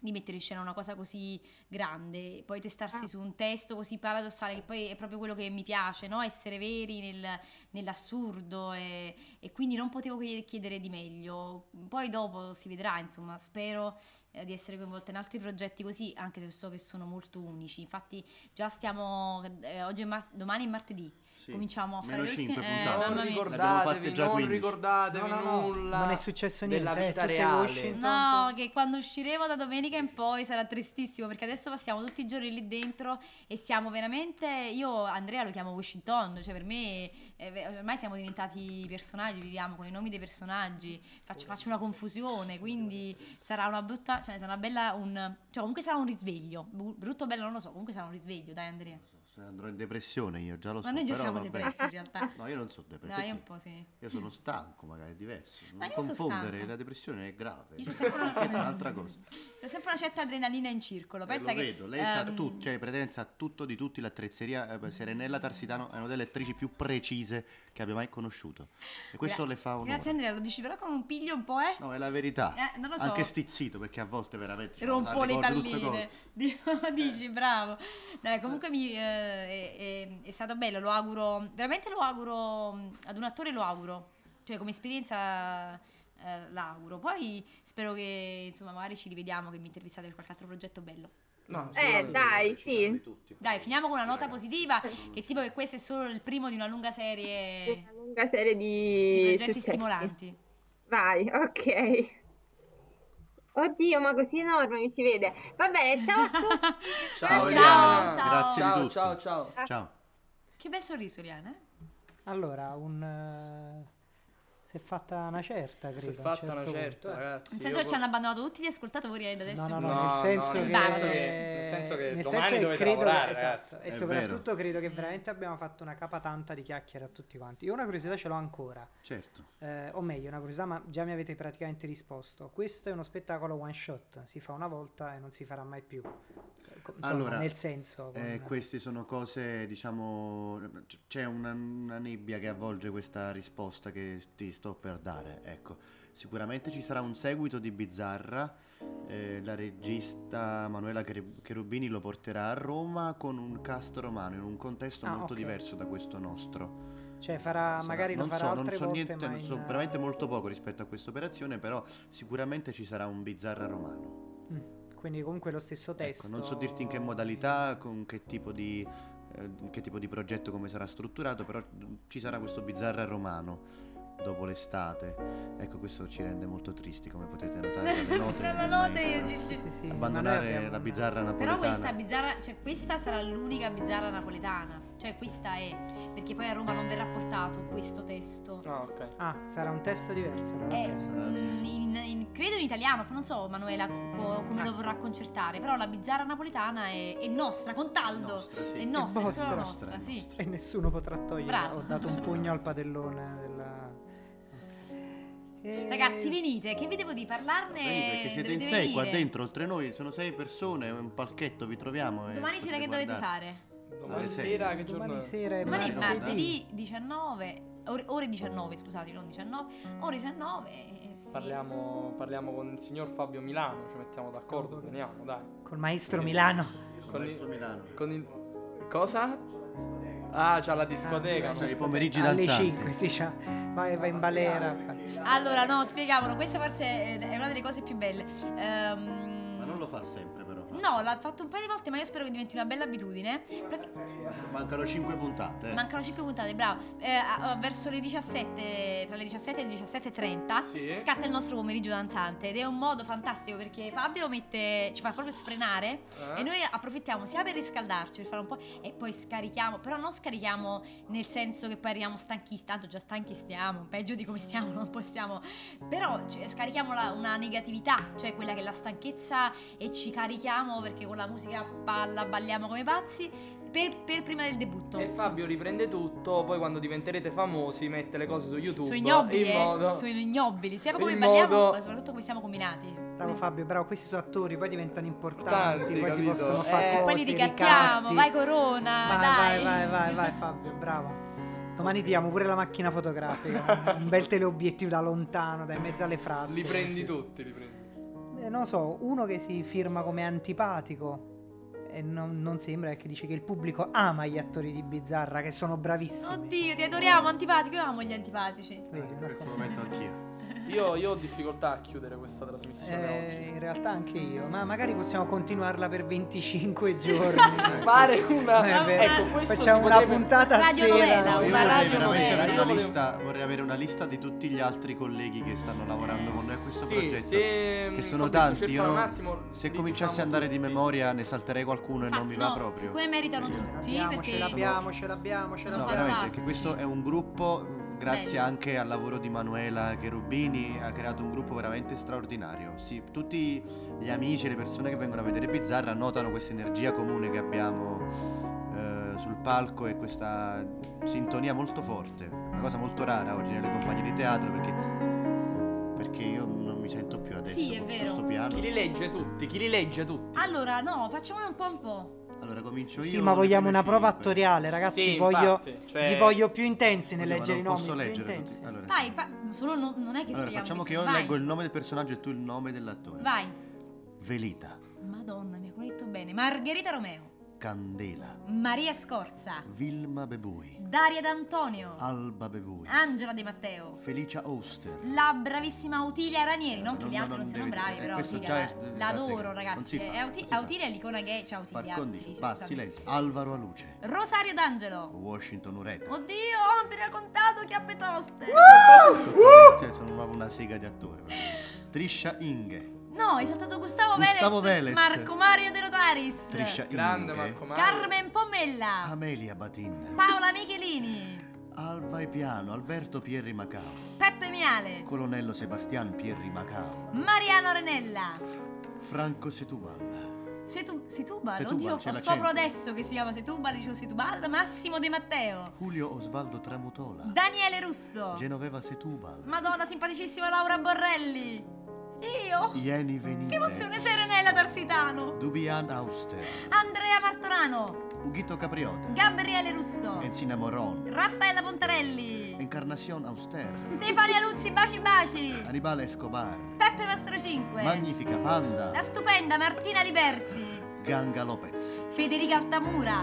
S6: di mettere in scena una cosa così grande, poi testarsi su un testo così paradossale, che poi è proprio quello che mi piace, no? essere veri nel- nell'assurdo e, e quindi non potevo che chiedere di meglio. Poi dopo si vedrà, insomma, spero eh, di essere coinvolta in altri progetti così, anche se so che sono molto unici. Infatti già stiamo, eh, oggi è mar- domani è martedì,
S7: Sì.
S6: cominciamo a
S7: Meno
S6: fare le ultime-
S7: cinque
S6: eh,
S7: puntate.
S6: mamma
S5: Non
S6: mia.
S7: L'abbiamo fatte
S5: ricordatevi,
S7: già
S5: non
S7: 15.
S5: ricordatevi
S4: No, no, no,
S5: nulla.
S4: non è successo
S5: Della
S4: niente, eh,
S5: vita
S4: tu sei
S5: reale.
S4: Washington.
S6: No,
S4: Intanto-
S6: che quando usciremo da domenica in poi sarà tristissimo perché adesso passiamo tutti i giorni lì dentro e siamo veramente. Io Andrea lo chiamo Washington, cioè per me eh, beh, ormai siamo diventati personaggi, viviamo con i nomi dei personaggi, faccio, faccio una confusione, quindi sarà una brutta, cioè sarà una bella un. cioè comunque sarà un risveglio, bu- brutto o bello non lo so, comunque sarà un risveglio, dai Andrea.
S7: andrò in depressione io, già lo
S6: Ma
S7: so.
S6: noi già
S7: però
S6: siamo
S7: vabbè.
S6: depressi in realtà.
S7: No, io non sono depresso.
S6: No, io un po' sì.
S7: Io sono stanco, magari è diverso.
S6: Ma
S7: Non
S6: io sono
S7: confondere,
S6: stanca.
S7: la depressione è grave.
S6: Io c'ho sempre una-
S7: Perché è un'altra cosa.
S6: C'è sempre una certa adrenalina in circolo.
S7: Eh, lo
S6: Pensa che,
S7: vedo, lei sa
S6: ehm,
S7: tutto, cioè Pretenza sa tutto di tutti, l'attrezzeria eh, Serenella Tarsitano è una delle attrici più precise che abbia mai conosciuto. E questo
S6: gra-
S7: le fa onore.
S6: Grazie Andrea, lo dici però con un piglio un po', eh?
S7: No, è la verità.
S6: Eh, non lo so.
S7: Anche stizzito, perché a volte veramente ci
S6: Rompo le
S7: ricordo Eh. tutte
S6: palline.
S7: cose.
S6: <laughs> Dico, Dici, bravo. Dai, comunque mi, eh, è, è- è stato bello, lo auguro, veramente lo auguro, mh, ad un attore lo auguro, cioè come esperienza eh, l'auguro. Poi spero che, insomma, magari ci rivediamo, che mi intervistate per qualche altro progetto bello.
S5: No,
S10: Eh,
S5: sì,
S10: dai,
S7: Di
S10: sì.
S7: tutti.
S6: Dai, finiamo con una nota
S7: Ragazzi,
S6: positiva,
S7: non
S6: che
S7: so.
S6: tipo che questo è solo il primo di una lunga serie
S10: Una lunga serie
S6: di
S10: di
S6: progetti
S10: successi.
S6: stimolanti.
S10: Vai, ok. Oddio, ma così enorme mi si vede. Va bene, ciao a tutti.
S7: Ciao,
S5: Ciao, ciao,
S6: <laughs>
S7: Eliana.
S6: ciao.
S7: Grazie di
S5: ciao,
S7: tutto.
S5: ciao, ciao.
S7: Ciao.
S6: Che bel sorriso, Riana.
S4: Allora, un... eh, si è fatta una certa, credo.
S5: Si è
S4: a un
S5: fatta una
S4: certo
S5: certo,
S4: punto, eh.
S5: ragazzi.
S6: Nel senso
S5: io
S6: che ci hanno abbandonato tutti gli ascoltatori eh, da adesso.
S4: No, no,
S6: in
S4: no,
S6: poi.
S4: nel
S11: No,
S4: senso
S11: no,
S4: che...
S6: nel senso
S11: che- nel senso che
S4: nel
S11: domani
S4: senso
S11: dovete
S4: credo-
S11: lavorare,
S4: esatto,
S11: ragazzi.
S4: E
S7: È
S4: soprattutto
S7: vero.
S4: credo che veramente abbiamo fatto una capa tanta di chiacchiere a tutti quanti. Io una curiosità ce l'ho ancora.
S7: Certo.
S4: Eh, o meglio, una curiosità, ma già mi avete praticamente risposto. Questo è uno spettacolo one shot, si fa una volta e non si farà mai più. Eh, co- Insomma,
S7: Allora,
S4: nel senso, con-
S7: Eh, queste sono cose, diciamo, c- c'è una, una nebbia che avvolge questa risposta che ti sto per dare, ecco. Sicuramente ci sarà un seguito di Bizzarra, eh, la regista Manuela Cheru- Cherubini lo porterà a Roma con un cast romano, in un contesto
S4: Ah,
S7: molto
S4: ok.
S7: diverso da questo nostro.
S4: cioè farà
S7: Sarà-
S4: magari lo
S7: non
S4: farà
S7: so,
S4: altre
S7: non so
S4: volte,
S7: niente,
S4: ma
S7: non
S4: in-
S7: so veramente molto poco rispetto a questa operazione, però sicuramente ci sarà un Bizzarra romano.
S4: Mm, Quindi comunque lo stesso testo.
S7: Ecco, non so dirti in che modalità, con che tipo di, eh, che tipo di progetto, come sarà strutturato, però ci sarà questo bizzarra romano dopo l'estate. Ecco, questo ci rende molto tristi, come potete
S6: <laughs>
S7: notare dalle note.
S6: Tra la
S7: del
S6: notte
S7: maestro.
S4: Sì,
S6: e-
S4: sì, sì, ma noi
S7: Abbandonare
S4: abbiamo
S7: la
S4: una-
S7: bizzarra
S6: Però
S7: napoletana.
S6: questa bizzarra, cioè questa sarà l'unica bizzarra napoletana. Cioè questa è, perché poi a Roma non verrà portato questo testo.
S5: Ah, ok.
S4: Ah, sarà un testo diverso. allora,
S6: È,
S4: ok.
S7: Sarà- certo.
S6: mm, in- in- credo in italiano, non so Manuela
S7: Ah.
S6: co- come lo vorrà concertare, però la bizzarra napoletana è, è nostra, con Taldo.
S7: Nostra, sì.
S6: È nostra, è
S4: Nostra,
S6: solo
S7: nostra,
S6: nostra,
S7: è
S6: sì.
S7: nostra.
S4: E nessuno potrà toglierla.
S6: Bravo.
S4: Ho dato un pugno al padellone della... E-
S6: Ragazzi, venite, che vi devo di parlarne?
S7: Venite, perché siete in
S6: Eh, dovete
S7: sei qua
S6: venire.
S7: dentro, oltre noi, sono sei persone, è un palchetto, vi troviamo. e
S6: Domani sera
S7: potete
S6: che dovete
S7: guardare.
S6: fare?
S5: Domani
S7: Alle sei.
S5: sera Ah, che giorno
S4: Domani
S5: è?
S4: sera è
S6: Domani è
S7: Marco,
S6: martedì 19, ore, ore 19, scusate, non 19, ore 19. eh, sì.
S5: Parliamo, parliamo con il signor Fabio Milano, ci mettiamo d'accordo, veniamo, dai.
S4: Col maestro Milano.
S7: Con
S5: Con
S7: il
S5: il-
S7: maestro Milano.
S5: Con il... Cosa? Ah, c'ha la discoteca.
S4: Ah,
S7: Cioè, i
S5: no?
S7: pomeriggi
S4: Alle
S7: danzanti.
S4: 5, sì, c'ha- vai,
S5: Ah,
S4: vai in balera.
S6: Allora, no, spiegavolo, questa forse è è una delle cose più belle. Ehm,
S7: Ma non lo fa sempre, però. fa.
S6: No, l'ha fatto un paio di volte, ma io spero che diventi una bella abitudine.
S7: Eh.
S6: Prati-
S7: Mancano 5 puntate. eh.
S6: Mancano 5 puntate, bravo. Eh, a- a- verso le 17, tra le 17 e le 17.30,
S5: Sì.
S6: scatta il nostro pomeriggio danzante. Ed è un modo fantastico perché Fabio mette, ci fa proprio sfrenare.
S5: Eh?
S6: E noi approfittiamo sia per riscaldarci, per fare un po' e poi scarichiamo, però non scarichiamo nel senso che poi arriviamo stanchi, tanto già stanchi stiamo, peggio di come stiamo non possiamo, però ci- scarichiamo la- una negatività, cioè quella che è la stanchezza e ci carichiamo perché con la musica a palla balliamo come pazzi per, per prima del debutto.
S5: E Fabio riprende tutto, poi quando diventerete famosi mette le cose su YouTube.
S6: Sono ignobili,
S5: in
S6: eh,
S5: modo...
S6: sono ignobili, sia come
S5: in
S6: balliamo,
S5: modo-
S6: ma soprattutto come siamo combinati.
S4: Bravo Fabio, bravo, questi sono attori, poi diventano importanti,
S5: Tanti,
S4: poi si
S5: capito?
S4: possono
S5: Eh,
S4: fare
S5: poi
S4: cose,
S6: Poi li ricattiamo,
S4: ricatti.
S6: vai Corona,
S4: vai, vai,
S6: dai.
S4: vai, vai, vai, Fabio, bravo. Domani diamo pure la macchina fotografica, un bel teleobiettivo da lontano, da in mezzo alle frasi.
S5: Li prendi tutti, li prendi.
S4: Eh, non lo so, uno che si firma come antipatico e non, non sembra che dice che il pubblico ama gli attori di Bizzarra, che sono bravissimi.
S6: Oddio, ti adoriamo, antipatico, io amo gli antipatici.
S7: Eh,
S4: Vedi,
S7: in
S4: una
S7: questo
S4: cosa-
S7: momento anch'io.
S5: Io, io ho difficoltà a chiudere questa trasmissione
S4: Eh,
S5: oggi.
S4: in realtà anche io, ma magari possiamo continuarla per
S7: <laughs>
S4: 25 giorni.
S7: Eh,
S5: Fare una...
S4: Eh, beh,
S5: Ecco, questo
S4: facciamo
S5: si
S4: una
S5: potrebbe-
S4: puntata a
S6: Radio
S4: sera.
S6: novela.
S7: No, io
S6: una
S7: vorrei
S6: radio
S7: veramente
S6: moderna.
S7: avere
S5: Io
S7: una,
S5: volevo-
S7: lista, vorrei avere una lista di tutti gli altri colleghi che stanno lavorando con noi a questo
S5: Eh, Sì,
S7: progetto.
S5: se- mm,
S7: che
S5: Fabrizio,
S7: sono tanti.
S5: cerca
S7: Io
S5: un
S7: non-
S5: attimo,
S7: se
S5: li
S7: cominciassi
S5: diciamo
S7: ad andare di
S5: tutti.
S7: memoria ne salterei qualcuno e non mi
S6: Infatti,
S7: va
S6: no,
S7: proprio.
S6: Siccome meritano
S7: Quindi-
S6: tutti,
S4: Abbiamo,
S6: perché
S4: ce l'abbiamo, ce l'abbiamo, ce
S6: Sono
S7: No,
S4: l'abbiamo.
S7: veramente, che
S6: fantastici.
S7: questo è un gruppo, mh, grazie
S6: Bello.
S7: anche al lavoro di Manuela Cherubini, ha creato un gruppo veramente straordinario. Sì, tutti gli amici, le persone che vengono a vedere Bizzarra notano questa energia comune che abbiamo eh, sul palco e questa sintonia molto forte, una cosa molto rara oggi nelle compagnie di teatro perché, perché io non mi sento più adesso
S6: Sì, è
S7: con tutto
S6: vero.
S7: sto piano.
S5: Chi li legge tutti? Chi li legge tutti?
S6: Allora, no, facciamo un po' un po'.
S7: Allora comincio io.
S4: Sì, ma vogliamo una prova
S7: attoriale
S4: attoriale, ragazzi.
S5: Sì,
S4: voglio,
S5: infatti, cioè-
S4: Vi voglio più intensi nel
S7: Oddio, ma
S4: leggere i
S7: non
S4: nomi.
S7: posso
S4: più
S7: leggere
S4: intensi.
S7: tutti. Allora,
S6: Vai, pa- solo no- non è che
S7: allora,
S6: spieghiamo
S7: facciamo che
S6: questo.
S7: io
S6: Vai,
S7: leggo il nome del personaggio e tu il nome dell'attore.
S6: Vai.
S7: Velita,
S6: Madonna, mi ha detto bene. Margherita Romeo,
S7: Candela,
S6: Maria Scorza,
S7: Vilma Bebui,
S6: Daria D'Antonio,
S7: Alba Bebui,
S6: Angela De Matteo,
S7: Felicia Oster.
S6: la bravissima Utilia Ranieri. Non che
S7: No,
S6: gli
S7: no,
S6: altri
S7: no,
S6: non
S7: Eh, non
S6: siano
S7: devi-
S6: bravi,
S7: eh,
S6: però
S7: questo
S6: Utilia
S7: già
S6: la-
S7: è-
S6: la
S7: da
S6: adoro,
S7: sé. Non
S6: ragazzi.
S7: si fa,
S6: È Uti- eh,
S7: non si fa.
S6: Utilia è l'icona gay. Ciao, Utilia.
S7: Par condicio,
S6: Sì,
S7: basta,
S6: scusami.
S7: silenzio. Ah. Alvaro Aluce,
S6: Rosario D'Angelo.
S7: Washington Ureta.
S6: Oddio, Andrea Contato, chiappe toste.
S4: Uh,
S7: Cioè, sono proprio una sega di attore. proprio. Trisha Inge,
S6: No, è saltato Gustavo,
S7: Gustavo
S6: Velez,
S7: Velez.
S6: Marco Mario De Notaris,
S7: Trisha
S5: Grande
S7: Inge,
S5: Marco Mario.
S6: Carmen Pommella,
S7: Amelia Batin,
S6: Paola Michelini,
S7: Alva e Piano, Alberto Pierri Macao,
S6: Peppe Miale,
S7: Colonnello Sebastian Pierri Macao,
S6: Mariano Renella. Mm.
S7: Franco Setubal,
S6: Setu- Setubal,
S7: Setubal,
S6: oddio,
S7: c'è
S6: scopro
S7: l'accento.
S6: adesso che si chiama Setubal, dicevo Setubal, Massimo De Matteo,
S7: Julio Osvaldo Tramutola,
S6: Daniele Russo,
S7: Genoveva Setubal,
S6: Madonna simpaticissima Laura Borrelli, io,
S7: Ieni Venites,
S6: che emozione, Serenella Tarsitano,
S7: Dubian Auster,
S6: Andrea Martorano,
S7: Ughito Capriota,
S6: Gabriele Russo,
S7: Enzina Moron,
S6: Raffaella Pontarelli,
S7: Encarnacion Auster,
S6: Stefania Luzzi, baci baci,
S7: Hannibal Escobar,
S6: Peppe Mastro 5,
S7: Magnifica Panda,
S6: la stupenda Martina Liberti,
S7: Ganga Lopez,
S6: Federica Altamura,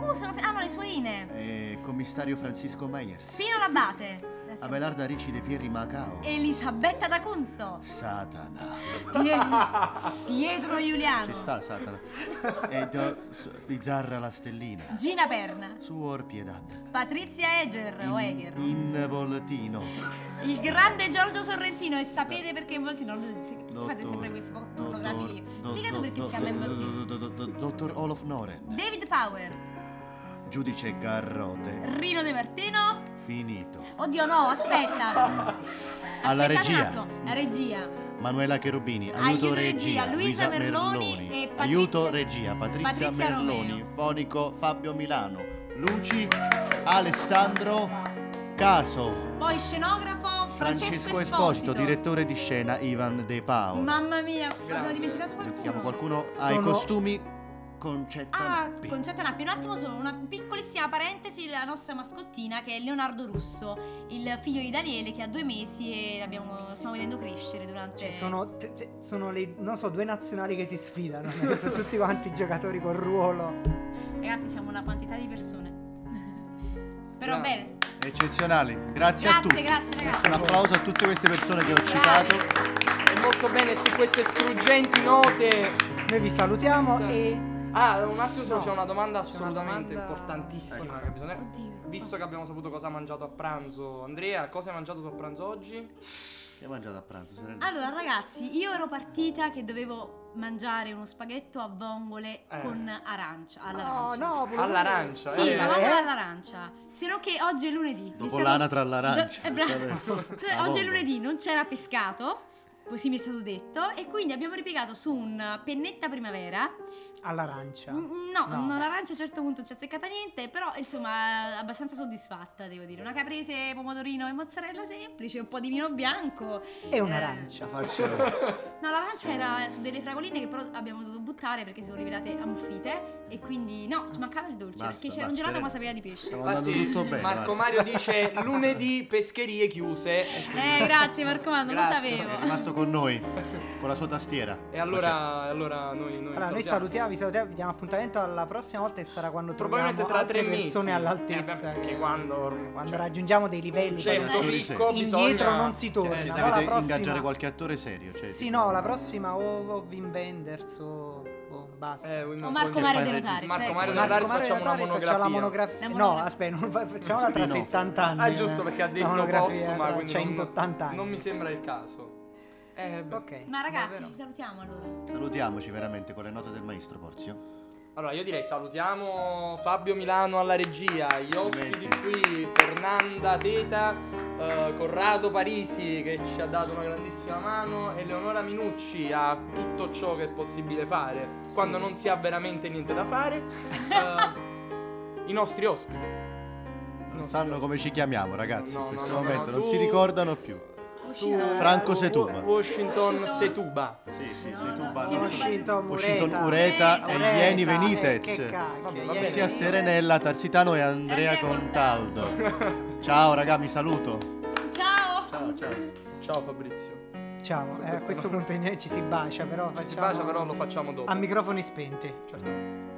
S6: uh, sono, fe- ah no, le suorine,
S7: eh, commissario Francisco Meyers,
S6: Pino Labate, Grazie.
S7: Abelarda Ricci de Pierri Macao,
S6: Elisabetta D'Acunzo,
S7: Satana, <laughs>
S6: Pie- Pietro Giuliano,
S7: ci sta Satana,
S6: Cioè,
S7: e do- s- Bizzarra la stellina,
S6: Gina Perna,
S7: Suor Piedad,
S6: Patrizia Eger
S7: Mm.
S6: o Eger,
S7: In Voltino,
S6: il grande Giorgio Sorrentino e sapete perché molti non lo si- fate sempre
S7: Dottor-
S6: questi po- programmi.
S7: dottor-
S6: Spiegate perché si
S7: dottor-
S6: chiama Emboltino.
S7: dottor- dottor- Dottor Olof Noren,
S6: David Power,
S7: giudice Garrote,
S6: Rino De Martino. <laughs>
S7: finito.
S6: Oddio no, aspetta.
S7: Alla
S6: Aspettate
S7: regia.
S6: Un attimo. La regia.
S7: Manuela Cherubini, aiuto,
S6: Aiuto regia,
S7: regia,
S6: Luisa
S7: Luisa
S6: Merloni
S7: Merloni,
S6: e Patrizia-
S7: aiuto regia, Patrizia,
S6: Patrizia
S7: Merloni,
S6: Romeo.
S7: fonico Fabio Milano, Luci, Alessandro Caso,
S6: Poi scenografo Francesco,
S7: Francesco Esposito, direttore di scena Ivan De Paolo.
S6: Mamma mia, abbiamo
S5: Grande.
S6: dimenticato
S7: Mettiamo qualcuno ai
S4: Sono-
S7: costumi concetta.
S6: Ah,
S7: Nappi.
S6: Concetta Nappi, un attimo solo, una piccolissima parentesi, la nostra mascottina che è Leonardo Russo, il figlio di Daniele che ha due mesi e l'abbiamo, stiamo vedendo crescere durante...
S4: Cioè, sono, t- t- sono le, non so, due nazionali che si sfidano. tutti quanti i giocatori col ruolo.
S6: Ragazzi siamo una quantità di persone. <laughs>
S5: Bravo.
S6: Però bene,
S7: Eccezionali, grazie, a
S6: grazie,
S7: tutti.
S6: grazie ragazzi.
S7: Un applauso a tutte queste persone che ho
S6: Bravi.
S7: citato.
S5: E molto bene su queste struggenti note.
S4: Noi vi salutiamo
S5: Sì.
S4: e
S5: Ah, un attimo solo,
S4: No.
S5: c'è una domanda
S4: C'è una
S5: assolutamente
S4: domanda-
S5: importantissima
S4: Ecco.
S5: che bisogna.
S6: Oddio.
S5: Visto che abbiamo saputo cosa ha mangiato a pranzo, Andrea, cosa hai mangiato tu a pranzo oggi?
S7: Che hai mangiato a pranzo, Serena?
S6: Allora ragazzi, io ero partita che dovevo mangiare uno spaghetto a vongole
S5: Eh.
S6: con arancia,
S4: No,
S6: all'arancia.
S4: no, volevo- Cioè,
S5: All'arancia.
S6: Sì,
S5: eh.
S6: ma mangiare all'arancia. Se no che oggi è lunedì. mi è
S7: Dopo
S6: stato-
S7: l'anatra all'arancia.
S6: Do- eh, bravo. <laughs>
S7: Vabbè.
S6: Cioè,
S7: Ah,
S6: oggi è
S7: vabbè.
S6: lunedì, non c'era pescato, così mi è stato detto, e quindi abbiamo ripiegato su un pennetta primavera.
S4: all'arancia.
S6: Mm, No,
S4: No.
S6: non- l'arancia a un certo punto non ci ha azzeccata niente, però insomma abbastanza soddisfatta, devo dire. Una caprese, pomodorino e mozzarella semplice, un po' di vino bianco.
S4: E
S7: La
S5: Eh,
S4: un'arancia.
S7: faccia.
S6: No, l'arancia era su delle fragoline che però abbiamo dovuto buttare perché si sono rivelate ammuffite e quindi no, ci mancava il dolce
S7: Basta,
S6: perché c'era un
S7: basta,
S6: gelato
S7: eh.
S6: ma sapeva di pesce.
S7: Stavo andando tutto bene.
S5: Marco
S7: guarda.
S5: Mario dice lunedì pescherie chiuse.
S6: Eh, grazie Marco, ma non lo
S5: Grazie.
S7: È
S6: sapevo.
S7: rimasto con noi, con la sua tastiera.
S5: E allora, allora noi, noi
S4: Allora, noi salutiamo, vi salutiamo, vi diamo appuntamento alla prossima volta e sarà quando troviamo
S5: Probabilmente tra tre
S4: altre
S5: mesi.
S4: persone all'altezza.
S5: Eh, perché quando,
S4: Quando
S5: cioè, certo.
S4: raggiungiamo dei livelli
S5: c'è un
S4: poi-
S5: tuo
S7: Indietro
S5: picco,
S4: indietro
S5: bisogna-
S4: non si torna.
S5: Eh,
S7: Cioè,
S4: no?
S7: dovete
S4: la prossima-
S7: ingaggiare qualche attore serio. Cioè,
S4: Sì,
S7: tipo-
S4: no, la prossima o, o Wim Wenders o, o basta.
S5: Eh, vuoi-
S6: O Marco
S5: voglio-
S6: Mario
S7: fai
S6: De
S7: il
S6: Notaris.
S5: Marco
S6: ecco.
S5: Mario De
S4: Marco
S5: Notaris
S4: Mario
S5: facciamo una
S4: Notaris faceva la
S5: monografia.
S4: monografia.
S6: La
S4: No,
S6: monografia.
S4: aspetta, non fa- facciamola tra
S7: Spin-off.
S4: 70 anni. eh.
S5: Ah, giusto perché ha
S4: La
S5: detto
S4: monografia
S5: postuma,
S4: tra
S5: quindi
S4: 180
S5: non,
S4: anni.
S5: non mi sembra il caso. Eh, beh.
S4: Ok.
S6: Ma ragazzi,
S5: Davvero.
S6: ci salutiamo allora. Salutiamoci.
S7: Salutiamoci veramente con le note del maestro Porzio.
S5: Allora io direi salutiamo Fabio Milano alla regia, gli ospiti qui, Fernanda Teta, eh, Corrado Parisi che ci ha dato una grandissima mano e Leonora Minucci a tutto ciò che è possibile fare
S4: Sì.
S5: quando non si ha veramente niente da fare. Eh, i nostri ospiti.
S7: Non sanno come ci chiamiamo, ragazzi.
S5: No, no,
S7: in questo
S5: no, no,
S7: momento
S5: no,
S7: non
S5: tu-
S7: si ricordano più.
S4: eh,
S6: Uscita-
S7: Franco
S5: Tu-
S7: Setuba.
S5: Washington Setuba.
S7: Sì, sì,
S6: No,
S7: sì,
S6: no,
S7: tu
S6: sì,
S7: ballo.
S4: Washington,
S7: Washington
S4: Mureta,
S7: Ureta e
S4: Ureta,
S7: Ieni
S4: eh, che
S7: Venitez.
S4: cacchio,
S5: Vabbè,
S4: Ieni
S7: Sia
S5: bene.
S7: Serenella, Tarsitano e Andrea
S6: Andrea Contaldo.
S7: Contaldo. Ciao raga, mi saluto.
S6: Ciao!
S7: Ciao, ciao.
S5: Ciao Fabrizio.
S4: Ciao,
S5: Su
S4: eh, a
S5: questo
S4: questo
S5: no.
S4: punto i- ci si bacia, però
S5: Ci si
S4: facciamo-
S5: bacia, però lo facciamo dopo.
S4: a microfoni spenti.
S5: Certo.